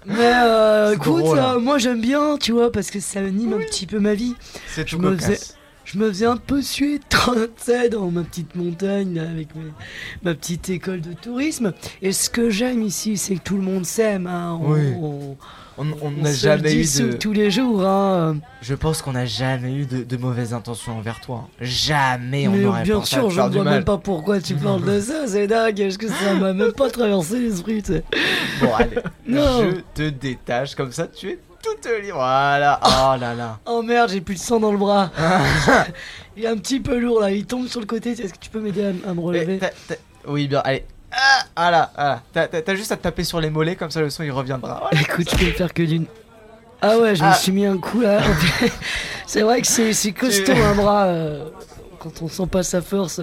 Speaker 2: Mais euh,
Speaker 11: C'est
Speaker 2: écoute,
Speaker 11: drôle, hein.
Speaker 2: euh, moi j'aime bien, tu vois, parce que ça anime un petit peu ma vie.
Speaker 11: C'est tout
Speaker 2: me
Speaker 11: cocasse.
Speaker 2: faisais- Je me faisais un peu suer, tu sais, dans ma petite montagne, là, avec mes- ma petite école de tourisme. Et ce que j'aime ici, c'est que tout le monde s'aime. hein. On-
Speaker 11: Oui.
Speaker 2: on-
Speaker 11: On on
Speaker 2: on
Speaker 11: n'a
Speaker 2: se le
Speaker 11: jamais eu
Speaker 2: dit sous-
Speaker 11: de.
Speaker 2: tous les jours. hein.
Speaker 11: Je pense qu'on n'a jamais eu de, de mauvaises intentions envers toi. Jamais on
Speaker 2: Mais
Speaker 11: aurait
Speaker 2: bien
Speaker 11: pensé à
Speaker 2: sûr,
Speaker 11: te
Speaker 2: je
Speaker 11: faire du
Speaker 2: vois
Speaker 11: mal.
Speaker 2: même pas pourquoi tu parles de ça, c'est dingue. Est-ce que ça m'a même pas traversé l'esprit, tu sais.
Speaker 11: Bon, allez.
Speaker 2: Non.
Speaker 11: Je te détache comme ça, tu es toute libre. Voilà. Oh là là.
Speaker 2: Oh merde, j'ai plus de sang dans le bras. il est un petit peu lourd là, il tombe sur le côté. Est-ce que tu peux m'aider à, m- à me
Speaker 11: Eh,
Speaker 2: relever
Speaker 11: t'as- t'as- Oui, bien, allez. Ah, voilà, voilà. T'as- T'as t'as juste à te taper sur les mollets, comme ça le son il reviendra. Voilà.
Speaker 2: Écoute, je peux le faire que d'une. Ah ouais, je me
Speaker 11: Ah.
Speaker 2: suis mis un coup là. c'est vrai que c'est c'est costaud un bras euh, quand on sent pas sa force.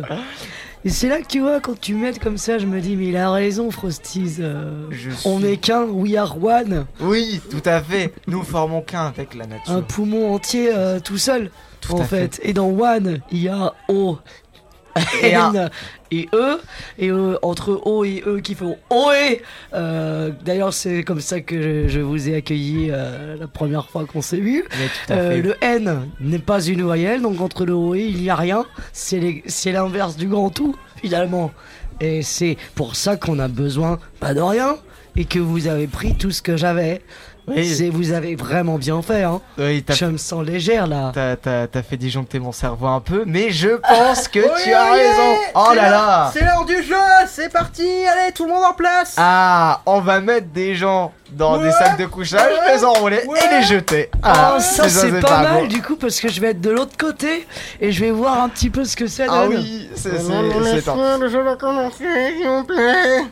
Speaker 2: Et c'est là que tu vois, quand tu m'aides comme ça, je me dis, mais il a raison, Frosties. euh,
Speaker 11: Je
Speaker 2: on
Speaker 11: suis-
Speaker 2: est qu'un, we are one.
Speaker 11: Oui, tout à fait. Nous formons qu'un avec la
Speaker 2: Un
Speaker 11: nature.
Speaker 2: poumon entier euh, tout seul,
Speaker 11: Tout
Speaker 2: en
Speaker 11: à fait.
Speaker 2: fait. Et dans one, il y a O. et,
Speaker 11: un-
Speaker 2: N et E, et euh, entre O et E qui font OE. Euh, D'ailleurs, c'est comme ça que je, je vous ai accueilli euh, la première fois qu'on s'est vu.
Speaker 11: Mais tout à
Speaker 2: Euh,
Speaker 11: fait.
Speaker 2: le N n'est pas une voyelle, donc entre le O et il n'y a rien. C'est les- c'est l'inverse du grand tout, finalement. Et c'est pour ça qu'on a besoin pas de rien, et que vous avez pris tout ce que j'avais.
Speaker 11: Oui.
Speaker 2: C'est- Vous avez vraiment bien fait, hein.
Speaker 11: Oui, t'as
Speaker 2: Je me sens légère là.
Speaker 11: T'as, t'as- t'as fait disjoncter mon cerveau un peu, mais je pense que tu as raison. Oh là là
Speaker 1: C'est l'heure du jeu, c'est parti, allez, tout le monde en place
Speaker 11: Ah, on va mettre des gens dans des sacs de couchage, les enrouler et les jeter.
Speaker 1: Oh,
Speaker 11: Ah,
Speaker 2: Ah, ça
Speaker 11: mais
Speaker 2: c'est pas, mal
Speaker 11: beau.
Speaker 2: du coup parce que je vais être de l'autre côté et je vais voir un petit peu ce que c'est.
Speaker 11: Ah
Speaker 2: donne.
Speaker 11: oui, c'est, c'est, c'est tentant.
Speaker 1: le jeu va commencer, s'il vous plaît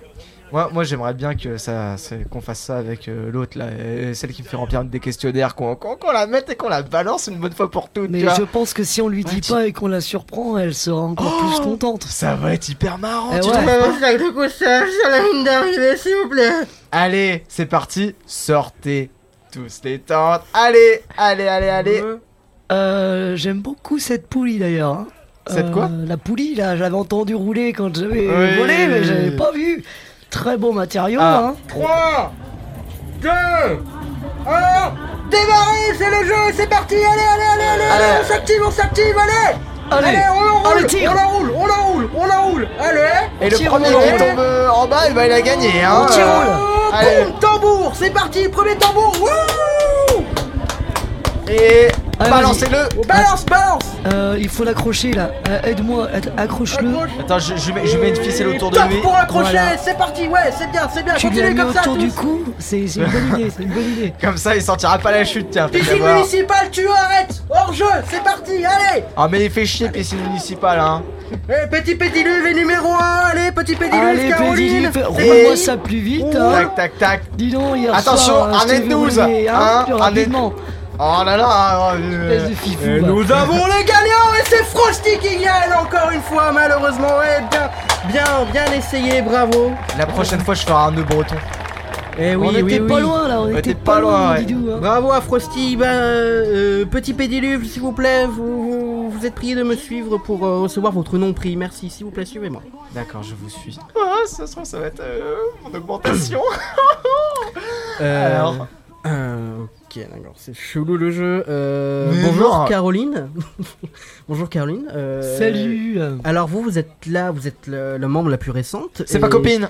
Speaker 11: Moi, moi j'aimerais bien que ça, c'est- qu'on fasse ça avec euh, l'autre là, euh, celle qui me fait remplir des questionnaires, qu'on, qu'on- qu'on la mette et qu'on la balance une bonne fois pour toutes.
Speaker 2: Mais
Speaker 11: tu vois.
Speaker 2: je pense que si on lui dit
Speaker 11: tu-
Speaker 2: pas et qu'on la surprend, elle sera encore plus contente.
Speaker 11: Oh, Ça va être hyper marrant.
Speaker 2: Eh
Speaker 11: tu
Speaker 2: ouais.
Speaker 11: trouves pas
Speaker 1: sac de couchage sur la ligne d'arrivée, s'il vous plaît
Speaker 11: Allez, c'est parti, sortez tous les tentes. Allez, allez, allez, allez.
Speaker 2: Euh, J'aime beaucoup cette poulie d'ailleurs. hein.
Speaker 11: Cette quoi
Speaker 2: La poulie là, j'avais entendu rouler quand j'avais
Speaker 11: Oui.
Speaker 2: volé, mais j'avais pas vu. Très beau matériau.
Speaker 11: Ah.
Speaker 2: Hein.
Speaker 1: 3, 2, 1, Oh, démarrez, c'est le jeu, c'est parti, allez, allez, allez, allez, allez, on s'active, on s'active, allez
Speaker 2: Allez,
Speaker 1: on l'enroule,
Speaker 2: allez, tire.
Speaker 1: on l'enroule, on l'enroule, on l'enroule, allez
Speaker 11: Oh, Et le
Speaker 2: Petit
Speaker 11: premier
Speaker 2: rouleau.
Speaker 11: qui tombe euh, en bas, eh ben, il a gagné. Hein,
Speaker 2: Petit
Speaker 11: Euh,
Speaker 2: rouleau.
Speaker 11: Allez.
Speaker 1: Boum, tambour, c'est parti, premier tambour, wouh
Speaker 11: Et
Speaker 2: Allez,
Speaker 11: balancez-le.
Speaker 1: Balance, balance
Speaker 2: Euh, il faut l'accrocher là. Euh, Aide-moi, aide- accroche-le.
Speaker 1: Accroche.
Speaker 11: Attends, je, je mets, je mets une ficelle autour de
Speaker 1: Toc
Speaker 11: lui.
Speaker 1: pour accrocher,
Speaker 2: Voilà.
Speaker 1: c'est parti, ouais, c'est bien, c'est bien,
Speaker 2: Tu lui as
Speaker 1: continue
Speaker 2: mis
Speaker 1: comme ça
Speaker 2: autour
Speaker 1: tous.
Speaker 2: du cou. C'est c'est une bonne idée. C'est une bonne idée.
Speaker 11: Comme ça, il sortira pas la chute, tiens. faut
Speaker 1: Piscine
Speaker 11: savoir.
Speaker 1: municipale, tu arrêtes Hors-jeu, c'est parti, allez
Speaker 11: Ah, mais il fait chier, piscine municipale, hein.
Speaker 1: Eh, Petit Pédiluve est numéro 1, allez, Petit Pédiluve,
Speaker 2: Allez,
Speaker 1: Caroline
Speaker 2: Pédiluve,
Speaker 1: c'est
Speaker 2: roule-moi
Speaker 1: parti.
Speaker 2: ça plus vite. Hein.
Speaker 11: Tac, tac, tac.
Speaker 2: Dis donc, hier
Speaker 11: Attention,
Speaker 2: soir, euh, je t'ai
Speaker 11: arrête-nous,
Speaker 2: volé,
Speaker 11: hein,
Speaker 2: hein, plus
Speaker 11: arrête-
Speaker 2: rapidement.
Speaker 11: Oh là là. oh,
Speaker 2: Espèce de fifou,
Speaker 11: Et
Speaker 2: va.
Speaker 11: nous avons.
Speaker 1: Bon les gagnants et c'est Frosty qui gagne encore une fois malheureusement ouais bien bien bien essayé bravo
Speaker 11: La prochaine fois, je ferai un nœud breton.
Speaker 1: Eh
Speaker 2: on
Speaker 1: oui,
Speaker 2: était
Speaker 1: oui,
Speaker 2: pas
Speaker 1: oui.
Speaker 2: loin là, on
Speaker 11: Ouais,
Speaker 2: était
Speaker 11: t'es
Speaker 2: pas,
Speaker 11: pas
Speaker 2: loin,
Speaker 11: loin, ouais.
Speaker 2: Didou. hein.
Speaker 1: Bravo à Frosty, ben, euh, petit pédiluve s'il vous plaît, vous, vous, vous êtes prié de me suivre pour euh, recevoir votre nom pris, merci s'il vous plaît suivez-moi.
Speaker 11: D'accord, je vous suis. Ah, ça se trouve, ça va être euh, mon augmentation.
Speaker 1: Euh,
Speaker 11: Alors
Speaker 1: euh, ok, d'accord, c'est chelou le jeu. Euh,
Speaker 11: Mais
Speaker 1: bonjour
Speaker 11: non.
Speaker 1: Caroline. bonjour Caroline. euh,
Speaker 2: Salut.
Speaker 1: Alors vous, vous êtes là, vous êtes le, le membre la plus récente.
Speaker 11: C'est
Speaker 1: et-
Speaker 11: ma copine.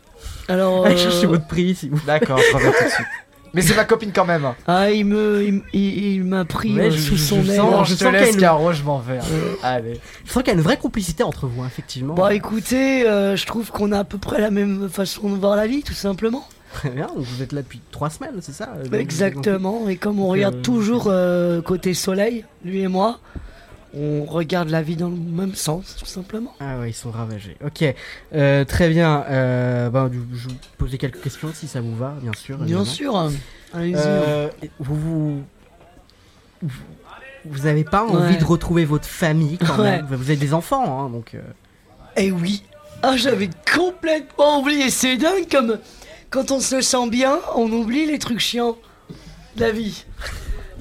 Speaker 2: Alors,
Speaker 1: Allez
Speaker 2: euh,
Speaker 1: chercher votre prix si vous.
Speaker 11: D'accord, je reviens tout de suite. Mais c'est ma copine quand même.
Speaker 2: ah, il me, il, il- il m'a pris
Speaker 1: Ouais,
Speaker 2: euh,
Speaker 1: je-
Speaker 2: sous
Speaker 1: je-
Speaker 2: son
Speaker 1: je
Speaker 2: aile.
Speaker 1: sens-
Speaker 11: Non,
Speaker 1: Alors,
Speaker 11: je te
Speaker 1: sens
Speaker 11: laisse,
Speaker 1: qu'elle- Euh,
Speaker 11: Caro, je m'en vais. hein. Allez.
Speaker 1: Je sens qu'il y a une vraie complicité entre vous, hein, effectivement.
Speaker 2: Bah écoutez, euh, je trouve qu'on a à peu près la même façon de voir la vie, tout simplement.
Speaker 1: Très bien, donc vous êtes là depuis trois semaines, c'est ça euh,
Speaker 2: Exactement, et comme on
Speaker 1: Donc,
Speaker 2: regarde
Speaker 1: euh,
Speaker 2: toujours euh, côté soleil, lui et moi, on regarde la vie dans le même sens, tout simplement.
Speaker 1: Ah ouais, ils sont ravagés. Ok, euh, très bien. Euh, bah, du- je vais vous poser quelques questions si ça vous va, bien sûr.
Speaker 2: Bien
Speaker 1: évidemment.
Speaker 2: sûr, hein. allez-y.
Speaker 1: Euh, vous, vous vous- vous avez pas envie
Speaker 2: Ouais.
Speaker 1: de retrouver votre famille quand même.
Speaker 2: Ouais.
Speaker 1: Vous avez des enfants, hein, donc. euh,
Speaker 2: Eh oui Ah, j'avais complètement oublié, c'est dingue comme quand on se sent bien, on oublie les trucs chiants de la vie.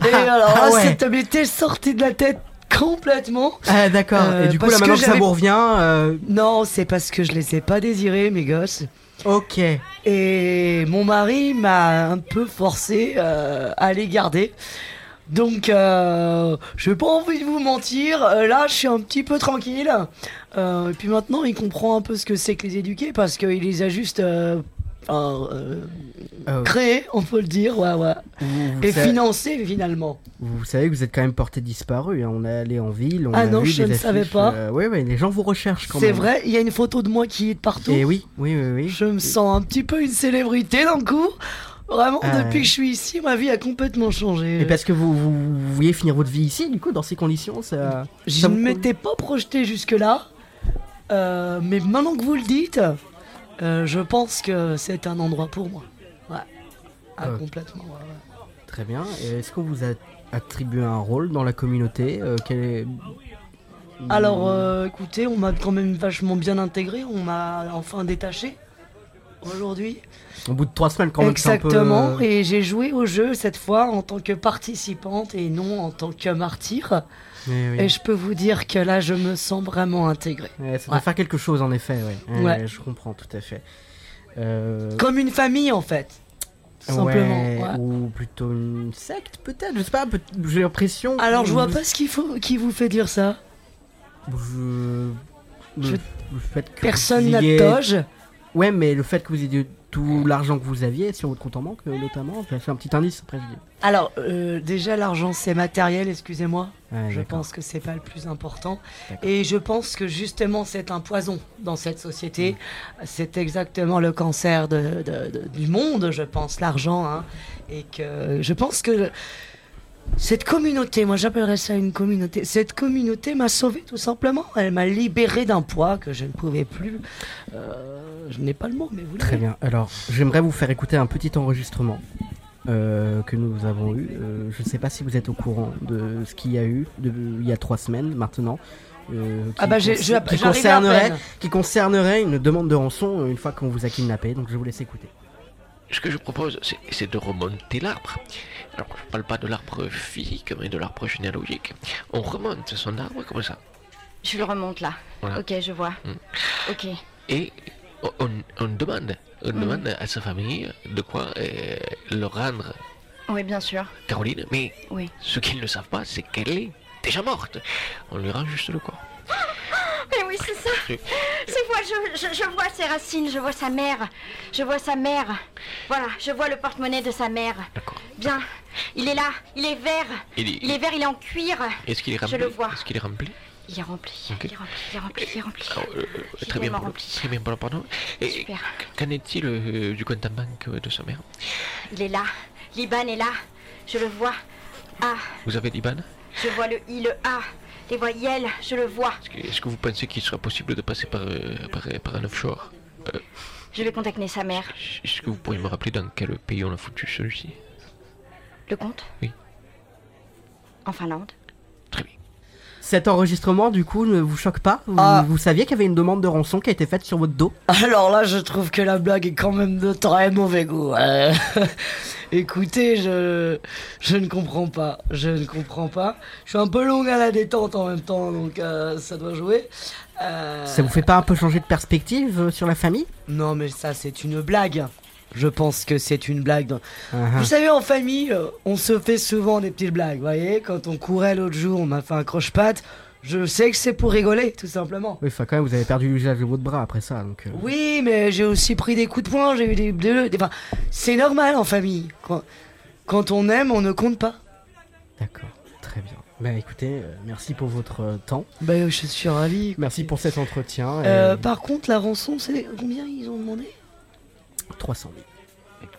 Speaker 2: Et alors,
Speaker 1: ah
Speaker 5: oh,
Speaker 2: là,
Speaker 1: ouais.
Speaker 2: cette m'était sortie de la tête complètement.
Speaker 1: Ah d'accord.
Speaker 2: Euh,
Speaker 1: Et du coup
Speaker 2: parce
Speaker 1: là
Speaker 2: que
Speaker 1: maintenant que, ça
Speaker 2: j'avais-
Speaker 1: vous revient, euh,
Speaker 2: Non, c'est parce que je les ai pas désirés, mes gosses.
Speaker 1: ok.
Speaker 2: Et mon mari m'a un peu forcé euh, à les garder. Donc, euh, je pas envie de vous mentir. euh, là, je suis un petit peu tranquille. Euh, et puis maintenant, il comprend un peu ce que c'est que les éduquer parce qu'il les a juste euh, euh,
Speaker 1: Euh,
Speaker 2: créés, on peut le dire. Ouais, ouais.
Speaker 1: vous, vous
Speaker 2: Et
Speaker 1: savez,
Speaker 2: financés, finalement.
Speaker 1: vous savez que vous êtes quand même porté disparu. hein. On est allé en ville. On
Speaker 2: Ah
Speaker 1: a
Speaker 2: non,
Speaker 1: vu
Speaker 2: je
Speaker 1: des
Speaker 2: ne savais
Speaker 1: affiches,
Speaker 2: pas.
Speaker 1: euh, oui, oui, les gens vous recherchent quand même.
Speaker 2: C'est vrai, il y a une photo de moi qui est de partout.
Speaker 1: Et oui, oui, oui, oui.
Speaker 2: Je me sens un petit peu une célébrité d'un coup. Vraiment,
Speaker 1: Ah
Speaker 2: depuis
Speaker 1: ouais.
Speaker 2: que je suis ici, ma vie a complètement changé.
Speaker 1: Et parce que vous, vous, vous vouliez finir votre vie ici, du coup, dans ces conditions, ça.
Speaker 2: Je
Speaker 1: ça
Speaker 2: ne
Speaker 1: vous-
Speaker 2: m'étais pas projeté jusque-là, euh, mais maintenant que vous le dites, euh, je pense que c'est un endroit pour moi. Ouais. Ah,
Speaker 1: Ouais.
Speaker 2: complètement. ouais, ouais.
Speaker 1: Très bien. Et Est-ce qu'on vous a attribué un rôle dans la communauté Euh, quel est-
Speaker 2: euh, Alors, euh, écoutez, on m'a quand même vachement bien intégré, on m'a enfin détaché. aujourd'hui.
Speaker 1: Au bout de trois semaines, quand même, c'est un peu,
Speaker 2: Exactement.
Speaker 1: euh,
Speaker 2: Et j'ai joué au jeu cette fois en tant que participante et non en tant que martyr.
Speaker 1: mais Eh oui.
Speaker 2: Et je peux vous dire que là, je me sens vraiment intégrée.
Speaker 1: Ouais, ça doit
Speaker 2: Ouais.
Speaker 1: faire quelque chose, en effet. Ouais. Ouais,
Speaker 2: Ouais.
Speaker 1: Je comprends tout à fait. Euh,
Speaker 2: Comme une famille, en fait. Tout simplement.
Speaker 1: ouais,
Speaker 2: ouais.
Speaker 1: Ou plutôt une secte, peut-être. Je sais pas. peut- J'ai l'impression.
Speaker 2: Alors,
Speaker 1: que
Speaker 2: je vois
Speaker 1: vous-
Speaker 2: pas ce qu'il faut qui vous fait dire ça.
Speaker 1: Je...
Speaker 2: Je-
Speaker 1: le- le fait que
Speaker 2: Personne
Speaker 1: vous
Speaker 2: n'a
Speaker 1: ayez-
Speaker 2: de toge.
Speaker 1: Ouais, mais le fait que vous ayez tout l'argent que vous aviez sur votre compte en banque, euh, notamment, ça fait un petit indice après. Je, dis.
Speaker 2: Alors, euh, déjà, l'argent, c'est matériel, excusez-moi.
Speaker 1: Ouais,
Speaker 2: Je
Speaker 1: Ah, d'accord.
Speaker 2: pense que c'est pas le plus important.
Speaker 1: D'accord.
Speaker 2: Et je pense que justement, c'est un poison dans cette société.
Speaker 1: Mm.
Speaker 2: C'est exactement le cancer de- de- de- du monde, je pense, l'argent. hein. Et que je pense que cette communauté, moi j'appellerais ça une communauté, cette communauté m'a sauvé tout simplement. Elle m'a libéré d'un poids que je ne pouvais plus. Euh, je n'ai pas le mot, mais vous
Speaker 1: Très
Speaker 2: l'avez.
Speaker 1: bien. Alors, j'aimerais vous faire écouter un petit enregistrement euh, que nous avons eu. Euh, je ne sais pas si vous êtes au courant de ce qu'il y a eu de, il y a trois semaines maintenant. euh,
Speaker 2: Ah bah, j'ai-
Speaker 1: concer-
Speaker 2: je-
Speaker 1: qui
Speaker 2: j'arrivais à
Speaker 1: concernerait,
Speaker 2: peine.
Speaker 1: qui concernerait une demande de rançon euh, une fois qu'on vous a kidnappé. Donc, je vous laisse écouter.
Speaker 10: Ce que je propose, c'est- c'est de remonter l'arbre. Alors, je parle pas de l'arbre physique, mais de l'arbre généalogique. On remonte son arbre comme ça.
Speaker 12: Je le remonte là.
Speaker 10: Voilà.
Speaker 12: Ok, je vois. Ok.
Speaker 10: Et on- on, on demande, on
Speaker 5: Mm.
Speaker 10: demande à sa famille de quoi euh, le rendre
Speaker 12: Oui, bien sûr.
Speaker 10: Caroline, mais
Speaker 12: Oui.
Speaker 10: ce qu'ils ne savent pas, c'est qu'elle est déjà morte. On lui rend juste le corps.
Speaker 5: Ah, Mais oui, c'est ça. C'est moi, je, je, je vois ses racines, je vois sa mère. Je vois sa mère. Voilà, je vois le porte-monnaie de sa mère.
Speaker 10: D'accord.
Speaker 5: Bien, il est là, il est vert.
Speaker 10: Il est-
Speaker 5: Il est vert, il est en cuir.
Speaker 10: Est-ce qu'il est rempli
Speaker 5: Je le vois.
Speaker 10: Est-ce qu'il est rempli
Speaker 5: Il est rempli,
Speaker 10: Ok.
Speaker 5: il est rempli, il est rempli, il est rempli.
Speaker 10: Alors, euh,
Speaker 5: Il est
Speaker 10: Très bien,
Speaker 5: vraiment
Speaker 10: pour le,
Speaker 5: rempli.
Speaker 10: très bien pour le pardon. Et
Speaker 5: Super.
Speaker 10: qu'en est-il euh, du compte en banque de sa mère
Speaker 5: Il est là. Liban est là. Je le vois. Ah,
Speaker 10: Vous avez l'Iban
Speaker 5: je vois le I, le A. Les voyelles, je le vois.
Speaker 10: Est-ce que, est-ce que vous pensez qu'il sera possible de passer par, euh, par, par un offshore Euh,
Speaker 5: Je vais contacter sa mère.
Speaker 10: Est-ce que vous pourriez me rappeler dans quel pays on a foutu celui-ci
Speaker 5: Le compte
Speaker 10: Oui.
Speaker 5: En Finlande
Speaker 10: Très bien.
Speaker 1: Cet enregistrement, du coup, ne vous choque pas vous,
Speaker 2: Ah.
Speaker 1: vous saviez qu'il y avait une demande de rançon qui a été faite sur votre dos
Speaker 2: Alors là, je trouve que la blague est quand même de très mauvais goût. Euh, Écoutez, je je ne comprends pas. Je ne comprends pas. Je suis un peu longue à la détente en même temps, donc euh, ça doit jouer. Euh,
Speaker 1: Ça vous fait pas un peu changer de perspective euh, sur la famille
Speaker 2: Non, mais ça, c'est une blague. Je pense que c'est une blague. dans-
Speaker 1: Ah, ah.
Speaker 2: Vous savez, en famille, euh, on se fait souvent des petites blagues. Vous voyez, quand on courait l'autre jour, on m'a fait un croche-patte. Je sais que c'est pour rigoler, tout simplement.
Speaker 1: Oui, enfin, quand même, vous avez perdu l'usage de votre bras après ça. Donc, euh,
Speaker 2: Oui, mais j'ai aussi pris des coups de poing, j'ai eu des bleus. des- Enfin, c'est normal en famille. Quand, quand on aime, on ne compte pas.
Speaker 1: D'accord, très bien. Bah écoutez, euh, merci pour votre euh, temps.
Speaker 2: Ben, je suis ravi.
Speaker 1: Merci pour cet entretien. et
Speaker 2: Euh, Par contre, la rançon, c'est combien ils ont demandé
Speaker 1: 300 000.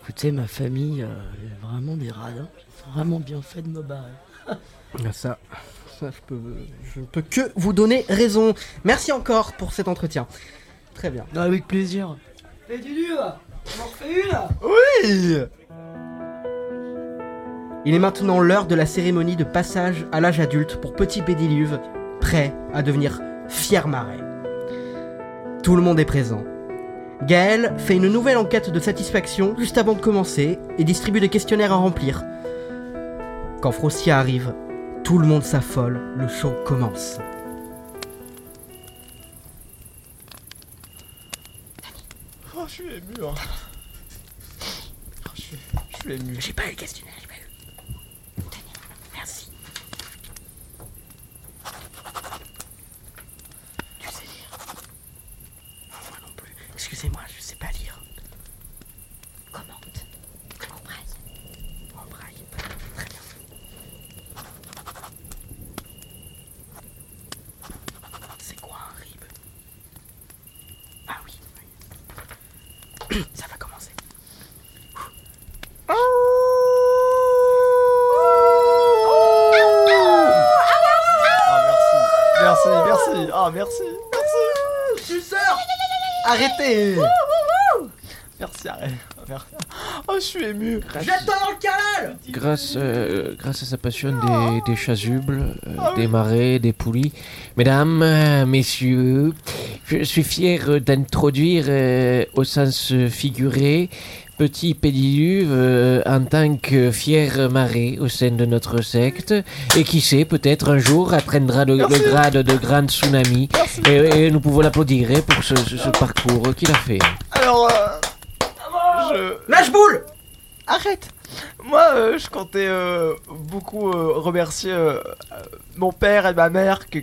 Speaker 2: Écoutez, ma famille, euh, est vraiment des radins. J'ai vraiment bien fait de me barrer.
Speaker 1: Ah, Ça, ça je, peux, je ne peux que vous donner raison. Merci encore pour cet entretien. Très bien.
Speaker 2: Non, avec plaisir. Fais du dur On en refait une
Speaker 1: Il est maintenant l'heure de la cérémonie de passage à l'âge adulte pour Petit Pédiluve, prêt à devenir fier marais. Tout le monde est présent. Gaël fait une nouvelle enquête de satisfaction juste avant de commencer et distribue des questionnaires à remplir. Quand Frossia arrive, tout le monde s'affole, le show commence.
Speaker 11: Oh, je suis ému. hein. Oh, je, suis, je suis ému.
Speaker 1: J'ai pas eu le questionnaire, j'ai pas eu. Merci. Tu sais lire Moi non plus. Excusez-moi, je sais pas lire.
Speaker 5: Commente. En braille.
Speaker 1: En braille. Très bien. C'est quoi un rib Ah oui. oui. Ça va commencer.
Speaker 11: Oh, merci. Merci, merci. Oh, merci. Merci. Je suis Arrêtez. Merci, arrête. Oh, merci.
Speaker 6: Oh, je suis ému.
Speaker 13: Jette-toi dans le canal
Speaker 10: Grâce, euh, grâce à sa passion des, des chasubles, euh,
Speaker 13: Ah oui.
Speaker 10: des marais, des poulies. Mesdames, euh, messieurs, je suis fier euh, d'introduire euh, au sens euh, figuré Petit Pédiluve euh, en tant que fier marais au sein de notre secte. Et qui sait, peut-être un jour atteindra le, le grade de grand tsunami. Et, et nous pouvons l'applaudir hein, pour ce, ce- ce parcours qu'il a fait.
Speaker 11: Alors, euh, je... Lâche boule Arrête Moi, euh, je comptais euh, beaucoup euh, remercier euh, euh, mon père et ma mère que,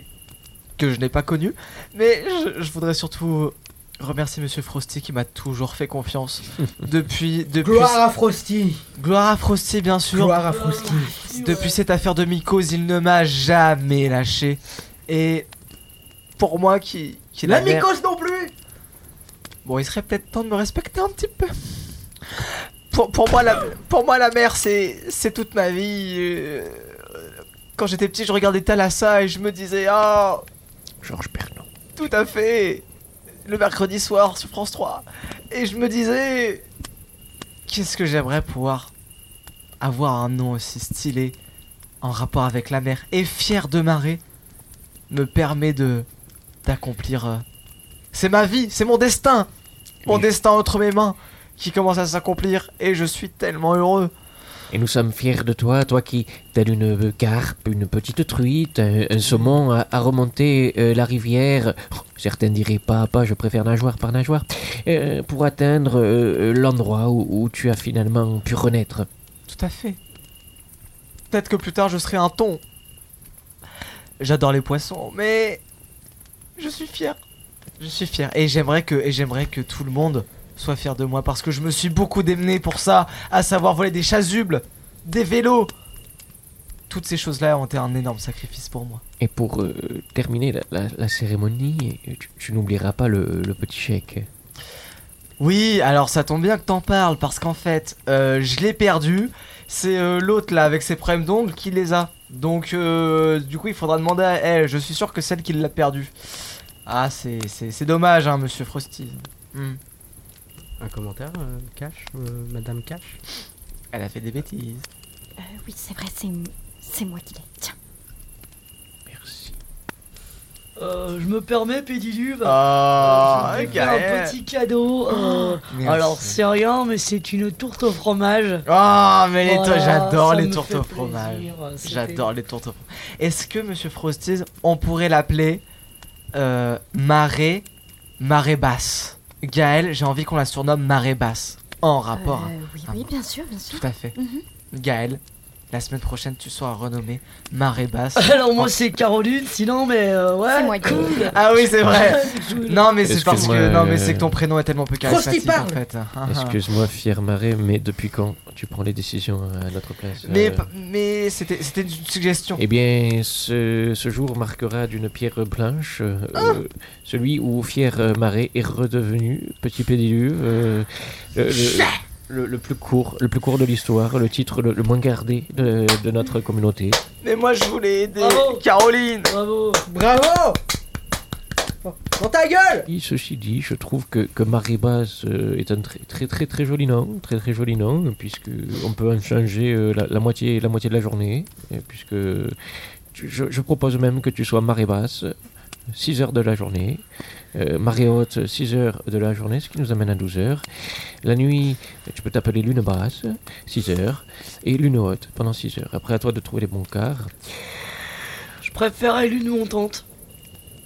Speaker 11: que je n'ai pas connu. Mais je, je voudrais surtout remercier Monsieur Frosty qui m'a toujours fait confiance depuis... depuis
Speaker 1: Gloire à Frosty
Speaker 11: Gloire à Frosty, bien sûr
Speaker 1: Gloire à Frosty
Speaker 11: Depuis cette affaire de Mycose, il ne m'a jamais lâché. Et pour moi qui... qui est
Speaker 13: La
Speaker 11: mère-
Speaker 13: mycose non plus
Speaker 11: Bon, il serait peut-être temps de me respecter un petit peu. Pour, pour moi, la, pour moi, la mer, c'est, c'est toute ma vie. euh, Quand j'étais petit, je regardais Thalassa et je me disais, ah,
Speaker 10: Georges Bernon.
Speaker 11: tout à fait, le mercredi soir sur France 3. Et je me disais, qu'est-ce que j'aimerais pouvoir avoir un nom aussi stylé en rapport avec la mer et fier de marée me permet de d'accomplir. euh, C'est ma vie, c'est mon destin, mon destin entre mes mains qui commence à s'accomplir et je suis tellement heureux.
Speaker 10: Et nous sommes fiers de toi, toi qui, telle une euh, carpe, une petite truite, un, un saumon, a, a remonté euh, la rivière, oh, certains diraient pas à pas, je préfère nageoire par nageoire, euh, pour atteindre euh, euh, l'endroit où, où tu as finalement pu renaître.
Speaker 11: Tout à fait. Peut-être que plus tard je serai un thon. J'adore les poissons, mais je suis fier. Je suis fier et j'aimerais que et j'aimerais que tout le monde soit fier de moi parce que je me suis beaucoup démené pour ça, à savoir voler des chasubles, des vélos. Toutes ces choses-là ont été un énorme sacrifice pour moi.
Speaker 10: Et pour euh, terminer la, la- la cérémonie, tu, tu n'oublieras pas le, le petit chèque.
Speaker 11: Oui, alors ça tombe bien que t'en parles parce qu'en fait, euh, je l'ai perdu. C'est euh, l'autre là avec ses problèmes d'ongles qui les a. Donc euh, du coup, il faudra demander à elle. Je suis sûr que celle qui l'a perdu. Ah, c'est c'est- c'est dommage, hein, Monsieur Frosty. Hmm.
Speaker 1: Un
Speaker 11: hein.
Speaker 1: commentaire, euh, Cash euh, Madame Cash
Speaker 11: Elle a fait des bêtises.
Speaker 14: Euh, oui, c'est vrai, c'est, c'est moi qui l'ai. Tiens.
Speaker 7: Euh, je me permets, Pédiluve.
Speaker 11: Ah,
Speaker 7: euh, je vous fais
Speaker 11: Gaël.
Speaker 7: un petit cadeau. euh,
Speaker 11: Merci.
Speaker 7: alors, c'est rien, mais c'est une tourte au fromage.
Speaker 11: Ah, mais les
Speaker 7: Voilà,
Speaker 11: to- j'adore
Speaker 7: ça
Speaker 11: les
Speaker 7: me
Speaker 11: tourtes
Speaker 7: fait
Speaker 11: au fromage.
Speaker 7: plaisir, hein, c'était-
Speaker 11: J'adore les tourtes au fromage. Est-ce que Monsieur Frosty, on pourrait l'appeler euh, marée, marée basse Gaëlle, j'ai envie qu'on la surnomme marée basse. En rapport.
Speaker 14: Euh,
Speaker 11: à-
Speaker 14: oui,
Speaker 11: à
Speaker 14: oui,
Speaker 11: moi.
Speaker 14: bien sûr, bien sûr.
Speaker 11: Tout à fait.
Speaker 14: Mhm.
Speaker 11: Gaël, la semaine prochaine, tu seras renommée marée basse.
Speaker 7: Alors, moi,
Speaker 11: En-
Speaker 7: c'est Caroline, sinon, mais euh, ouais. C'est moi
Speaker 11: Ah oui, c'est vrai. non, mais c'est parce que
Speaker 10: Excuse-moi,
Speaker 11: non, mais
Speaker 10: euh,
Speaker 11: c'est que ton prénom est tellement peu
Speaker 7: Frosty
Speaker 11: charismatique en
Speaker 7: parle.
Speaker 11: fait. Ah, ah.
Speaker 10: Excuse-moi, fier marée, mais depuis quand tu prends les décisions à notre place
Speaker 11: Mais
Speaker 10: euh,
Speaker 11: pa- mais c'était c'était une suggestion.
Speaker 10: Eh bien, ce, ce jour marquera d'une pierre blanche euh, euh, celui où Fier euh, Marais est redevenu petit pédiluve, euh, le, le- le- le plus court, le plus court de l'histoire, le titre le, le moins gardé de, de notre communauté.
Speaker 11: Mais moi je voulais aider Caroline.
Speaker 7: Bravo.
Speaker 13: Bravo Dans ta gueule
Speaker 10: Et ceci dit, je trouve que, que Marais Basse euh, est un très très très très joli nom, très très joli nom, puisque on peut en changer euh, la, la moitié la moitié de la journée, et puisque tu- je, je propose même que tu sois Marais Basse. 6 heures de la journée. Euh, marée haute, 6 heures de la journée, ce qui nous amène à 12 heures. La nuit, tu peux t'appeler lune basse, 6 heures. Et lune haute, pendant 6 heures. Après, à toi de trouver les bons quarts.
Speaker 7: Je préférais l'une montante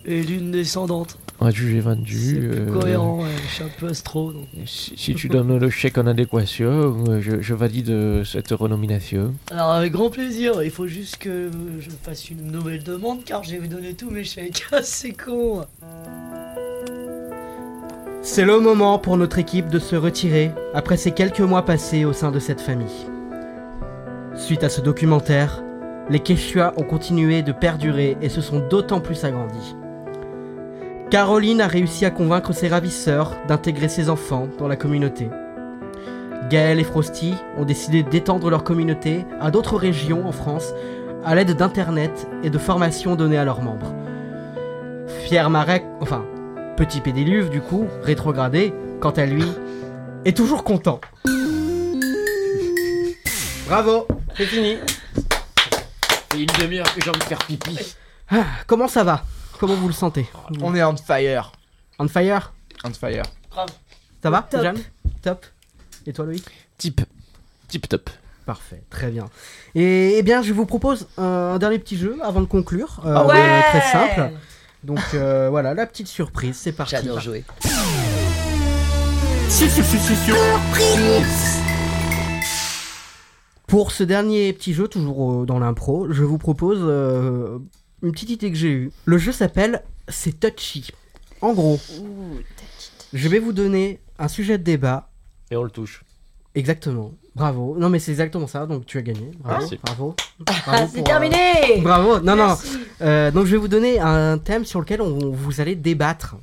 Speaker 7: et l'une descendante.
Speaker 10: À juger vendu. euh,
Speaker 7: Cohérent, ouais, je suis un peu astro. donc.
Speaker 10: Si, si tu donnes le chèque en adéquation, euh, je, je valide euh, cette renomination.
Speaker 7: Alors, avec grand plaisir, il faut juste que je fasse une nouvelle demande car j'ai donné tous mes chèques. Ah, c'est con.
Speaker 1: C'est le moment pour notre équipe de se retirer après ces quelques mois passés au sein de cette famille. Suite à ce documentaire, les Quechua ont continué de perdurer et se sont d'autant plus agrandis. Caroline a réussi à convaincre ses ravisseurs d'intégrer ses enfants dans la communauté. Gaël et Frosty ont décidé d'étendre leur communauté à d'autres régions en France à l'aide d'internet et de formations données à leurs membres. Fier Marek, enfin, petit pédiluve du coup, rétrogradé, quant à lui, est toujours content. Bravo, c'est fini.
Speaker 10: fait une demi-heure que j'ai envie de faire pipi.
Speaker 1: Ah, Comment ça va Comment vous le sentez
Speaker 6: On est on fire.
Speaker 1: On fire
Speaker 6: On fire.
Speaker 1: Ça va,
Speaker 6: Top.
Speaker 1: Jeanne Top. Et toi, Loïc
Speaker 10: Tip. Tip top.
Speaker 1: Parfait, très bien. Et eh bien, je vous propose un dernier petit jeu avant de conclure. euh,
Speaker 10: Ah ouais
Speaker 1: Très simple. Donc euh, voilà, la petite surprise, c'est parti.
Speaker 7: J'adore jouer.
Speaker 1: Surprise Pour ce dernier petit jeu, toujours euh, dans l'impro, je vous propose euh, une petite idée que j'ai eue. Le jeu s'appelle C'est touchy. En gros,
Speaker 8: Bah,
Speaker 1: je vais vous donner un sujet de débat.
Speaker 10: Et on le touche.
Speaker 1: Exactement. Bravo. Non mais c'est exactement ça, donc tu as gagné. Bravo.
Speaker 10: Merci.
Speaker 1: Bravo.
Speaker 7: Ah,
Speaker 1: Bravo
Speaker 7: c'est
Speaker 1: pour,
Speaker 7: terminé
Speaker 1: euh, Bravo. Non,
Speaker 7: Merci.
Speaker 1: non. Euh, donc je vais vous donner un thème sur lequel on, vous allez débattre,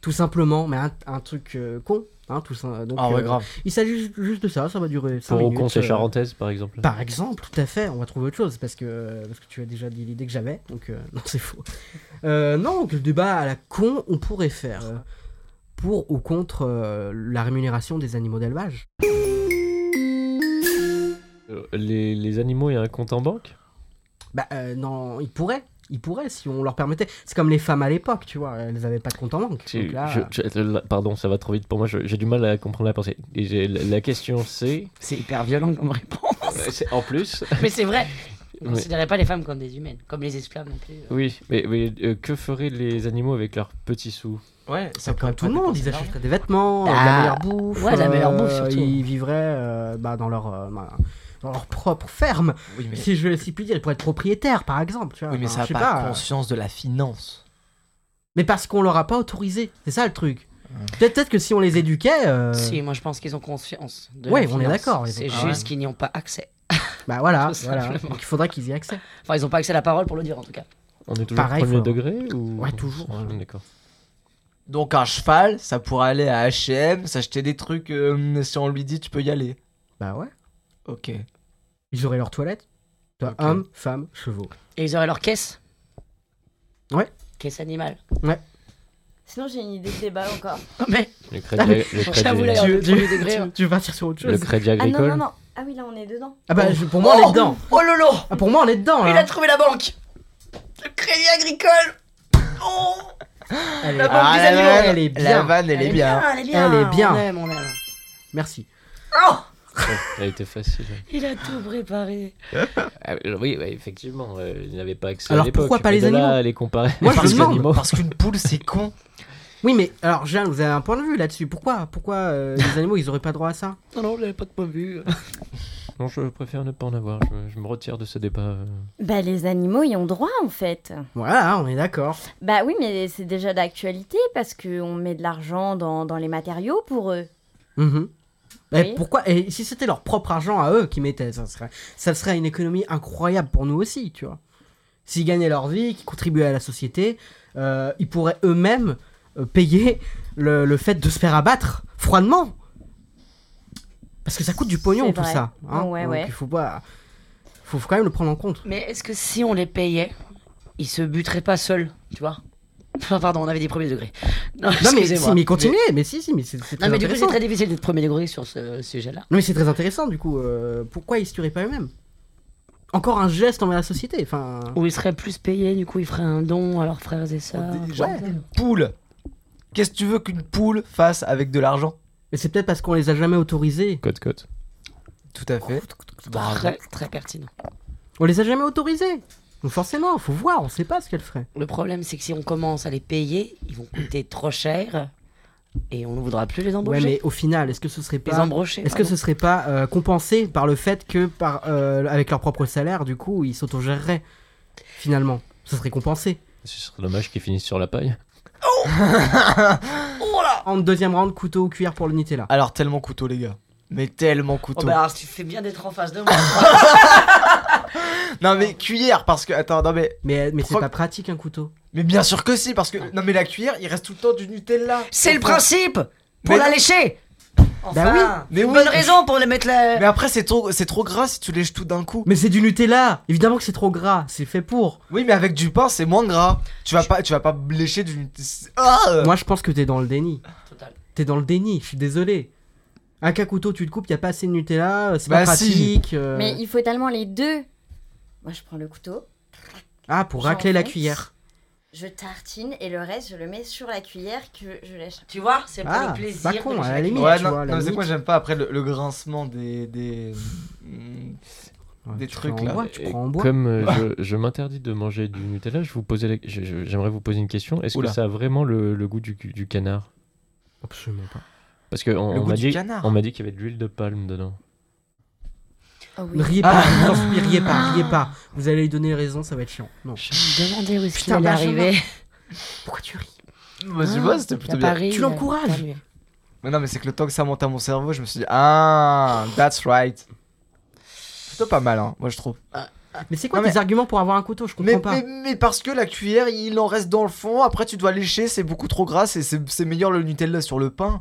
Speaker 1: tout simplement, mais un, un truc euh, con. hein, tout ça. Donc,
Speaker 10: Ah ouais,
Speaker 1: euh,
Speaker 10: grave.
Speaker 1: Il s'agit ju- juste de ça, ça va durer 5
Speaker 10: Pour au
Speaker 1: minutes.
Speaker 10: con, c'est
Speaker 1: euh,
Speaker 10: charentaise, par exemple.
Speaker 1: Par exemple, tout à fait, on va trouver autre chose parce que, euh, parce que tu as déjà dit l'idée que j'avais, donc euh, non, c'est faux. Euh, non, que le débat à la con, on pourrait faire euh, pour ou contre euh, la rémunération des animaux d'élevage.
Speaker 10: Euh, Les, les animaux, il y a un compte en banque
Speaker 1: Bah euh, non, ils pourraient. Ils pourraient si on leur permettait. C'est comme les femmes à l'époque, tu vois, elles n'avaient pas de compte en banque.
Speaker 10: Tu-
Speaker 1: Donc là,
Speaker 10: je- je- euh, là, Pardon, ça va trop vite pour moi, je- j'ai du mal à comprendre la pensée. Et j'ai- la, la question c'est.
Speaker 7: C'est hyper violent comme réponse.
Speaker 10: en plus.
Speaker 7: Mais c'est vrai. On ne
Speaker 10: Mais-
Speaker 7: considérait pas les femmes comme des humaines, comme les esclaves non plus.
Speaker 10: Oui, mais, mais, euh, que feraient les animaux avec leurs petits sous
Speaker 11: Ouais,
Speaker 1: ça comme tout le monde, ils achèteraient des vêtements, euh, de
Speaker 7: Bah,
Speaker 10: Ah.
Speaker 1: la meilleure bouffe.
Speaker 10: Ouais, de la meilleure bouffe, surtout.
Speaker 1: Ils vivraient euh, bah, dans leur. euh, bah, dans leur propre ferme,
Speaker 11: Oui, mais-
Speaker 1: si je si puis dire, ils pourraient être propriétaires par exemple. Tu vois.
Speaker 11: Oui, mais
Speaker 1: Enfin,
Speaker 11: ça n'a
Speaker 1: je sais
Speaker 11: pas,
Speaker 1: euh,
Speaker 11: conscience de la finance.
Speaker 1: Mais parce qu'on leur a pas autorisé, c'est ça le truc. Peut-être peut-être que si on les éduquait. euh,
Speaker 7: Si, moi je pense qu'ils ont conscience de la
Speaker 1: Ouais, on est
Speaker 7: finance.
Speaker 1: d'accord, ils ont-
Speaker 7: C'est
Speaker 1: Ah ouais.
Speaker 7: juste qu'ils n'y ont pas accès.
Speaker 1: Bah voilà,
Speaker 7: Tout
Speaker 1: voilà.
Speaker 7: simplement.
Speaker 1: Donc il faudrait qu'ils y aient accès.
Speaker 7: Enfin, ils n'ont pas accès à la parole pour le dire en tout cas.
Speaker 10: On est toujours
Speaker 1: Pareil,
Speaker 10: premier
Speaker 1: faut-
Speaker 10: degré ou...
Speaker 1: Ouais, toujours.
Speaker 10: Ah, D'accord.
Speaker 11: Donc un cheval, ça pourrait aller à H&M, s'acheter des trucs euh, si on lui dit tu peux y aller.
Speaker 1: Bah ouais.
Speaker 11: Ok.
Speaker 1: Ils auraient leur toilette. Toi, Hommes, femmes, chevaux.
Speaker 7: Et ils auraient leur caisse.
Speaker 1: Ouais.
Speaker 7: Caisse animale.
Speaker 1: Ouais.
Speaker 5: Sinon, j'ai une idée de débat encore.
Speaker 7: Mais.
Speaker 10: Le crédit- le crédit-
Speaker 7: J'avoue, là,
Speaker 1: Tu-
Speaker 7: le
Speaker 1: tu-
Speaker 7: premier degré.
Speaker 1: tu-
Speaker 7: hein.
Speaker 1: tu veux partir sur autre chose
Speaker 10: Le crédit
Speaker 5: Ah non,
Speaker 10: agricole
Speaker 5: non, non. Ah oui, là, on est dedans.
Speaker 1: Ah bah je- pour moi on est dedans.
Speaker 7: Oh lolo
Speaker 1: Ah, pour moi on est dedans.
Speaker 7: Il
Speaker 1: là.
Speaker 7: a trouvé la banque Le crédit agricole Oh
Speaker 1: Elle est,
Speaker 7: La banque Ah, des la animaux. vanne,
Speaker 1: elle est
Speaker 7: la
Speaker 1: bien.
Speaker 11: vanne, elle est bien.
Speaker 7: Elle est bien,
Speaker 1: Elle est bien.
Speaker 7: On aime, on aime.
Speaker 1: Merci.
Speaker 7: Oh
Speaker 10: Ouais, Elle était facile.
Speaker 7: Il a tout préparé.
Speaker 10: Ah, oui, ouais, effectivement, euh, ils n'avaient pas accès à
Speaker 1: Alors,
Speaker 10: l'époque.
Speaker 1: pourquoi pas
Speaker 10: mais
Speaker 1: les
Speaker 10: de là
Speaker 1: animaux
Speaker 10: à les comparer
Speaker 1: Moi, je
Speaker 10: avec
Speaker 1: me
Speaker 10: les
Speaker 1: demande.
Speaker 10: animaux.
Speaker 11: Parce qu'une poule c'est con.
Speaker 1: Oui mais alors Jeanne, vous avez un point de vue là-dessus. Pourquoi pourquoi euh, les animaux ils auraient pas droit à ça
Speaker 7: Non, non, j'avais pas de point de vue.
Speaker 10: Non, je préfère ne pas en avoir. Je, je me retire de ce débat. euh.
Speaker 5: Bah, les animaux y ont droit, en fait.
Speaker 1: Voilà, on est d'accord.
Speaker 5: Bah oui, mais c'est déjà d'actualité parce qu'on met de l'argent dans, dans les matériaux pour eux.
Speaker 1: Mhm. Et
Speaker 5: Oui.
Speaker 1: pourquoi Et si c'était leur propre argent à eux qui mettaient, ça serait, ça serait une économie incroyable pour nous aussi, tu vois. S'ils gagnaient leur vie, qu'ils contribuaient à la société, euh, ils pourraient eux-mêmes euh, payer le, le fait de se faire abattre froidement. Parce que ça coûte du pognon
Speaker 5: C'est
Speaker 1: tout
Speaker 5: vrai.
Speaker 1: ça. hein.
Speaker 5: Ouais,
Speaker 1: Donc
Speaker 5: ouais.
Speaker 1: il faut pas, faut, faut quand même le prendre en compte.
Speaker 7: Mais est-ce que si on les payait, ils se buteraient pas seuls, tu vois Enfin, pardon, on avait dit premier degré. Non,
Speaker 1: Non mais, si,
Speaker 7: excusez-moi.
Speaker 1: mais continuez, mais si, si, mais c'est c'est
Speaker 7: Mais-
Speaker 1: très
Speaker 7: Non, mais du coup, c'est
Speaker 1: intéressant.
Speaker 7: très difficile d'être premier degré sur ce sujet-là.
Speaker 1: Non mais c'est très intéressant du coup. euh, pourquoi ils se tueraient pas eux-mêmes Encore un geste envers la société. Enfin.
Speaker 7: Où ils seraient plus payés, du coup, ils feraient un don à leurs frères et sœurs.
Speaker 1: Ah,
Speaker 11: Genre une poule. Qu'est-ce que tu veux qu'une poule fasse avec de l'argent
Speaker 1: Mais c'est peut-être parce qu'on les a jamais autorisés. Bah,
Speaker 10: Code, code.
Speaker 11: Tout à fait.
Speaker 7: Très, très pertinent.
Speaker 1: On les a jamais autorisés. Donc forcément, faut voir, on sait pas ce qu'elle ferait.
Speaker 7: Le problème, c'est que si on commence à les payer, ils vont coûter trop cher et on ne voudra plus les
Speaker 1: Ouais,
Speaker 7: embaucher.
Speaker 1: mais au final, est-ce que ce serait
Speaker 7: Les
Speaker 1: pas
Speaker 7: embrocher,
Speaker 1: Est-ce que
Speaker 7: pardon.
Speaker 1: ce serait pas euh, compensé par le fait que par euh, avec leur propre salaire, du coup, ils s'autogéreraient finalement. Ce serait compensé.
Speaker 10: Ce serait dommage qu'ils finissent sur la paille.
Speaker 7: Oh
Speaker 1: En deuxième round, couteau ou cuillère pour le Nutella.
Speaker 11: Alors tellement couteau les gars. Mais tellement couteau.
Speaker 7: Oh bah alors, tu fais bien d'être en face de moi.
Speaker 11: Non mais cuillère parce que attends non mais
Speaker 1: Mais mais c'est
Speaker 11: Pro-
Speaker 1: pas pratique un couteau.
Speaker 11: mais bien sûr que si parce que non mais la cuillère il reste tout le temps du Nutella.
Speaker 7: C'est le principe Pour
Speaker 11: Mais-
Speaker 7: la lécher Enfin,
Speaker 1: Bah
Speaker 11: Mais
Speaker 7: une
Speaker 11: oui.
Speaker 7: bonne raison pour les mettre la...
Speaker 11: Mais après c'est trop c'est trop gras si tu lèches tout d'un coup.
Speaker 1: Mais c'est du Nutella. Évidemment que c'est trop gras. C'est fait pour.
Speaker 11: Oui mais avec du pain c'est moins gras. Tu vas pas tu vas pas lécher du Nutella. Ah
Speaker 1: Moi, je pense que t'es dans le déni.
Speaker 7: Total.
Speaker 1: T'es dans le déni. Je suis désolé. À qu'un couteau, tu te coupes, il n'y a pas assez de Nutella, euh, c'est
Speaker 11: Bah
Speaker 1: pas
Speaker 11: si.
Speaker 1: pratique. euh,
Speaker 5: Mais il faut tellement les deux. Moi, je prends le couteau,
Speaker 1: Ah, pour racler la
Speaker 5: J'enfonce.
Speaker 1: cuillère.
Speaker 5: je tartine et le reste, je le mets sur la cuillère que je lèche.
Speaker 7: Tu vois, c'est pour
Speaker 11: bah,
Speaker 1: Ah,
Speaker 7: le
Speaker 1: c'est
Speaker 7: plaisir.
Speaker 1: pas
Speaker 7: de
Speaker 1: con, à la
Speaker 7: chaque-
Speaker 1: limite,
Speaker 11: ouais,
Speaker 1: tu
Speaker 11: non,
Speaker 1: vois, à la
Speaker 11: non, c'est
Speaker 1: limite.
Speaker 11: quoi, j'aime pas après le, le grincement des. des, mm, des trucs
Speaker 8: en
Speaker 11: là.
Speaker 8: bois,
Speaker 1: tu prends en bois.
Speaker 8: Comme euh, je, je m'interdis de manger du Nutella, je vous posais la- je- je- j'aimerais vous poser une question. Est-ce que
Speaker 11: Oula.
Speaker 8: ça a vraiment le, le goût du, du canard
Speaker 1: Absolument pas.
Speaker 8: Parce qu'on
Speaker 11: Le
Speaker 8: on
Speaker 11: goût
Speaker 8: m'a
Speaker 11: du
Speaker 8: dit,
Speaker 11: canard.
Speaker 8: on m'a dit qu'il y avait de l'huile de palme dedans.
Speaker 5: Oh oui.
Speaker 1: Ne riez
Speaker 7: Ah.
Speaker 1: pas,
Speaker 11: Ah.
Speaker 1: ne transpiriez pas, riez pas. Vous allez lui donner raison, ça va être chiant. Non.
Speaker 7: Demandez où est-ce qu'il
Speaker 1: Putain,
Speaker 7: allait
Speaker 1: Benjamin.
Speaker 7: arriver.
Speaker 1: Pourquoi tu ris
Speaker 11: Bah,
Speaker 1: Hein
Speaker 11: je sais pas, c'était plutôt
Speaker 7: À
Speaker 11: bien.
Speaker 7: Paris,
Speaker 1: Tu
Speaker 7: euh,
Speaker 1: l'encourages.
Speaker 7: pas mieux.
Speaker 11: Mais non, mais c'est que le temps que ça monte à mon cerveau, je me suis dit, ah, that's right. Plutôt pas mal, hein, moi je trouve.
Speaker 1: Ah, Mais c'est quoi
Speaker 11: Non, mais-
Speaker 1: tes arguments pour avoir un couteau Je comprends
Speaker 11: Mais,
Speaker 1: pas.
Speaker 11: mais, mais parce que la cuillère, il en reste dans le fond, après tu dois lécher, c'est beaucoup trop gras, c'est- c'est c'est meilleur le Nutella sur le pain.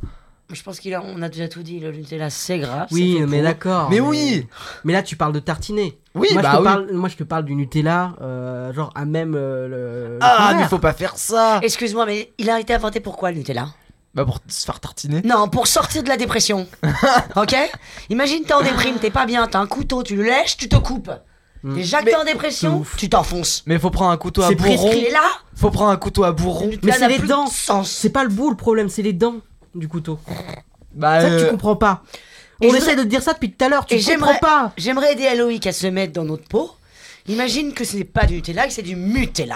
Speaker 7: Je pense qu'il a, on a déjà tout dit. Le Nutella, c'est grave.
Speaker 1: Oui,
Speaker 7: c'est fait
Speaker 1: mais
Speaker 7: pour.
Speaker 1: d'accord.
Speaker 11: Mais oui
Speaker 1: Mais là, tu parles de tartiner.
Speaker 11: Oui,
Speaker 1: moi,
Speaker 11: bah
Speaker 1: je te
Speaker 11: oui.
Speaker 1: parle, moi, je te parle du Nutella, euh, genre à même euh, le. le
Speaker 11: Ah, mais
Speaker 1: couvert.
Speaker 11: faut pas faire ça
Speaker 7: Excuse-moi, mais il a été inventé pourquoi le Nutella
Speaker 11: Bah pour se faire tartiner.
Speaker 7: Non, pour sortir de la dépression. ok Imagine, t'es en déprime, t'es pas bien, t'as un couteau, tu le lèches, tu te coupes.
Speaker 1: Mm.
Speaker 7: Déjà que t'es en dépression, tu t'enfonces.
Speaker 11: Mais faut prendre un couteau à
Speaker 1: C'est
Speaker 11: bourron.
Speaker 1: prescrit.
Speaker 7: Et là,
Speaker 11: Faut prendre un couteau à bourron.
Speaker 1: Mais
Speaker 7: ça
Speaker 1: c'est
Speaker 7: n'a
Speaker 1: les
Speaker 7: plus
Speaker 1: dents.
Speaker 7: de sens.
Speaker 1: C'est pas le bout le problème, c'est les dents du couteau.
Speaker 11: Bah,
Speaker 1: C'est ça que
Speaker 11: euh,
Speaker 1: tu comprends pas.
Speaker 7: Et
Speaker 1: On
Speaker 7: je
Speaker 1: essaie de
Speaker 7: voudrais-
Speaker 1: te dire ça depuis tout à l'heure. Tu
Speaker 7: Et
Speaker 1: comprends
Speaker 7: j'aimerais
Speaker 1: pas.
Speaker 7: J'aimerais aider Aloïc à se mettre dans notre peau. Imagine que ce n'est pas du Nutella, que c'est du Mutella.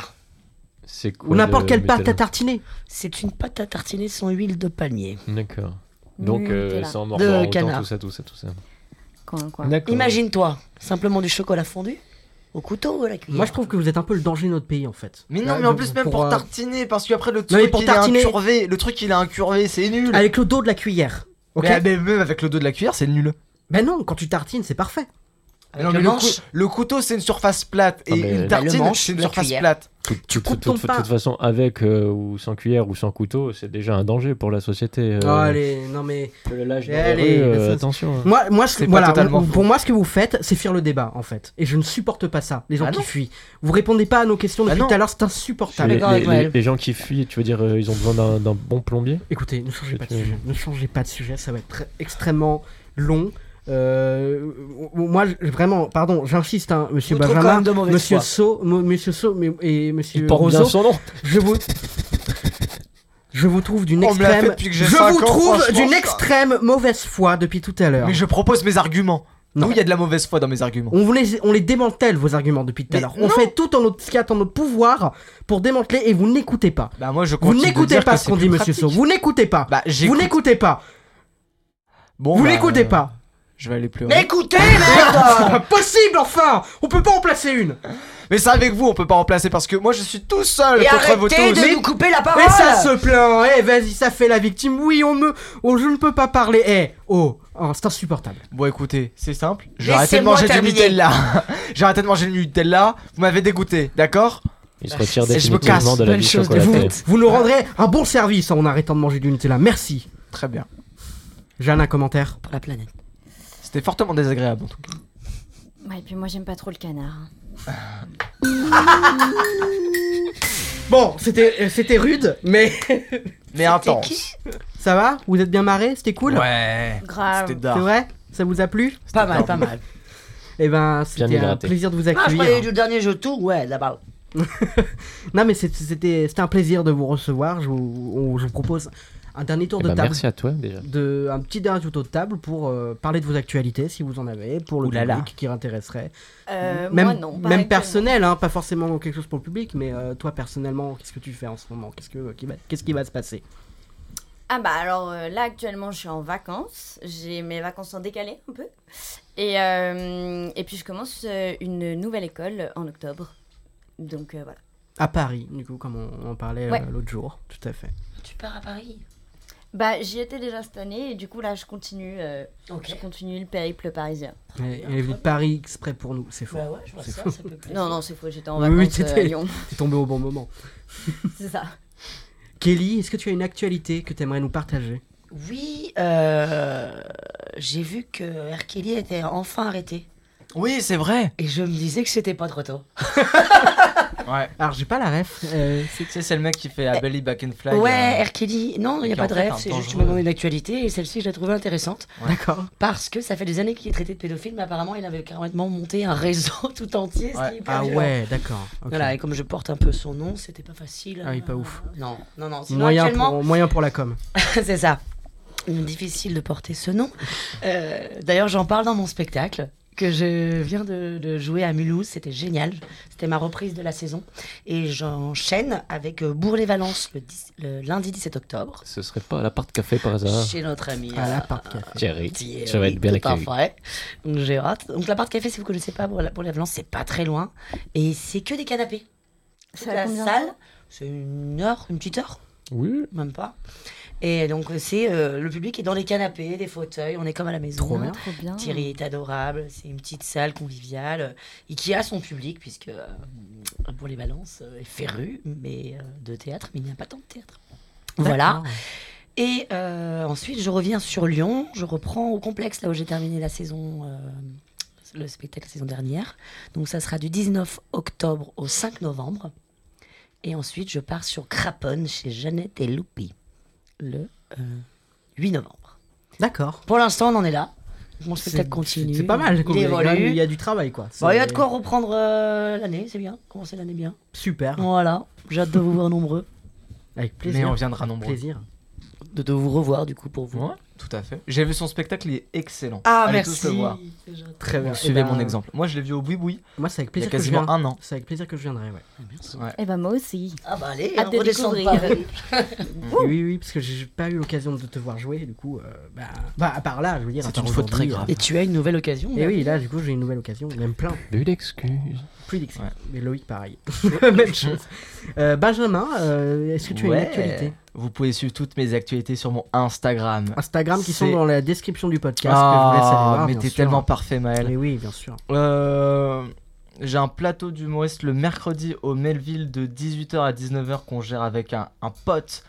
Speaker 8: C'est quoi
Speaker 1: Ou n'importe
Speaker 8: le
Speaker 1: quelle pâte à
Speaker 8: euh, Nutella
Speaker 1: tartiner.
Speaker 7: C'est une pâte à tartiner sans huile de palmier.
Speaker 8: D'accord.
Speaker 1: Mm,
Speaker 8: Donc, euh,
Speaker 5: Nutella.
Speaker 8: sans
Speaker 7: De
Speaker 8: mordre autant,
Speaker 7: canard.
Speaker 8: tout ça, tout ça, tout ça.
Speaker 5: Quoi, quoi.
Speaker 8: D'accord.
Speaker 7: Imagine-toi, simplement du chocolat fondu au couteau ou à la cuillère.
Speaker 1: Moi, je trouve que vous êtes un peu le danger de notre pays, en fait.
Speaker 11: Mais
Speaker 1: Là,
Speaker 11: non, mais en
Speaker 1: de-
Speaker 11: plus, même pour
Speaker 1: euh,
Speaker 11: tartiner, parce qu'après le
Speaker 1: mais
Speaker 11: truc,
Speaker 1: pour
Speaker 11: il est
Speaker 1: tartiner-
Speaker 11: incurvé. Le truc, il est incurvé, c'est nul.
Speaker 1: Avec le dos de la cuillère. Ok.
Speaker 11: Mais, mais même avec le dos de la cuillère, c'est nul.
Speaker 1: Ben non, quand tu tartines, c'est parfait.
Speaker 7: Avec
Speaker 11: Non,
Speaker 7: le
Speaker 11: mais le,
Speaker 7: manche.
Speaker 11: cou- le couteau, c'est une surface plate. Et
Speaker 8: Ah, mais-
Speaker 11: une
Speaker 7: Bah, le
Speaker 11: tartine,
Speaker 7: manche,
Speaker 11: c'est une
Speaker 7: la
Speaker 11: surface
Speaker 7: cuillère.
Speaker 11: plate.
Speaker 8: Tout- tout-
Speaker 1: coupes
Speaker 8: tout-
Speaker 1: ton
Speaker 8: tout- De
Speaker 1: pain.
Speaker 8: toute façon, avec euh, ou sans cuillère ou sans couteau, c'est déjà un danger pour la société. euh,
Speaker 1: Oh,
Speaker 7: Ah,
Speaker 1: allez, non mais.
Speaker 8: Le lâche dans les rues,
Speaker 1: Allez,
Speaker 8: euh,
Speaker 1: ça, ça-
Speaker 8: attention. hein.
Speaker 1: Moi, moi, ce-
Speaker 11: C'est pas
Speaker 1: voilà,
Speaker 11: totalement
Speaker 1: on-
Speaker 11: faux.
Speaker 1: pour moi, ce que vous faites, c'est fuir le débat, en fait. Et je ne supporte pas ça.
Speaker 7: Bah
Speaker 1: Les gens
Speaker 11: Ah
Speaker 1: qui
Speaker 11: non.
Speaker 1: fuient. Vous répondez pas à nos questions
Speaker 11: Bah
Speaker 1: depuis
Speaker 11: non.
Speaker 1: tout à l'heure, c'est
Speaker 8: Parce que
Speaker 1: insupportable.
Speaker 8: les,
Speaker 7: d'accord
Speaker 8: les-
Speaker 7: avec
Speaker 8: les-
Speaker 7: Maël.
Speaker 8: les gens qui fuient, tu veux dire, euh, ils ont besoin d'un- d'un bon plombier
Speaker 1: Écoutez, ne changez pas de
Speaker 8: C'est-
Speaker 1: sujet. Ne changez pas de sujet, ça va être très- extrêmement long. Euh, moi, je- vraiment, pardon, j'insiste, hein, Monsieur
Speaker 7: Vous trouvez quand
Speaker 1: Benjamin,
Speaker 7: même de mauvaise
Speaker 1: Monsieur
Speaker 7: foi.
Speaker 1: So, mo- Monsieur So mais- et Monsieur
Speaker 8: Il porte
Speaker 1: Roseau,
Speaker 8: bien son nom.
Speaker 1: je vous, je vous trouve d'une
Speaker 11: On me Oh, l'a fait
Speaker 1: extrême,
Speaker 11: depuis que
Speaker 1: je
Speaker 11: j'ai
Speaker 1: vous
Speaker 11: cinq ans,
Speaker 1: trouve
Speaker 11: franchement,
Speaker 1: d'une
Speaker 11: ça.
Speaker 1: extrême mauvaise foi depuis tout à l'heure.
Speaker 11: Mais je propose mes arguments.
Speaker 1: Non.
Speaker 11: Nous, il y a de la mauvaise foi dans mes arguments.
Speaker 1: On, vous les, on les démantèle vos arguments depuis tout à
Speaker 11: Mais
Speaker 1: l'heure. On
Speaker 11: non.
Speaker 1: fait tout en notre ce qui est en notre pouvoir pour démanteler et vous n'écoutez pas.
Speaker 11: Bah, moi, je
Speaker 1: Vous
Speaker 11: continue de
Speaker 1: n'écoutez
Speaker 11: dire
Speaker 1: pas
Speaker 11: que
Speaker 1: ce
Speaker 11: c'est
Speaker 1: qu'on dit,
Speaker 11: plus
Speaker 1: Monsieur So.
Speaker 11: pratique.
Speaker 1: Vous n'écoutez pas.
Speaker 11: Bah,
Speaker 1: vous
Speaker 11: j'écoute.
Speaker 1: n'écoutez pas.
Speaker 11: Bon,
Speaker 1: vous
Speaker 11: bah,
Speaker 1: n'écoutez
Speaker 11: euh,
Speaker 1: pas.
Speaker 11: Je vais aller pleurer.
Speaker 7: Mais écoutez, merde
Speaker 1: Impossible enfin On peut pas en placer une
Speaker 11: Mais c'est avec vous, on peut pas remplacer parce que moi je suis tout seul
Speaker 7: Et
Speaker 11: contre vos
Speaker 7: arrêtez
Speaker 11: tous.
Speaker 7: de nous couper la parole
Speaker 1: Et ça se plaint Eh vas-y, ça fait la victime Oui, on me... Oh, je ne peux pas parler Eh Oh, oh, C'est insupportable
Speaker 11: Bon écoutez, c'est simple. J'ai arrêté de
Speaker 7: Laissez-moi
Speaker 11: manger du
Speaker 7: terminer.
Speaker 11: Nutella. J'ai arrêté de manger du Nutella. Vous m'avez dégoûté, d'accord
Speaker 8: Il se retire
Speaker 11: Et je me
Speaker 8: définitivement
Speaker 11: casse,
Speaker 8: de la
Speaker 11: pleine
Speaker 8: vie
Speaker 11: chose de
Speaker 1: vous,
Speaker 8: chocolatée.
Speaker 1: vous nous rendrez un bon service en arrêtant de manger du Nutella. Merci
Speaker 11: Très bien.
Speaker 1: Jeanne, un commentaire
Speaker 7: Pour la planète.
Speaker 11: C'était fortement désagréable en tout cas.
Speaker 5: Ouais, et puis moi, j'aime pas trop le canard. hein.
Speaker 1: Bon, c'était euh, c'était rude, mais
Speaker 11: Mais intense.
Speaker 1: ça va Vous êtes bien marrés C'était cool
Speaker 11: Ouais.
Speaker 5: Grave.
Speaker 11: C'était
Speaker 1: C'est
Speaker 11: dark.
Speaker 1: vrai Ça vous a plu
Speaker 7: Pas mal, pas mal.
Speaker 1: Eh ben, c'était un
Speaker 8: hydraté.
Speaker 1: plaisir de vous
Speaker 7: Ah, je
Speaker 1: accueillir.
Speaker 7: croyais du dernier jeu tout, ouais, la balle.
Speaker 1: non, mais c'est- c'était c'était un plaisir de vous recevoir. Je vous, on- je vous propose un dernier tour
Speaker 8: Eh
Speaker 1: de
Speaker 8: ben,
Speaker 1: table.
Speaker 8: merci à toi déjà.
Speaker 1: de un petit dernier tour de table pour euh, parler de vos actualités si vous en avez pour le
Speaker 11: Ouh là là.
Speaker 1: public qui intéresserait
Speaker 5: Euh,
Speaker 1: même
Speaker 5: moi, non. pas
Speaker 1: même
Speaker 5: actuellement.
Speaker 1: personnel hein, pas forcément quelque chose pour le public mais euh, toi personnellement qu'est-ce que tu fais en ce moment qu'est-ce que qui va- qu'est-ce qui va se passer
Speaker 5: Ah bah alors euh, là actuellement je suis en vacances, j'ai mes vacances en décalé un peu. Et, euh, et puis je commence euh, une nouvelle école en octobre. Donc euh, voilà.
Speaker 1: à Paris du coup comme on en parlait euh,
Speaker 5: Ouais.
Speaker 1: l'autre jour tout à fait
Speaker 7: Tu pars à Paris
Speaker 5: Bah j'y étais déjà cette année et du coup là je continue, euh,
Speaker 7: Ok.
Speaker 5: je continue le périple parisien.
Speaker 1: elle elle est venue de Paris exprès pour nous c'est faux
Speaker 7: Bah ouais, je vois ça, ça peut plaire.
Speaker 5: Non non c'est faux, j'étais en
Speaker 1: Oui, oui,
Speaker 5: vacances euh, à
Speaker 1: t'étais-
Speaker 5: Lyon.
Speaker 1: t'es tombé au bon moment
Speaker 5: c'est ça.
Speaker 1: Kelly est-ce que tu as une actualité que tu aimerais nous partager
Speaker 7: Oui, euh, j'ai vu que R. Kelly était enfin arrêté.
Speaker 11: Oui, c'est vrai.
Speaker 7: Et je me disais que c'était pas trop tôt.
Speaker 11: Ouais. Alors j'ai pas la ref.
Speaker 1: euh,
Speaker 11: Tu sais, c'est le mec qui fait A Belly Back and Fly.
Speaker 7: ouais,
Speaker 11: euh,
Speaker 7: R. Kelly. Non, il n'y a
Speaker 11: qui
Speaker 7: pas
Speaker 11: en
Speaker 7: de
Speaker 11: fait
Speaker 7: rêve,
Speaker 11: un
Speaker 7: c'est juste
Speaker 11: dangereux.
Speaker 7: une demande d'actualité et celle-ci, je la trouvais intéressante.
Speaker 1: D'accord.
Speaker 7: Parce que ça fait des années qu'il est traité de pédophile, mais apparemment, il avait carrément monté un réseau tout entier. ce qui est hyper
Speaker 1: Ah
Speaker 7: violent.
Speaker 1: ouais, d'accord. ok.
Speaker 7: Voilà, et comme je porte un peu son nom, c'était pas facile.
Speaker 1: Ah oui, pas
Speaker 7: euh,
Speaker 1: ouf.
Speaker 7: Non, non, non. Sinon,
Speaker 1: Moyen
Speaker 7: actuellement-
Speaker 1: pour, moyen pour la com.
Speaker 7: c'est ça. Difficile de porter ce nom. Euh, D'ailleurs, j'en parle dans mon spectacle que je viens de, de jouer à Mulhouse. C'était génial. C'était ma reprise de la saison. Et j'enchaîne avec euh, Bourg-les-Valences le, 10 le lundi 17 octobre.
Speaker 8: Ce serait pas à l'appart café par hasard
Speaker 7: Chez notre ami.
Speaker 8: À
Speaker 1: Ah,
Speaker 7: euh,
Speaker 8: l'appart café. Thierry,
Speaker 7: Thierry,
Speaker 8: ça va être bien
Speaker 7: tout
Speaker 8: accueilli.
Speaker 7: à fait. Donc j'ai hâte. Donc l'appart café, si vous connaissez pas pour la, pour la Valence, c'est pas très loin. Et c'est que des canapés.
Speaker 5: C'est
Speaker 7: Toute
Speaker 5: à
Speaker 7: la
Speaker 5: combien de
Speaker 7: salle,
Speaker 5: temps
Speaker 7: c'est une heure, une petite heure.
Speaker 8: Oui.
Speaker 7: Même pas. Et donc c'est euh, le public est dans les canapés, des fauteuils, on est comme à la maison.
Speaker 1: Trop bien.
Speaker 5: Trop bien.
Speaker 7: Thierry est adorable, c'est une petite salle conviviale euh, et qui a son public puisque euh, pour les balances euh, est féru mais euh, de théâtre, mais il n'y a pas tant de théâtre. Voilà. Et euh, ensuite, je reviens sur Lyon. Je reprends au complexe, là où j'ai terminé la saison, euh, le spectacle la saison dernière. Donc, ça sera du 19 octobre au 5 novembre. Et ensuite, je pars sur Craponne chez Jeannette et Loupi le euh, 8 novembre.
Speaker 1: D'accord.
Speaker 7: Pour l'instant, on en est là. Mon
Speaker 1: C'est-
Speaker 7: spectacle continue.
Speaker 1: C'est pas mal.
Speaker 7: Il
Speaker 1: Il y a quand même-
Speaker 7: évolue.
Speaker 1: il y a du travail, quoi.
Speaker 7: Bon, il y a de
Speaker 1: C'est-
Speaker 7: quoi reprendre euh, l'année, c'est bien. Commencer l'année bien.
Speaker 1: Super.
Speaker 7: Voilà, j'ai hâte de vous voir nombreux.
Speaker 1: Avec
Speaker 11: plaisir. Mais on viendra
Speaker 1: Avec
Speaker 11: nombreux.
Speaker 1: Plaisir.
Speaker 7: De, de vous revoir, du coup, pour vous.
Speaker 11: Ouais, tout à fait. J'ai vu son spectacle, il est excellent.
Speaker 7: Ah,
Speaker 11: Allez
Speaker 7: merci.
Speaker 11: tous le voir.
Speaker 7: C'est gentil.
Speaker 1: Très bien.
Speaker 11: Donc, Suivez
Speaker 1: Eh ben,
Speaker 11: mon exemple. Moi, je l'ai vu au Boui-Boui.
Speaker 1: Moi, c'est avec
Speaker 11: Il y a
Speaker 1: plaisir que je
Speaker 11: quasiment
Speaker 1: viens.
Speaker 11: un an.
Speaker 1: C'est avec plaisir que je viendrai, ouais.
Speaker 11: Ouais.
Speaker 5: Eh ben moi aussi.
Speaker 7: Ah bah allez,
Speaker 5: Hâte
Speaker 7: on
Speaker 5: de
Speaker 7: redescend
Speaker 5: découvrir.
Speaker 7: de Paris.
Speaker 1: Oui, oui, parce que j'ai pas eu l'occasion de te voir jouer, du coup, euh, bah, bah, à part là, je veux dire, à
Speaker 7: C'est
Speaker 1: part
Speaker 7: une faute très
Speaker 1: aujourd'hui,
Speaker 7: grave. Bah
Speaker 1: euh,
Speaker 7: Et tu as une nouvelle occasion.
Speaker 1: Et
Speaker 7: là.
Speaker 1: oui, là, du coup, j'ai une nouvelle occasion, même plein.
Speaker 8: Plus d'excuses.
Speaker 1: Plus d'excuses. Mais Loïc, pareil. même chose. Euh, Benjamin, euh, est-ce que tu as
Speaker 11: Ouais.
Speaker 1: une actualité
Speaker 11: Vous pouvez suivre toutes mes actualités sur mon Instagram.
Speaker 1: Instagram qui sont
Speaker 11: C'est-
Speaker 1: dans la description du podcast. que je vous laisse aller
Speaker 11: Ah,
Speaker 1: voir,
Speaker 11: mais
Speaker 1: bien
Speaker 11: t'es
Speaker 1: sûr.
Speaker 11: tellement parfait, Maël.
Speaker 1: Mais oui, bien sûr.
Speaker 11: Euh, J'ai un plateau d'humoriste le mercredi au Melville de 18h à 19h qu'on gère avec un, un pote.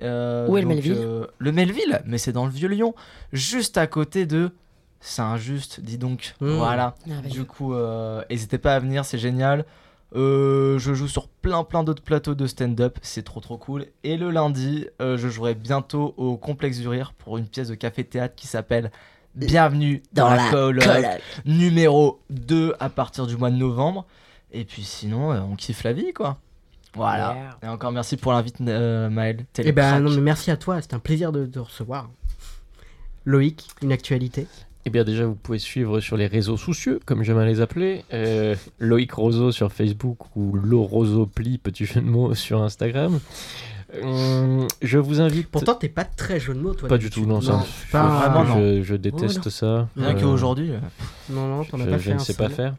Speaker 11: Euh,
Speaker 7: Où est le
Speaker 11: donc,
Speaker 7: Melville
Speaker 11: euh, Le Melville, mais c'est dans le vieux Lyon, juste à côté de Saint-Just, dis donc.
Speaker 1: Mmh.
Speaker 11: Voilà.
Speaker 7: Merveilleux.
Speaker 11: Du coup, euh, n'hésitez pas à venir, c'est génial. Euh, je joue sur plein plein d'autres plateaux de stand-up, c'est trop trop cool. Et le lundi, euh, je jouerai bientôt au Complexe du Rire pour une pièce de café-théâtre qui s'appelle Bienvenue dans, la, colloque
Speaker 7: colloque.
Speaker 11: numéro 2 à partir du mois de novembre. Et puis sinon, euh, on kiffe la vie, quoi. Voilà. Et encore merci pour l'invite, euh, Maël. T'es le
Speaker 1: Eh ben,
Speaker 11: crack.
Speaker 1: non, mais merci à toi, c'était un plaisir de te recevoir. Loïc, une actualité
Speaker 8: Eh bien déjà, vous pouvez suivre sur les réseaux soucieux, comme j'aime à les appeler, euh, Loïc Roseau sur Facebook ou Lo Roseau Pli, petit jeu de mots, sur Instagram. Hum, je vous invite...
Speaker 1: Pourtant, t'es pas très jeu de mots, toi.
Speaker 8: pas du tout, non, ça,
Speaker 1: Non,
Speaker 8: je-
Speaker 1: pas-
Speaker 8: je-
Speaker 11: vraiment,
Speaker 8: je,
Speaker 11: non.
Speaker 8: je déteste
Speaker 1: Oh, non.
Speaker 8: ça.
Speaker 11: Rien
Speaker 8: Euh,
Speaker 11: qu'aujourd'hui. euh,
Speaker 1: Non, non, t'en as
Speaker 8: je,
Speaker 1: pas
Speaker 8: je
Speaker 1: fait
Speaker 8: ne
Speaker 1: un
Speaker 8: sais pas
Speaker 1: seul.
Speaker 8: faire.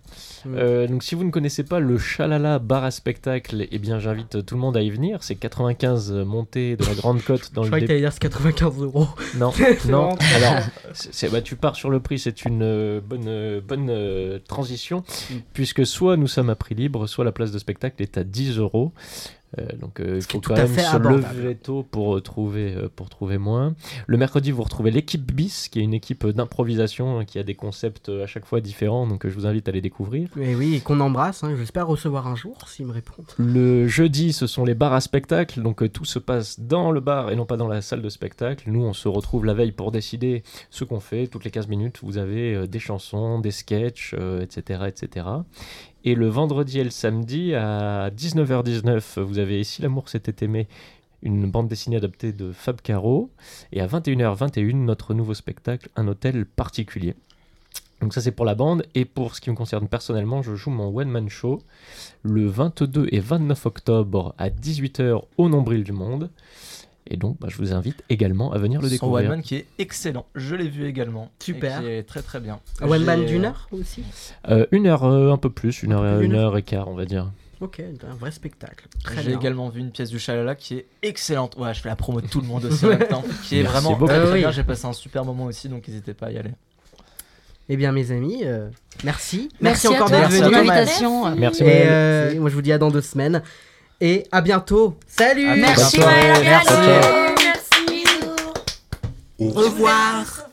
Speaker 1: Mm.
Speaker 8: Euh, donc si vous ne connaissez pas le Chalala Bar à spectacle, eh bien j'invite tout le monde à y venir. C'est 95 montées de la Grande Côte dans
Speaker 1: Je
Speaker 8: le
Speaker 1: croyais que
Speaker 8: dé-
Speaker 1: t'allais dire c'est 95 euros.
Speaker 8: Non,
Speaker 1: C'est
Speaker 8: non.
Speaker 1: vraiment-
Speaker 8: Alors, c'est- c'est- bah, tu pars sur le prix, c'est une euh, bonne, euh, bonne euh, transition,
Speaker 1: Mm.
Speaker 8: puisque soit nous sommes à prix libre, soit la place de spectacle est à 10 euros. Euh, donc euh, il
Speaker 1: qui est
Speaker 8: faut
Speaker 1: tout
Speaker 8: quand
Speaker 1: à
Speaker 8: même
Speaker 1: fait
Speaker 8: se
Speaker 1: abordable.
Speaker 8: lever tôt pour euh, trouver, euh, pour trouver moins. Le mercredi, vous retrouvez l'équipe BIS, qui est une équipe d'improvisation hein, qui a des concepts euh, à chaque fois différents, donc euh, je vous invite à les découvrir.
Speaker 1: Mais Eh oui, et qu'on embrasse, hein, j'espère recevoir un jour s'il me répond.
Speaker 8: Le jeudi, ce sont les bars à spectacle, donc euh, tout se passe dans le bar et non pas dans la salle de spectacle. Nous, on se retrouve la veille pour décider ce qu'on fait. Toutes les 15 minutes, vous avez euh, des chansons, des sketchs, euh, etc., etc. Et le vendredi et le samedi, à 19h19, vous avez Ici l'amour s'était aimé, une bande dessinée adaptée de Fab Caro. Et à 21h21, notre nouveau spectacle, Un hôtel particulier. Donc ça c'est pour la bande et pour ce qui me concerne personnellement, je joue mon one man show le 22 et 29 octobre à 18h au Nombril du Monde. Et donc bah, je vous invite également à venir le
Speaker 11: Son
Speaker 8: découvrir.
Speaker 11: One Man qui est excellent. Je l'ai vu également.
Speaker 1: Super.
Speaker 11: Et qui est très très bien.
Speaker 1: Un One Man
Speaker 11: J'ai-
Speaker 1: d'une heure aussi
Speaker 8: Euh, une heure euh, un peu plus, une heure,
Speaker 1: plus
Speaker 8: une
Speaker 1: d'une
Speaker 8: heure et quart on va dire.
Speaker 1: Ok, un vrai spectacle. Très
Speaker 11: J'ai
Speaker 1: bien.
Speaker 11: également vu une pièce du Chalala qui est excellente. Ouais, je fais la promo de tout le monde aussi en même temps. Qui est
Speaker 8: Merci
Speaker 11: vraiment
Speaker 8: beaucoup.
Speaker 11: très, très
Speaker 1: Ah oui.
Speaker 11: bien. J'ai passé un super moment aussi, donc n'hésitez pas à y aller.
Speaker 1: Eh bien, mes amis, euh, merci.
Speaker 7: Merci,
Speaker 1: encore
Speaker 7: à toi
Speaker 1: d'être
Speaker 7: pour
Speaker 1: venus.
Speaker 7: ton
Speaker 1: Thomas.
Speaker 7: invitation.
Speaker 8: Merci.
Speaker 1: Et
Speaker 8: Maël.
Speaker 1: euh, moi, je vous dis à dans deux semaines. Et à bientôt. Salut
Speaker 7: Merci,
Speaker 11: bientôt.
Speaker 7: Maëlle, à
Speaker 11: Merci.
Speaker 7: bientôt.
Speaker 14: Merci.
Speaker 1: Au revoir.